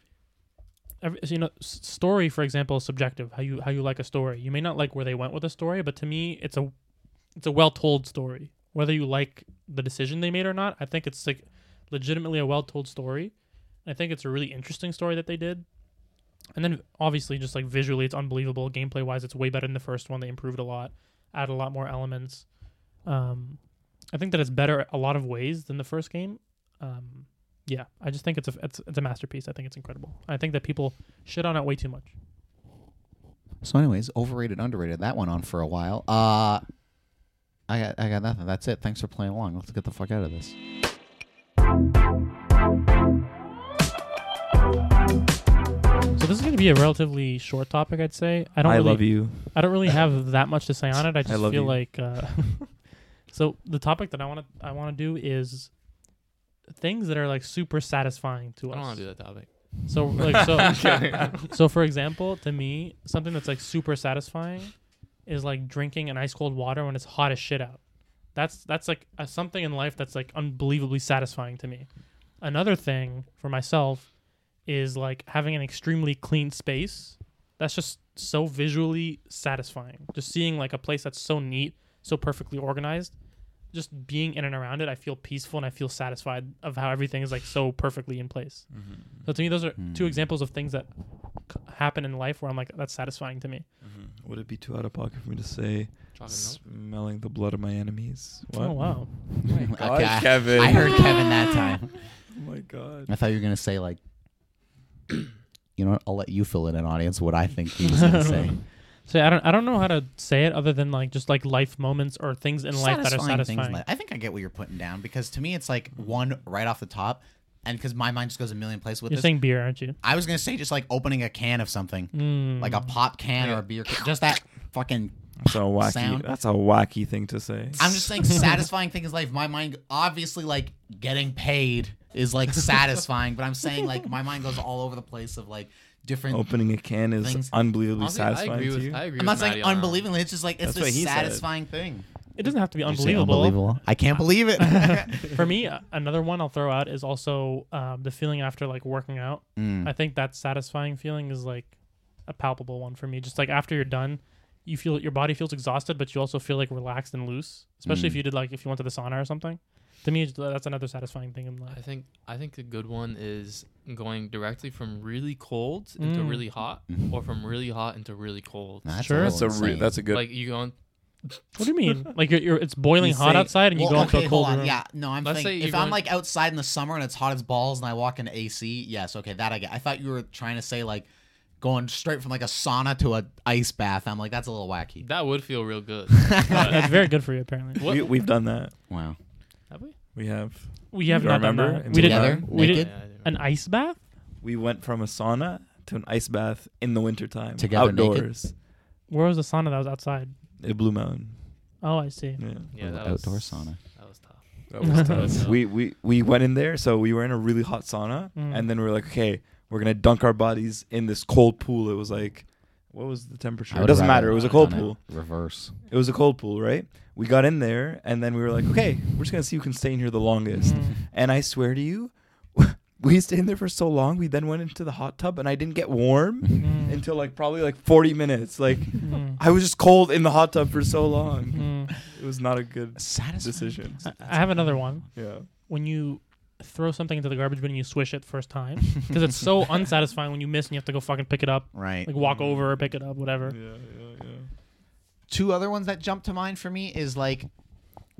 Speaker 4: every, so, you know, s- story for example is subjective. How you how you like a story. You may not like where they went with a story, but to me, it's a it's a well told story. Whether you like the decision they made or not, I think it's like legitimately a well told story. I think it's a really interesting story that they did. And then obviously, just like visually, it's unbelievable. Gameplay wise, it's way better than the first one. They improved a lot, added a lot more elements. Um, I think that it's better a lot of ways than the first game. Um, yeah, I just think it's a it's, it's a masterpiece. I think it's incredible. I think that people shit on it way too much.
Speaker 1: So, anyways, overrated, underrated. That went on for a while. Uh, I got, I got nothing. That's it. Thanks for playing along. Let's get the fuck out of this.
Speaker 4: So this is going to be a relatively short topic, I'd say. I
Speaker 3: I,
Speaker 4: don't really,
Speaker 3: love you.
Speaker 4: I don't really have that much to say on it. I just
Speaker 3: love
Speaker 4: feel
Speaker 3: you.
Speaker 4: like uh, so the topic that I want to I want to do is things that are like super satisfying
Speaker 2: I
Speaker 4: to us.
Speaker 2: don't want to do that topic.
Speaker 4: So like so
Speaker 2: I'm kidding.
Speaker 4: so for example, to me, something that's like super satisfying is like drinking an ice cold water when it's hot as shit out. That's that's like a, something in life that's like unbelievably satisfying to me. Another thing for myself is like having an extremely clean space. That's just so visually satisfying. Just seeing like a place that's so neat, so perfectly organized. Just being in and around it, I feel peaceful and I feel satisfied of how everything is like so perfectly in place. So to me, those are
Speaker 1: Hmm.
Speaker 4: two examples of things that c- happen in life where I'm like, that's satisfying to me.
Speaker 3: Would it be too out of pocket for me to say
Speaker 2: Chocolate
Speaker 3: smelling the blood of my enemies? What?
Speaker 4: Oh wow,
Speaker 3: my God,
Speaker 1: Okay, I-
Speaker 3: Kevin.
Speaker 1: I heard Kevin that time.
Speaker 3: Oh my God.
Speaker 1: I thought you were gonna say like, you know, what? I'll let you fill in an audience what I think he was gonna say.
Speaker 4: So I don't I don't know how to say it other than like just like life moments or things in life that are
Speaker 1: Satisfying things in
Speaker 4: satisfying.
Speaker 1: life. I think I get what you're putting down because to me it's like one right off the top, and because my mind just goes a million places with
Speaker 4: You're
Speaker 1: this.
Speaker 4: saying beer, aren't you?
Speaker 1: I was gonna say just like opening a can of something,
Speaker 4: Mm.
Speaker 1: like a pop can or a beer, can, just that fucking.
Speaker 3: That's a wacky.
Speaker 1: Sound.
Speaker 3: That's a wacky thing to say.
Speaker 1: I'm just saying satisfying thing is life. My mind obviously like getting paid is like satisfying, but I'm saying like my mind goes all over the place of like different.
Speaker 3: Opening a can is
Speaker 1: Things-
Speaker 3: unbelievably
Speaker 2: Honestly,
Speaker 3: satisfying
Speaker 2: I agree
Speaker 3: to
Speaker 2: with,
Speaker 3: you.
Speaker 2: I agree
Speaker 1: I'm
Speaker 2: with
Speaker 1: not saying
Speaker 2: Maddie on that one.
Speaker 1: unbelievingly. It's just like it's
Speaker 3: That's what
Speaker 1: this
Speaker 3: he said.
Speaker 1: satisfying thing.
Speaker 4: it doesn't have to be
Speaker 1: Did you say
Speaker 4: unbelievable.
Speaker 1: I can't believe it.
Speaker 4: For me, a- another one I'll throw out is also um, the feeling after like working out.
Speaker 1: Mm.
Speaker 4: I think that satisfying feeling is like a palpable one for me. Just like after you're done, you feel your body feels exhausted, but you also feel like relaxed and loose. Especially
Speaker 1: Hmm.
Speaker 4: if you did like if you went to the sauna or something. To me, it's- that's another satisfying thing in
Speaker 2: I
Speaker 4: life.
Speaker 2: think I think a good one is going directly from really cold into
Speaker 4: Mm.
Speaker 2: really hot,
Speaker 1: Mhm.
Speaker 2: or from really hot into really cold.
Speaker 1: That's
Speaker 4: Sure.
Speaker 1: a
Speaker 3: That's
Speaker 1: little
Speaker 3: a re-
Speaker 1: insane.
Speaker 3: that's a good.
Speaker 2: Like you going,
Speaker 4: What do you mean? like you're, you're it's boiling
Speaker 3: He's
Speaker 4: hot
Speaker 3: saying-
Speaker 4: outside and you
Speaker 1: Well,
Speaker 4: go into
Speaker 1: okay,
Speaker 4: a cold
Speaker 1: hold on.
Speaker 4: room.
Speaker 1: Yeah, no, I'm
Speaker 2: Let's
Speaker 1: thinking
Speaker 2: say
Speaker 1: if
Speaker 2: you're
Speaker 1: I'm
Speaker 2: going-
Speaker 1: like outside in the summer and it's hot as balls and I walk into AC, yes, okay, that I get. I thought you were trying to say like going straight from like a sauna to a ice bath. I'm like that's a little wacky.
Speaker 2: that would feel real good.
Speaker 4: Uh, that's very good for you apparently.
Speaker 2: What?
Speaker 3: we, we've done that.
Speaker 1: Wow.
Speaker 2: Have we?
Speaker 3: We have.
Speaker 4: We have
Speaker 3: You
Speaker 4: not done
Speaker 3: remember?
Speaker 4: that.
Speaker 3: And
Speaker 4: We did
Speaker 1: together?
Speaker 4: we did
Speaker 1: Naked?
Speaker 2: Yeah, I didn't
Speaker 4: an ice bath.
Speaker 3: We went from a sauna to an ice bath in the wintertime.
Speaker 1: Together naked?
Speaker 3: outdoors.
Speaker 4: Where was the sauna that was outside?
Speaker 3: at Blue Mountain.
Speaker 4: Oh, I see.
Speaker 3: Yeah.
Speaker 2: Yeah, that
Speaker 1: outdoor
Speaker 2: was,
Speaker 1: sauna.
Speaker 2: That was tough.
Speaker 3: That was
Speaker 2: Yeah.
Speaker 3: tough. we, we we went in there, so we were in a really hot sauna,
Speaker 4: Mm.
Speaker 3: and then we were like, okay, we're gonna dunk our bodies in this cold pool. It was like, what was the temperature? It doesn't matter. It was a cold pool.
Speaker 1: Reverse.
Speaker 3: It was a cold pool, right? We got in there, and then we were like, okay, we're just gonna see who can stay in here the longest.
Speaker 4: Mm.
Speaker 3: And I swear to you, we stayed in there for so long. We then went into the hot tub, and I didn't get warm
Speaker 4: Mm.
Speaker 3: until like probably like 40 minutes. Like
Speaker 4: Mm.
Speaker 3: I was just cold in the hot tub for so long.
Speaker 4: Mm. uh,
Speaker 3: It was not a good
Speaker 1: Satisfying.
Speaker 3: decision.
Speaker 4: I have another one.
Speaker 3: Yeah.
Speaker 4: When you throw something into the garbage bin and you swish it first time, because it's so unsatisfying when you miss and you have to go fucking pick it up,
Speaker 1: Right.
Speaker 4: like walk over or pick it up, whatever.
Speaker 3: Yeah, yeah, yeah.
Speaker 1: two other ones that jump to mind for me is like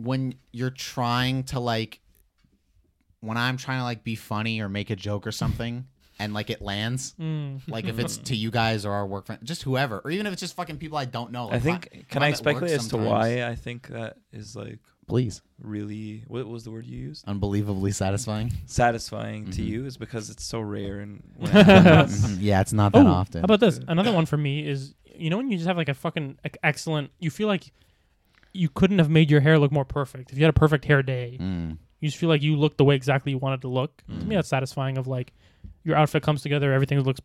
Speaker 1: when you're trying to like when I'm trying to like be funny or make a joke or something and like it lands
Speaker 4: Mm.
Speaker 1: like if it's to you guys or our work friend just whoever or even if it's just fucking people I don't know
Speaker 3: I
Speaker 1: Like,
Speaker 3: think.
Speaker 1: my-
Speaker 3: can
Speaker 1: my
Speaker 3: I
Speaker 1: at work
Speaker 3: speculate as to
Speaker 1: sometimes-
Speaker 3: why I think that is like
Speaker 1: please
Speaker 3: really what was the word you used?
Speaker 1: unbelievably satisfying
Speaker 3: Satisfying to
Speaker 1: Mhm.
Speaker 3: you is because it's so rare and when it happens,
Speaker 1: Mhm. yeah it's not that
Speaker 4: Oh,
Speaker 1: often
Speaker 4: How about this? Another one for me is you know when you just have like a fucking ec- excellent. You feel like you couldn't have made your hair look more perfect. If you had a perfect hair day,
Speaker 1: Mm.
Speaker 4: you just feel like you looked the way exactly you wanted to look. To me, that's satisfying. Of like your outfit comes together, everything looks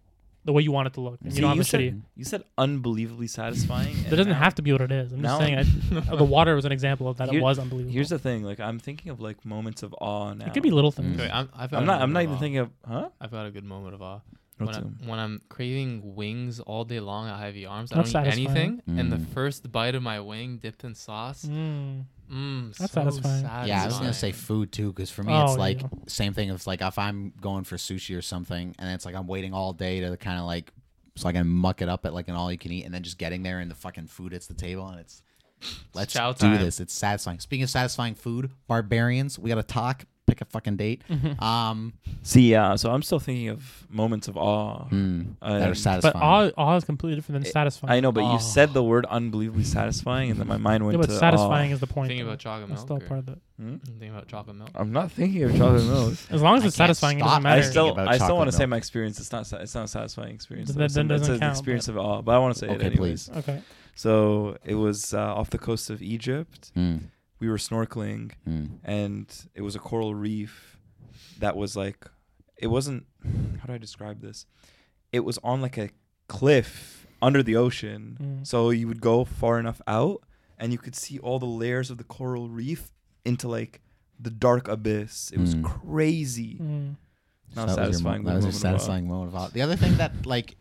Speaker 4: the way you want it to look, and
Speaker 3: See,
Speaker 4: you don't have
Speaker 3: you
Speaker 4: a
Speaker 3: said-
Speaker 4: shitty.
Speaker 3: you said unbelievably satisfying.
Speaker 4: That doesn't have to be what it is. I'm just
Speaker 3: now-
Speaker 4: saying. I, uh, the water was an example of that.
Speaker 3: Here-
Speaker 4: it was unbelievable.
Speaker 3: Here's the thing, like I'm thinking of like moments of awe now.
Speaker 4: it could be little things.
Speaker 1: Mm.
Speaker 2: Okay, I'm, I've got
Speaker 3: I'm
Speaker 2: a
Speaker 3: not. I'm
Speaker 2: moment
Speaker 3: not
Speaker 2: of
Speaker 3: even
Speaker 2: awe.
Speaker 3: thinking of. Huh?
Speaker 2: I've got a good moment of awe. When
Speaker 3: What's
Speaker 2: I'm, when I'm craving wings all day long at Ivy Arms,
Speaker 4: That's
Speaker 2: I don't eat
Speaker 4: satisfying.
Speaker 2: anything, and the
Speaker 1: Mm.
Speaker 2: first bite of my wing dipped in sauce,
Speaker 4: Mm.
Speaker 2: mm,
Speaker 4: That's
Speaker 2: so
Speaker 4: satisfying.
Speaker 1: Yeah, I was gonna say
Speaker 2: satisfying.
Speaker 1: food too, because for me
Speaker 4: Oh,
Speaker 1: it's like
Speaker 4: yeah.
Speaker 1: same thing. It's like if I'm going for sushi or something, and it's like I'm waiting all day to kind of like so I can muck it up at like an all you can eat, and then just getting there and the fucking food hits the table, and it's let's
Speaker 2: chow
Speaker 1: do
Speaker 2: time.
Speaker 1: this. It's satisfying. Speaking of satisfying food, barbarians, we gotta talk. Pick a fucking date. Um,
Speaker 3: See, yeah. So I'm still thinking of moments of awe.
Speaker 4: Mm-hmm.
Speaker 1: mm,
Speaker 3: I-
Speaker 1: that are
Speaker 4: But
Speaker 1: satisfying.
Speaker 4: awe, awe is completely different than satisfying.
Speaker 3: I know, but
Speaker 2: Awe.
Speaker 3: you said the word unbelievably satisfying, and then my mind
Speaker 4: Yeah,
Speaker 3: went
Speaker 4: but
Speaker 3: to
Speaker 4: satisfying
Speaker 3: awe.
Speaker 4: is the point.
Speaker 2: Thinking
Speaker 4: though.
Speaker 2: about chocolate
Speaker 4: That's still
Speaker 2: milk.
Speaker 4: part
Speaker 2: Or,
Speaker 4: of it.
Speaker 3: Hmm?
Speaker 2: thinking about chocolate milk.
Speaker 1: Oh.
Speaker 3: I'm not thinking of chocolate milk.
Speaker 4: As long as
Speaker 1: I
Speaker 4: it's
Speaker 1: can't
Speaker 4: satisfying, it
Speaker 1: stop
Speaker 4: doesn't
Speaker 3: I
Speaker 4: matter.
Speaker 1: thinking
Speaker 3: still,
Speaker 1: about
Speaker 3: I still
Speaker 1: chocolate
Speaker 3: want to say
Speaker 1: milk.
Speaker 3: my experience. It's not, sa- it's not a satisfying experience.
Speaker 4: Th-
Speaker 3: though.
Speaker 4: that then
Speaker 3: Some- it's
Speaker 4: doesn't
Speaker 3: an
Speaker 4: count,
Speaker 3: experience of awe, but I want to say it
Speaker 1: Okay,
Speaker 3: anyways.
Speaker 1: please.
Speaker 4: Okay.
Speaker 3: So it was uh, off the coast of Egypt.
Speaker 1: Mm,
Speaker 3: We were snorkeling,
Speaker 1: mm.
Speaker 3: and it was a coral reef that was like, it wasn't. How do I describe this? It was on like a cliff under the ocean.
Speaker 4: Mm.
Speaker 3: So you would go far enough out, and you could see all the layers of the coral reef into like the dark abyss. It was
Speaker 1: Mm.
Speaker 3: crazy.
Speaker 4: Mm.
Speaker 1: So
Speaker 3: Not
Speaker 1: that was your mo-
Speaker 3: satisfying. but
Speaker 1: that was
Speaker 3: moment
Speaker 1: your
Speaker 3: of awe.
Speaker 1: satisfying moment of awe. The other thing that like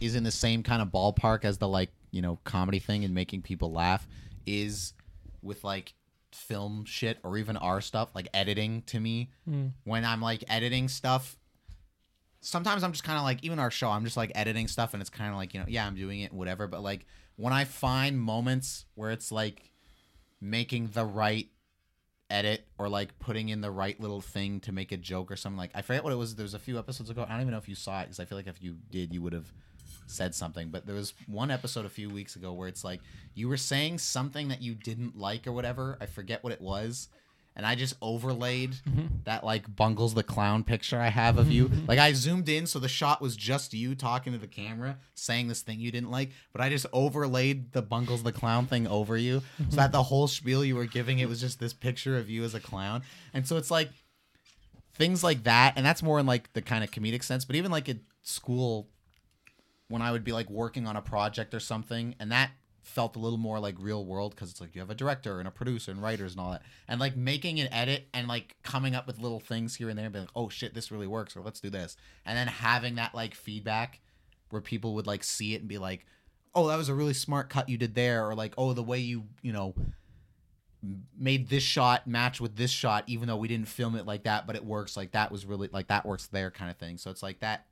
Speaker 1: is in the same kind of ballpark as the like you know comedy thing and making people laugh is with like film shit or even our stuff like editing to me
Speaker 3: Hmm.
Speaker 4: Mm.
Speaker 1: when I'm like editing stuff. Sometimes I'm just kind of like, even our show, I'm just like editing stuff and it's kind of like, you know, yeah, I'm doing it, whatever. But like when I find moments where it's like making the right edit or like putting in the right little thing to make a joke or something, like I forget what it was. There's a few episodes ago. I don't even know if you saw it because I feel like if you did, you would have said something. But there was one episode a few weeks ago where it's like you were saying something that you didn't like or whatever. I forget what it was. And I just overlaid that like bungles the clown picture I have of you. like I zoomed in so the shot was just you talking to the camera, saying this thing you didn't like, but I just overlaid the bungles the clown thing over you. So that the whole spiel you were giving it was just this picture of you as a clown. And so it's like things like that and that's more in like the kind of comedic sense but even like at school when i would be like working on a project or something and that felt a little more like real world because it's like you have a director and a producer and writers and all that and like making an edit and like coming up with little things here and there and being like oh shit this really works or let's do this and then having that like feedback where people would like see it and be like oh, that was a really smart cut you did there, or like, oh, the way you, you know, m- made this shot match with this shot, even though we didn't film it like that, but it works like that was really like that works there kind of thing. So it's like that.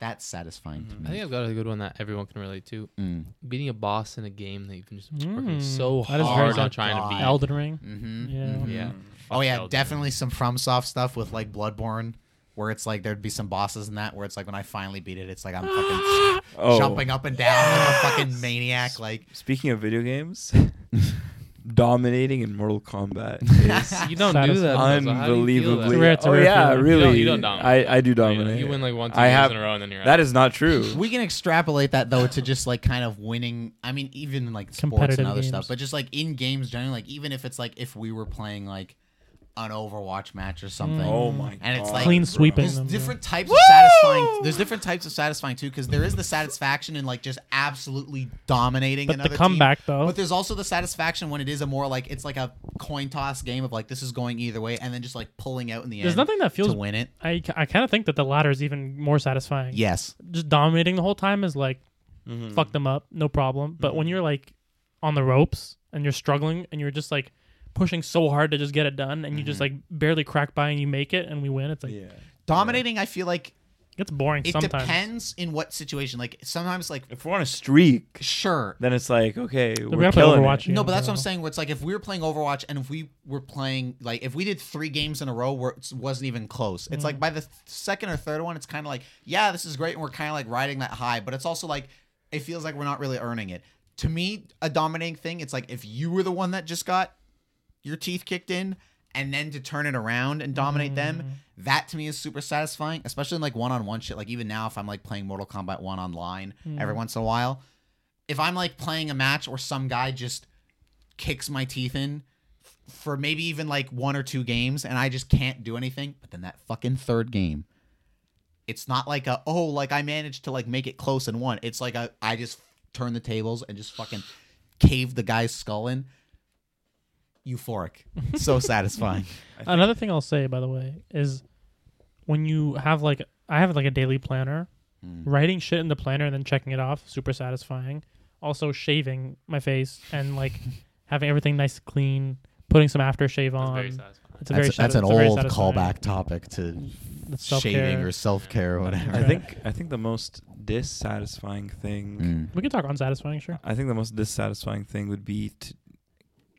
Speaker 1: That's satisfying
Speaker 2: Mm-hmm. I
Speaker 1: to me.
Speaker 2: think I've got a good one that everyone can relate to.
Speaker 1: Mm.
Speaker 2: Beating a boss in a game that you've been just
Speaker 4: Mm.
Speaker 2: working so
Speaker 4: That is very
Speaker 2: hard on
Speaker 4: sad.
Speaker 2: trying
Speaker 1: God.
Speaker 2: to beat.
Speaker 4: Elden Ring.
Speaker 1: Mm-hmm.
Speaker 4: Yeah.
Speaker 2: Yeah.
Speaker 1: Oh yeah,
Speaker 2: Elden.
Speaker 1: definitely some FromSoft stuff with like Bloodborne, where it's like there'd be some bosses in that where it's like when I finally beat it, it's like I'm fucking
Speaker 3: Oh,
Speaker 1: jumping up and down like a fucking maniac. Like
Speaker 3: Speaking of video games, dominating in Mortal Kombat is
Speaker 2: You don't do that.
Speaker 4: Satisfying.
Speaker 2: Unbelievably.
Speaker 3: unbelievably.
Speaker 4: It's rare, it's a
Speaker 3: oh
Speaker 4: rare
Speaker 3: yeah,
Speaker 4: feeling.
Speaker 3: really.
Speaker 2: You don't- you don't dominate.
Speaker 3: I, I do
Speaker 2: You,
Speaker 3: dominate.
Speaker 2: win like one, two
Speaker 3: I
Speaker 2: games
Speaker 3: have-
Speaker 2: in a row, and then you're
Speaker 3: That
Speaker 2: out.
Speaker 3: is not true.
Speaker 1: we can extrapolate that though to just like kind of winning. I mean, even like sports
Speaker 4: Competitive
Speaker 1: and other
Speaker 4: games.
Speaker 1: stuff, but just like in games generally, like even if it's like if we were playing like an Overwatch match or something.
Speaker 4: Mm.
Speaker 3: oh my god.
Speaker 1: And it's like-
Speaker 4: Clean sweeping.
Speaker 1: There's
Speaker 4: them, yeah.
Speaker 1: different types of satisfying. There's different types of satisfying too, because there is the satisfaction in like just absolutely dominating.
Speaker 4: But
Speaker 1: another
Speaker 4: the
Speaker 1: team.
Speaker 4: comeback though.
Speaker 1: But there's also the satisfaction when it is a more like it's like a coin toss game of like this is going either way, and then just like pulling out in the
Speaker 4: There's
Speaker 1: end
Speaker 4: nothing that feels.
Speaker 1: to win it.
Speaker 4: I, I kind of think that the latter is even more satisfying.
Speaker 1: Yes,
Speaker 4: Just dominating the whole time is like fuck them up, no problem. But when you're like on the ropes and you're struggling and you're just like pushing so hard to just get it done and you just like barely crack by and you make it and we win, it's like
Speaker 3: Yeah.
Speaker 1: dominating. I feel like
Speaker 4: it's boring
Speaker 1: it
Speaker 4: sometimes.
Speaker 1: depends in what situation. Like sometimes, like
Speaker 3: If we're on a streak,
Speaker 1: sure,
Speaker 3: then it's like okay,
Speaker 4: We
Speaker 3: we're
Speaker 4: gotta play
Speaker 3: killing
Speaker 4: Overwatch.
Speaker 3: it.
Speaker 4: yeah,
Speaker 1: No, but that's what I'm
Speaker 4: so-
Speaker 1: saying. Where it's like if we were playing Overwatch and if we were playing like if we did three games in a row where it wasn't even close, it's like by the th- second or third one, it's kind of like yeah, this is great, and we're kind of like riding that high. But it's also like it feels like we're not really earning it. To me, a dominating thing, it's like if you were the one that just got your teeth kicked in, and then to turn it around and dominate them, that to me is super satisfying. Especially in like one-on-one shit. Like even now, if I'm like playing Mortal Kombat one online every once in a while, if I'm like playing a match or some guy just kicks my teeth in f- for maybe even like one or two games and I just can't do anything, but then that fucking third game, it's not like a oh like I managed to like make it close and won. It's like a I just turn the tables and just fucking cave the guy's skull in. Euphoric, so satisfying.
Speaker 4: Another thing I'll say, by the way, is when you have like I have like a daily planner, writing shit in the planner and then checking it off, super satisfying. Also shaving my face and like having everything nice, clean, putting some aftershave
Speaker 2: That's
Speaker 4: on.
Speaker 2: very satisfying.
Speaker 4: It's a very
Speaker 1: that's,
Speaker 4: sati-
Speaker 1: that's an
Speaker 4: it's a very
Speaker 1: old
Speaker 4: satisfying-
Speaker 1: callback topic to
Speaker 4: That's
Speaker 1: shaving
Speaker 4: self-care.
Speaker 1: or self care or whatever.
Speaker 3: I think I think the most dissatisfying thing.
Speaker 1: Mm.
Speaker 4: We can talk unsatisfying, sure.
Speaker 3: I think the most dissatisfying thing would be t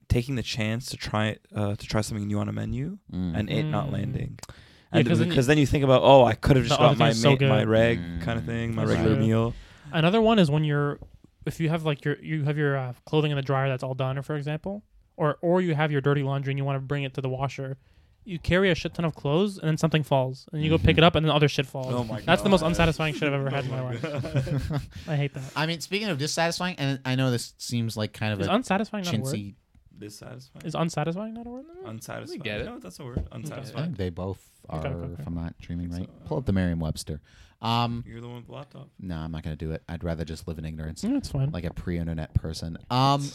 Speaker 3: taking the chance to try uh, to try something new on a menu
Speaker 1: Mm.
Speaker 3: and it not
Speaker 4: Mm.
Speaker 3: landing.
Speaker 4: Yeah,
Speaker 3: And
Speaker 4: 'cause
Speaker 3: because
Speaker 4: then
Speaker 3: then, you think about, oh, I could have
Speaker 4: The
Speaker 3: just
Speaker 4: other
Speaker 3: got my
Speaker 4: thing's so
Speaker 3: ma- my
Speaker 4: good.
Speaker 3: reg
Speaker 1: Mm.
Speaker 3: kind of thing, my
Speaker 4: That's
Speaker 3: regular
Speaker 4: good.
Speaker 3: meal.
Speaker 4: Another one is when you're, if you have like your, you have your uh, clothing in the dryer that's all done, for example, or or you have your dirty laundry and you want to bring it to the washer, you carry a shit ton of clothes and then something falls and you go
Speaker 1: Mm-hmm.
Speaker 4: pick it up and then other shit falls.
Speaker 3: Oh my
Speaker 4: that's the most
Speaker 3: God.
Speaker 4: unsatisfying shit I've ever had in my life. I hate that.
Speaker 1: I mean, speaking of dissatisfying, and I know this seems like kind of
Speaker 4: Is
Speaker 1: a
Speaker 4: unsatisfying not a word?
Speaker 1: chintzy.
Speaker 3: Dissatisfying.
Speaker 4: Is unsatisfying not a word?
Speaker 3: unsatisfying.
Speaker 2: get it.
Speaker 3: No, that's a word.
Speaker 1: I
Speaker 3: Unsatisfying.
Speaker 1: think they both are,
Speaker 4: Okay, okay, okay.
Speaker 1: if I'm not dreaming
Speaker 3: So,
Speaker 1: right. Pull up the Merriam-Webster. Um,
Speaker 3: You're the one with the laptop.
Speaker 1: no, I'm not gonna do it. I'd rather just live in ignorance,
Speaker 4: Yeah, it's fine.
Speaker 1: like a pre-internet person. Um,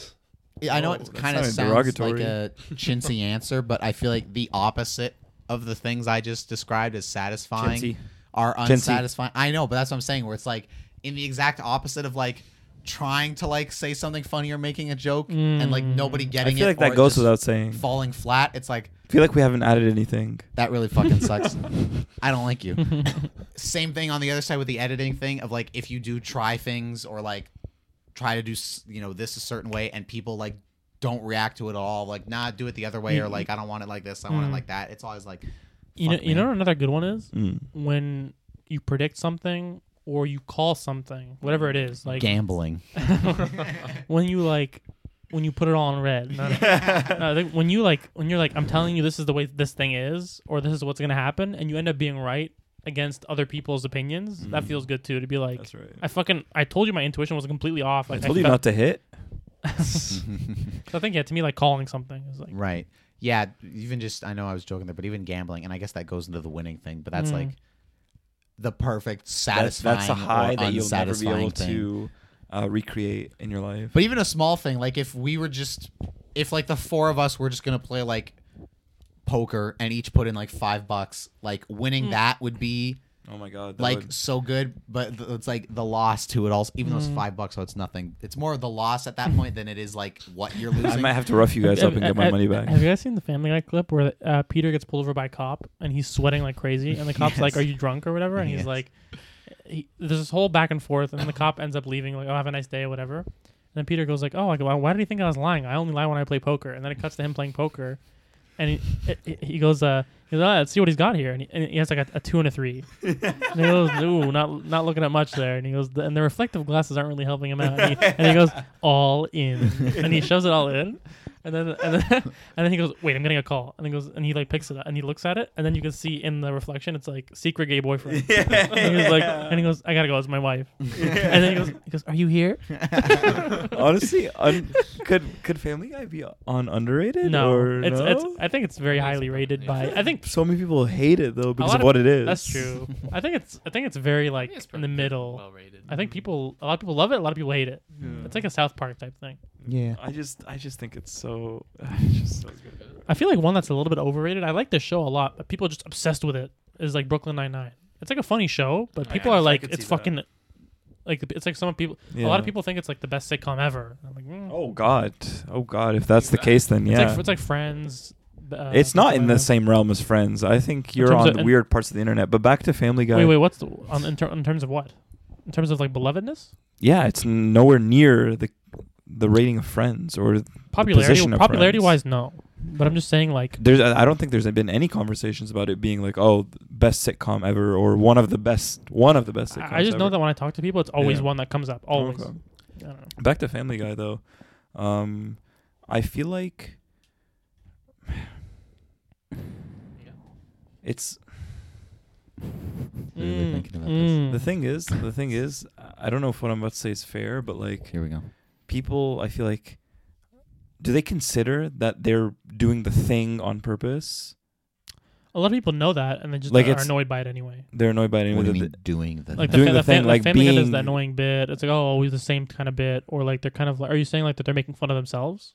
Speaker 1: I know
Speaker 3: Oh,
Speaker 1: it
Speaker 3: that
Speaker 1: kind of
Speaker 3: sounded
Speaker 1: sounds
Speaker 3: derogatory.
Speaker 1: like a chintzy answer, but I feel like the opposite of the things I just described as satisfying
Speaker 3: Chintzy.
Speaker 1: are
Speaker 3: Chintzy.
Speaker 1: unsatisfying. I know, but that's what I'm saying. Where it's like in the exact opposite of like trying to like say something funny or making a joke and like nobody
Speaker 3: I
Speaker 1: getting
Speaker 3: feel
Speaker 1: it.
Speaker 3: like
Speaker 1: or
Speaker 3: that
Speaker 1: it
Speaker 3: goes
Speaker 1: just
Speaker 3: without saying.
Speaker 1: falling flat. It's like
Speaker 3: I feel like we haven't added anything.
Speaker 1: that really fucking sucks. I don't like you. Same thing on the other side with the editing thing of like if you do try things or like try to do s- you know this a certain way and people like don't react to it at all like nah do it the other way or like I don't want it like this I want it
Speaker 4: Mm-hmm. Mm.
Speaker 1: like that. It's always like
Speaker 4: you know,
Speaker 1: fuck,
Speaker 4: you know
Speaker 1: man.
Speaker 4: what another good one is
Speaker 3: Mm.
Speaker 4: when you predict something or you call something, whatever it is, like
Speaker 1: gambling.
Speaker 4: when you like when you put it all in red. No, no. No, I think when you like when you're like I'm telling you this is the way this thing is or this is what's gonna happen and you end up being right against other people's opinions, that feels good too. To be
Speaker 3: Mm-hmm.
Speaker 4: like
Speaker 3: That's right.
Speaker 4: I fucking I told you my intuition was completely off.
Speaker 3: I
Speaker 4: Like,
Speaker 3: told you
Speaker 4: felt-
Speaker 3: not to hit.
Speaker 4: So I think yeah, to me like calling something is like
Speaker 1: Right. Yeah, even just I know I was joking there, but even gambling, and I guess that goes into the winning thing, but that's
Speaker 4: Mm.
Speaker 1: like the perfect
Speaker 3: That's,
Speaker 1: satisfying
Speaker 3: that's a high
Speaker 1: or
Speaker 3: that you'll never be
Speaker 1: unsatisfying
Speaker 3: able
Speaker 1: thing.
Speaker 3: to uh, recreate in your life.
Speaker 1: But even a small thing, like if we were just, if like the four of us were just gonna play
Speaker 4: Hmm.
Speaker 1: like poker and each put in like five bucks, like winning that would be
Speaker 3: Oh my god. that
Speaker 1: like
Speaker 3: would-
Speaker 1: so good, but th- it's like the loss to it also. Even though it's
Speaker 4: Hmm.
Speaker 1: five bucks, so it's nothing. It's more of the loss at that point than it is like what you're losing.
Speaker 3: I might have to rough you guys up and get my money back.
Speaker 4: Have you guys seen the Family Guy clip where uh, Peter gets pulled over by a cop and he's sweating like crazy, and the cop's like,
Speaker 1: Yes.
Speaker 4: "Are you drunk or whatever?" And
Speaker 1: Yes.
Speaker 4: he's like, he, "There's this whole back and forth," and then the cop ends up leaving, like, "Oh, have a nice day," or whatever. And then Peter goes like, "Oh, like, why, why did he think I was lying? I only lie when I play poker." And then it cuts to him playing poker, and he it, he goes, uh, he goes, "Ah, "Let's see what he's got here," and he, and he has like a, a two and a three. and he goes, "Ooh, not not looking at much there." And he goes, "And the reflective glasses aren't really helping him out." And he, and he goes, "All in," and he shoves it all in. And then, and then, and then he goes, "Wait, I'm getting a call." And he goes, and he like picks it up, and he looks at it, and then you can see in the reflection, it's like secret gay boyfriend. and he's like, and he goes, "I gotta go. It's my wife." And then he goes, he goes, "Are you here?"
Speaker 3: Honestly, un- could could Family Guy be on underrated?
Speaker 4: No,
Speaker 3: or
Speaker 4: it's
Speaker 3: no?
Speaker 4: it's. I think it's very highly rated by. I think
Speaker 3: so many people hate it though because
Speaker 4: lot
Speaker 3: of
Speaker 4: of-
Speaker 3: what it is.
Speaker 4: that's true. I think it's. I think it's very like
Speaker 2: It's
Speaker 4: in
Speaker 2: pretty
Speaker 4: the
Speaker 2: good,
Speaker 4: middle.
Speaker 2: Well mm. rated.
Speaker 4: I think people. A lot of people love it. A lot of people hate it. It's like a South Park type thing.
Speaker 1: yeah.
Speaker 3: I just I just think it's so it's just so good.
Speaker 4: I feel like one that's a little bit overrated. I like the show a lot, but people are just obsessed with it. Is like Brooklyn Nine Nine. It's like a funny show, but
Speaker 2: I-
Speaker 4: people
Speaker 2: Oh, I-
Speaker 4: are
Speaker 2: I
Speaker 4: like,
Speaker 2: could
Speaker 4: it's
Speaker 2: see that.
Speaker 4: fucking, like it's like some people. A lot
Speaker 3: Yeah.
Speaker 4: of people think it's like the best sitcom ever. I'm like, mm.
Speaker 3: Oh god. Oh god, if that's the case then
Speaker 4: it's
Speaker 3: yeah.
Speaker 4: like it's like Friends. Uh,
Speaker 3: It's not in the
Speaker 4: Atlanta.
Speaker 3: same realm as Friends. I think you're
Speaker 4: terms
Speaker 3: on
Speaker 4: of-
Speaker 3: the
Speaker 4: and-
Speaker 3: weird parts of the internet. But back to Family Guy.
Speaker 4: Wait, wait. What's the, on in, ter- in terms of what? In terms of like belovedness,
Speaker 3: Yeah, it's nowhere near the the rating of Friends or
Speaker 4: popularity,
Speaker 3: position of
Speaker 4: popularity
Speaker 3: Friends.
Speaker 4: wise, no. But I'm just saying, like,
Speaker 3: there's. I don't think there's been any conversations about it being like oh best sitcom ever or one of the best one of the best. Sitcoms
Speaker 4: I I just know
Speaker 3: ever.
Speaker 4: that when I talk to people, it's always
Speaker 3: Yeah.
Speaker 4: one that comes up. Always.
Speaker 3: Okay.
Speaker 4: I don't know.
Speaker 3: Back to Family Guy though, um, I feel like it's
Speaker 1: Really
Speaker 4: Mm,
Speaker 1: thinking about
Speaker 4: mm.
Speaker 3: the thing is the thing is I don't know if what I'm about to say is fair, but like
Speaker 1: this. Here we go.
Speaker 3: people i feel like do they consider that they're doing the thing on purpose
Speaker 4: A lot of people know that, and they just
Speaker 3: Like,
Speaker 4: are
Speaker 3: it's-
Speaker 4: annoyed by it anyway.
Speaker 3: they're annoyed by anyone
Speaker 1: What do you
Speaker 3: that
Speaker 1: mean doing the
Speaker 4: Like
Speaker 3: Doing
Speaker 4: the,
Speaker 3: the
Speaker 4: fa-
Speaker 3: thing,
Speaker 4: the
Speaker 3: like
Speaker 4: family guy does
Speaker 3: being-
Speaker 4: that annoying bit. It's like, oh, always the same kind of bit, or like they're kind of like. Are you saying like that they're making fun of themselves?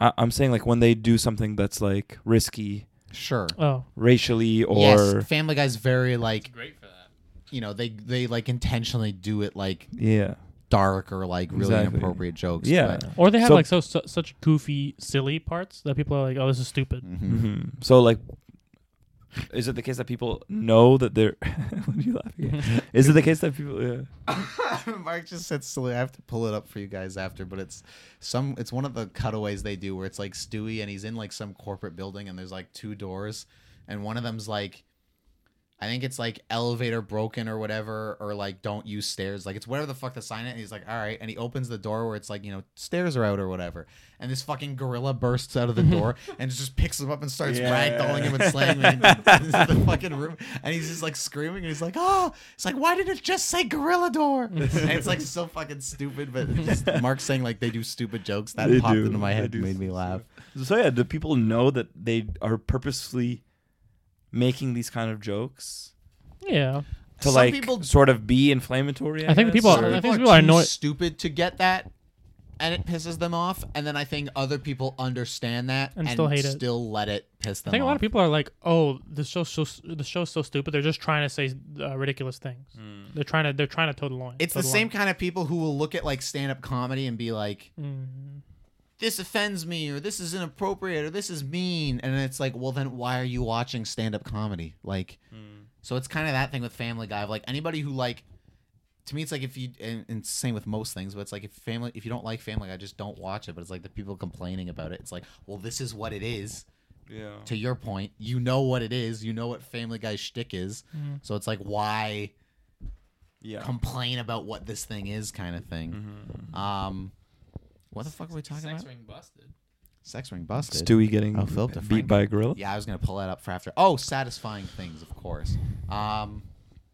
Speaker 3: I, i'm saying like when they do something that's like risky
Speaker 1: Sure.
Speaker 4: Oh,
Speaker 3: racially or
Speaker 1: yes, Family Guy's very like
Speaker 2: great for that.
Speaker 1: you know they they like intentionally do it like
Speaker 3: yeah
Speaker 1: dark or like really
Speaker 3: Exactly.
Speaker 1: inappropriate jokes.
Speaker 3: Yeah.
Speaker 1: but-
Speaker 4: or they have
Speaker 3: So-
Speaker 4: like so, so such goofy, silly parts that people are like, oh, this is stupid.
Speaker 1: Mhm.
Speaker 3: hmm so like is it the case that people know that they're what are you laughing at? is it the case that people yeah.
Speaker 1: Mark just said silly. I have to pull it up for you guys after, but it's some. It's one of the cutaways they do where it's like Stewie and he's in like some corporate building and there's like two doors, and one of them's like, I think it's like elevator broken or whatever, or like don't use stairs. Like it's whatever the fuck the sign is. And he's like, all right, and he opens the door where it's like you know stairs are out or whatever, and this fucking gorilla bursts out of the door and just picks him up and starts
Speaker 3: Yeah.
Speaker 1: ragdolling him and slamming him into the fucking room, and he's just like screaming and he's like, oh, it's like why did it just say gorilla door? And it's like so fucking stupid, but just Mark saying like they do stupid jokes that
Speaker 3: They
Speaker 1: popped
Speaker 3: do.
Speaker 1: into my
Speaker 3: They
Speaker 1: head,
Speaker 3: do
Speaker 1: and made me laugh.
Speaker 3: so yeah do people know that they are purposely making these kind of jokes
Speaker 4: Yeah,
Speaker 3: to
Speaker 1: Some
Speaker 3: like
Speaker 1: people-
Speaker 3: sort of be inflammatory I,
Speaker 4: I think
Speaker 3: guess,
Speaker 4: people-
Speaker 3: or-
Speaker 1: Some
Speaker 4: I think
Speaker 1: people
Speaker 4: people
Speaker 1: are
Speaker 4: are
Speaker 1: too
Speaker 4: annoyed-
Speaker 1: stupid to get that, and it pisses them off. And then I think other people understand that
Speaker 4: And still hate it.
Speaker 1: still let it piss them
Speaker 4: I think
Speaker 1: off.
Speaker 4: a lot of people are like, oh, the show's so the show's so stupid. They're just trying to say uh, ridiculous things.
Speaker 3: Mm.
Speaker 4: They're trying to they're trying to toe the line.
Speaker 1: It's
Speaker 4: toe
Speaker 1: the
Speaker 4: line.
Speaker 1: same kind of people who will look at like stand-up comedy and be like, "This offends me," or "This is inappropriate," or "This is mean," and it's like, well, then why are you watching stand-up comedy? Like, so it's kind of that thing with Family Guy of like anybody who like. To me, it's like if you and, and same with most things, but it's like if family if you don't like Family Guy, just don't watch it. But it's like the people complaining about it. It's like, well, this is what it is.
Speaker 3: yeah
Speaker 1: to your point, you know what it is. You know what Family Guy shtick is. So it's like, why
Speaker 3: yeah
Speaker 1: complain about what this thing is, kind of thing. Um, what the fuck are we talking
Speaker 2: Sex
Speaker 1: about?
Speaker 2: ring busted.
Speaker 1: Sex ring busted.
Speaker 3: Stewie getting
Speaker 1: Oh, Philip DeFranco.
Speaker 3: beat by a gorilla.
Speaker 1: yeah, I was gonna pull that up for after. Oh, satisfying things, of course. Um,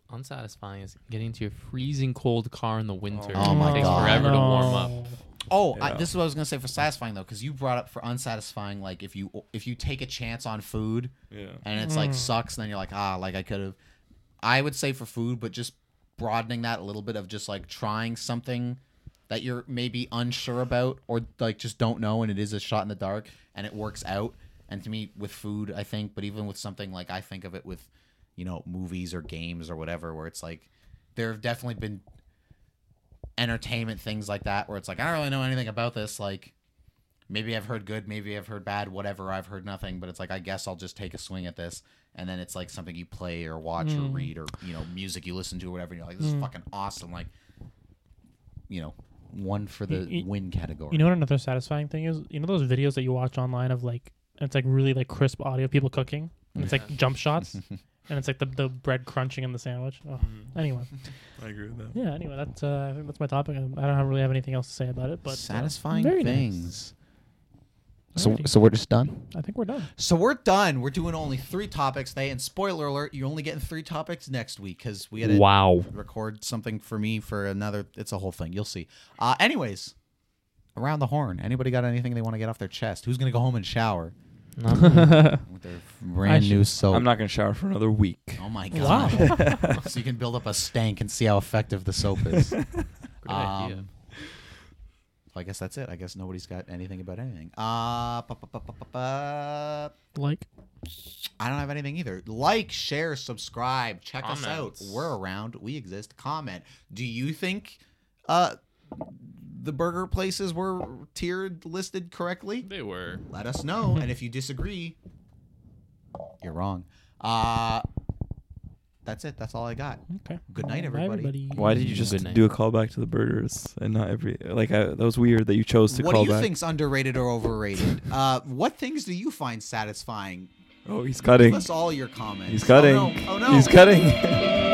Speaker 2: Unsatisfying is getting into your freezing cold car in the winter.
Speaker 1: Oh my
Speaker 2: it takes
Speaker 1: God.
Speaker 2: forever to warm
Speaker 4: No.
Speaker 2: up.
Speaker 1: oh, I,
Speaker 3: Yeah.
Speaker 1: this is what I was gonna say for satisfying though, because you brought up for unsatisfying, like if you if you take a chance on food
Speaker 3: Yeah.
Speaker 1: and it's like sucks, and then you're like, ah, like I could have. I would say for food, but just broadening that a little bit of just like trying something that you're maybe unsure about or like just don't know, and it is a shot in the dark, and it works out. And to me, with food, I think, but even with something like I think of it with you know, movies or games or whatever, where it's like there have definitely been entertainment things like that where it's like I don't really know anything about this. Like maybe I've heard good, maybe I've heard bad, whatever. I've heard nothing, but it's like I guess I'll just take a swing at this. And then it's like something you play or watch
Speaker 4: Hmm.
Speaker 1: or read or you know music you listen to or whatever. And you're like, this is fucking awesome. Like, you know, one for the
Speaker 4: Y- y-
Speaker 1: win category.
Speaker 4: You know what another satisfying thing is? You know those videos that you watch online of like and it's like really like crisp audio people cooking and it's like jump shots and it's like the, the bread crunching in the sandwich. Oh,
Speaker 3: Mm.
Speaker 4: anyway,
Speaker 3: I agree with that.
Speaker 4: yeah. Anyway, that's uh, I think that's my topic. I don't have- really have anything else to say about it. But uh,
Speaker 1: satisfying
Speaker 4: very nice.
Speaker 1: things. So,
Speaker 4: Alrighty.
Speaker 1: so we're just done.
Speaker 4: I think we're done.
Speaker 1: So we're done. We're doing only three topics today, and spoiler alert: you're only getting three topics next week because we had to
Speaker 5: Wow.
Speaker 1: record something for me for another. It's a whole thing. You'll see. Uh, anyways, around the horn. Anybody got anything they want to get off their chest? Who's gonna go home and shower with their brand
Speaker 4: I
Speaker 1: new soap?
Speaker 3: I'm not gonna shower for another week.
Speaker 1: Oh my
Speaker 4: Wow.
Speaker 1: god! so you can build up a stank and see how effective the soap is.
Speaker 2: Good idea.
Speaker 1: Um, so I guess that's it. I guess nobody's got anything about anything. Uh, pa- pa- pa- pa- pa- pa.
Speaker 4: Like
Speaker 1: I don't have anything either. Like, share, subscribe, check us out.
Speaker 2: Comments.
Speaker 1: We're around. We exist. Comment. Do you think uh the burger places were tiered listed correctly?
Speaker 2: They were.
Speaker 1: Let us know. and if you disagree, you're wrong. Uh that's it. That's all I got.
Speaker 4: okay.
Speaker 1: Good night,
Speaker 4: Bye,
Speaker 1: everybody.
Speaker 3: Why did you
Speaker 2: Mm,
Speaker 3: just
Speaker 2: good night.
Speaker 3: do a callback to the burgers and not every like I, that was weird that you chose to
Speaker 1: What do
Speaker 3: call
Speaker 1: you
Speaker 3: back?
Speaker 1: think's underrated or overrated? uh what things do you find satisfying?
Speaker 3: Oh, he's
Speaker 1: Give
Speaker 3: cutting.
Speaker 1: us all your comments.
Speaker 3: He's cutting.
Speaker 1: Oh no. Oh, no.
Speaker 3: He's cutting.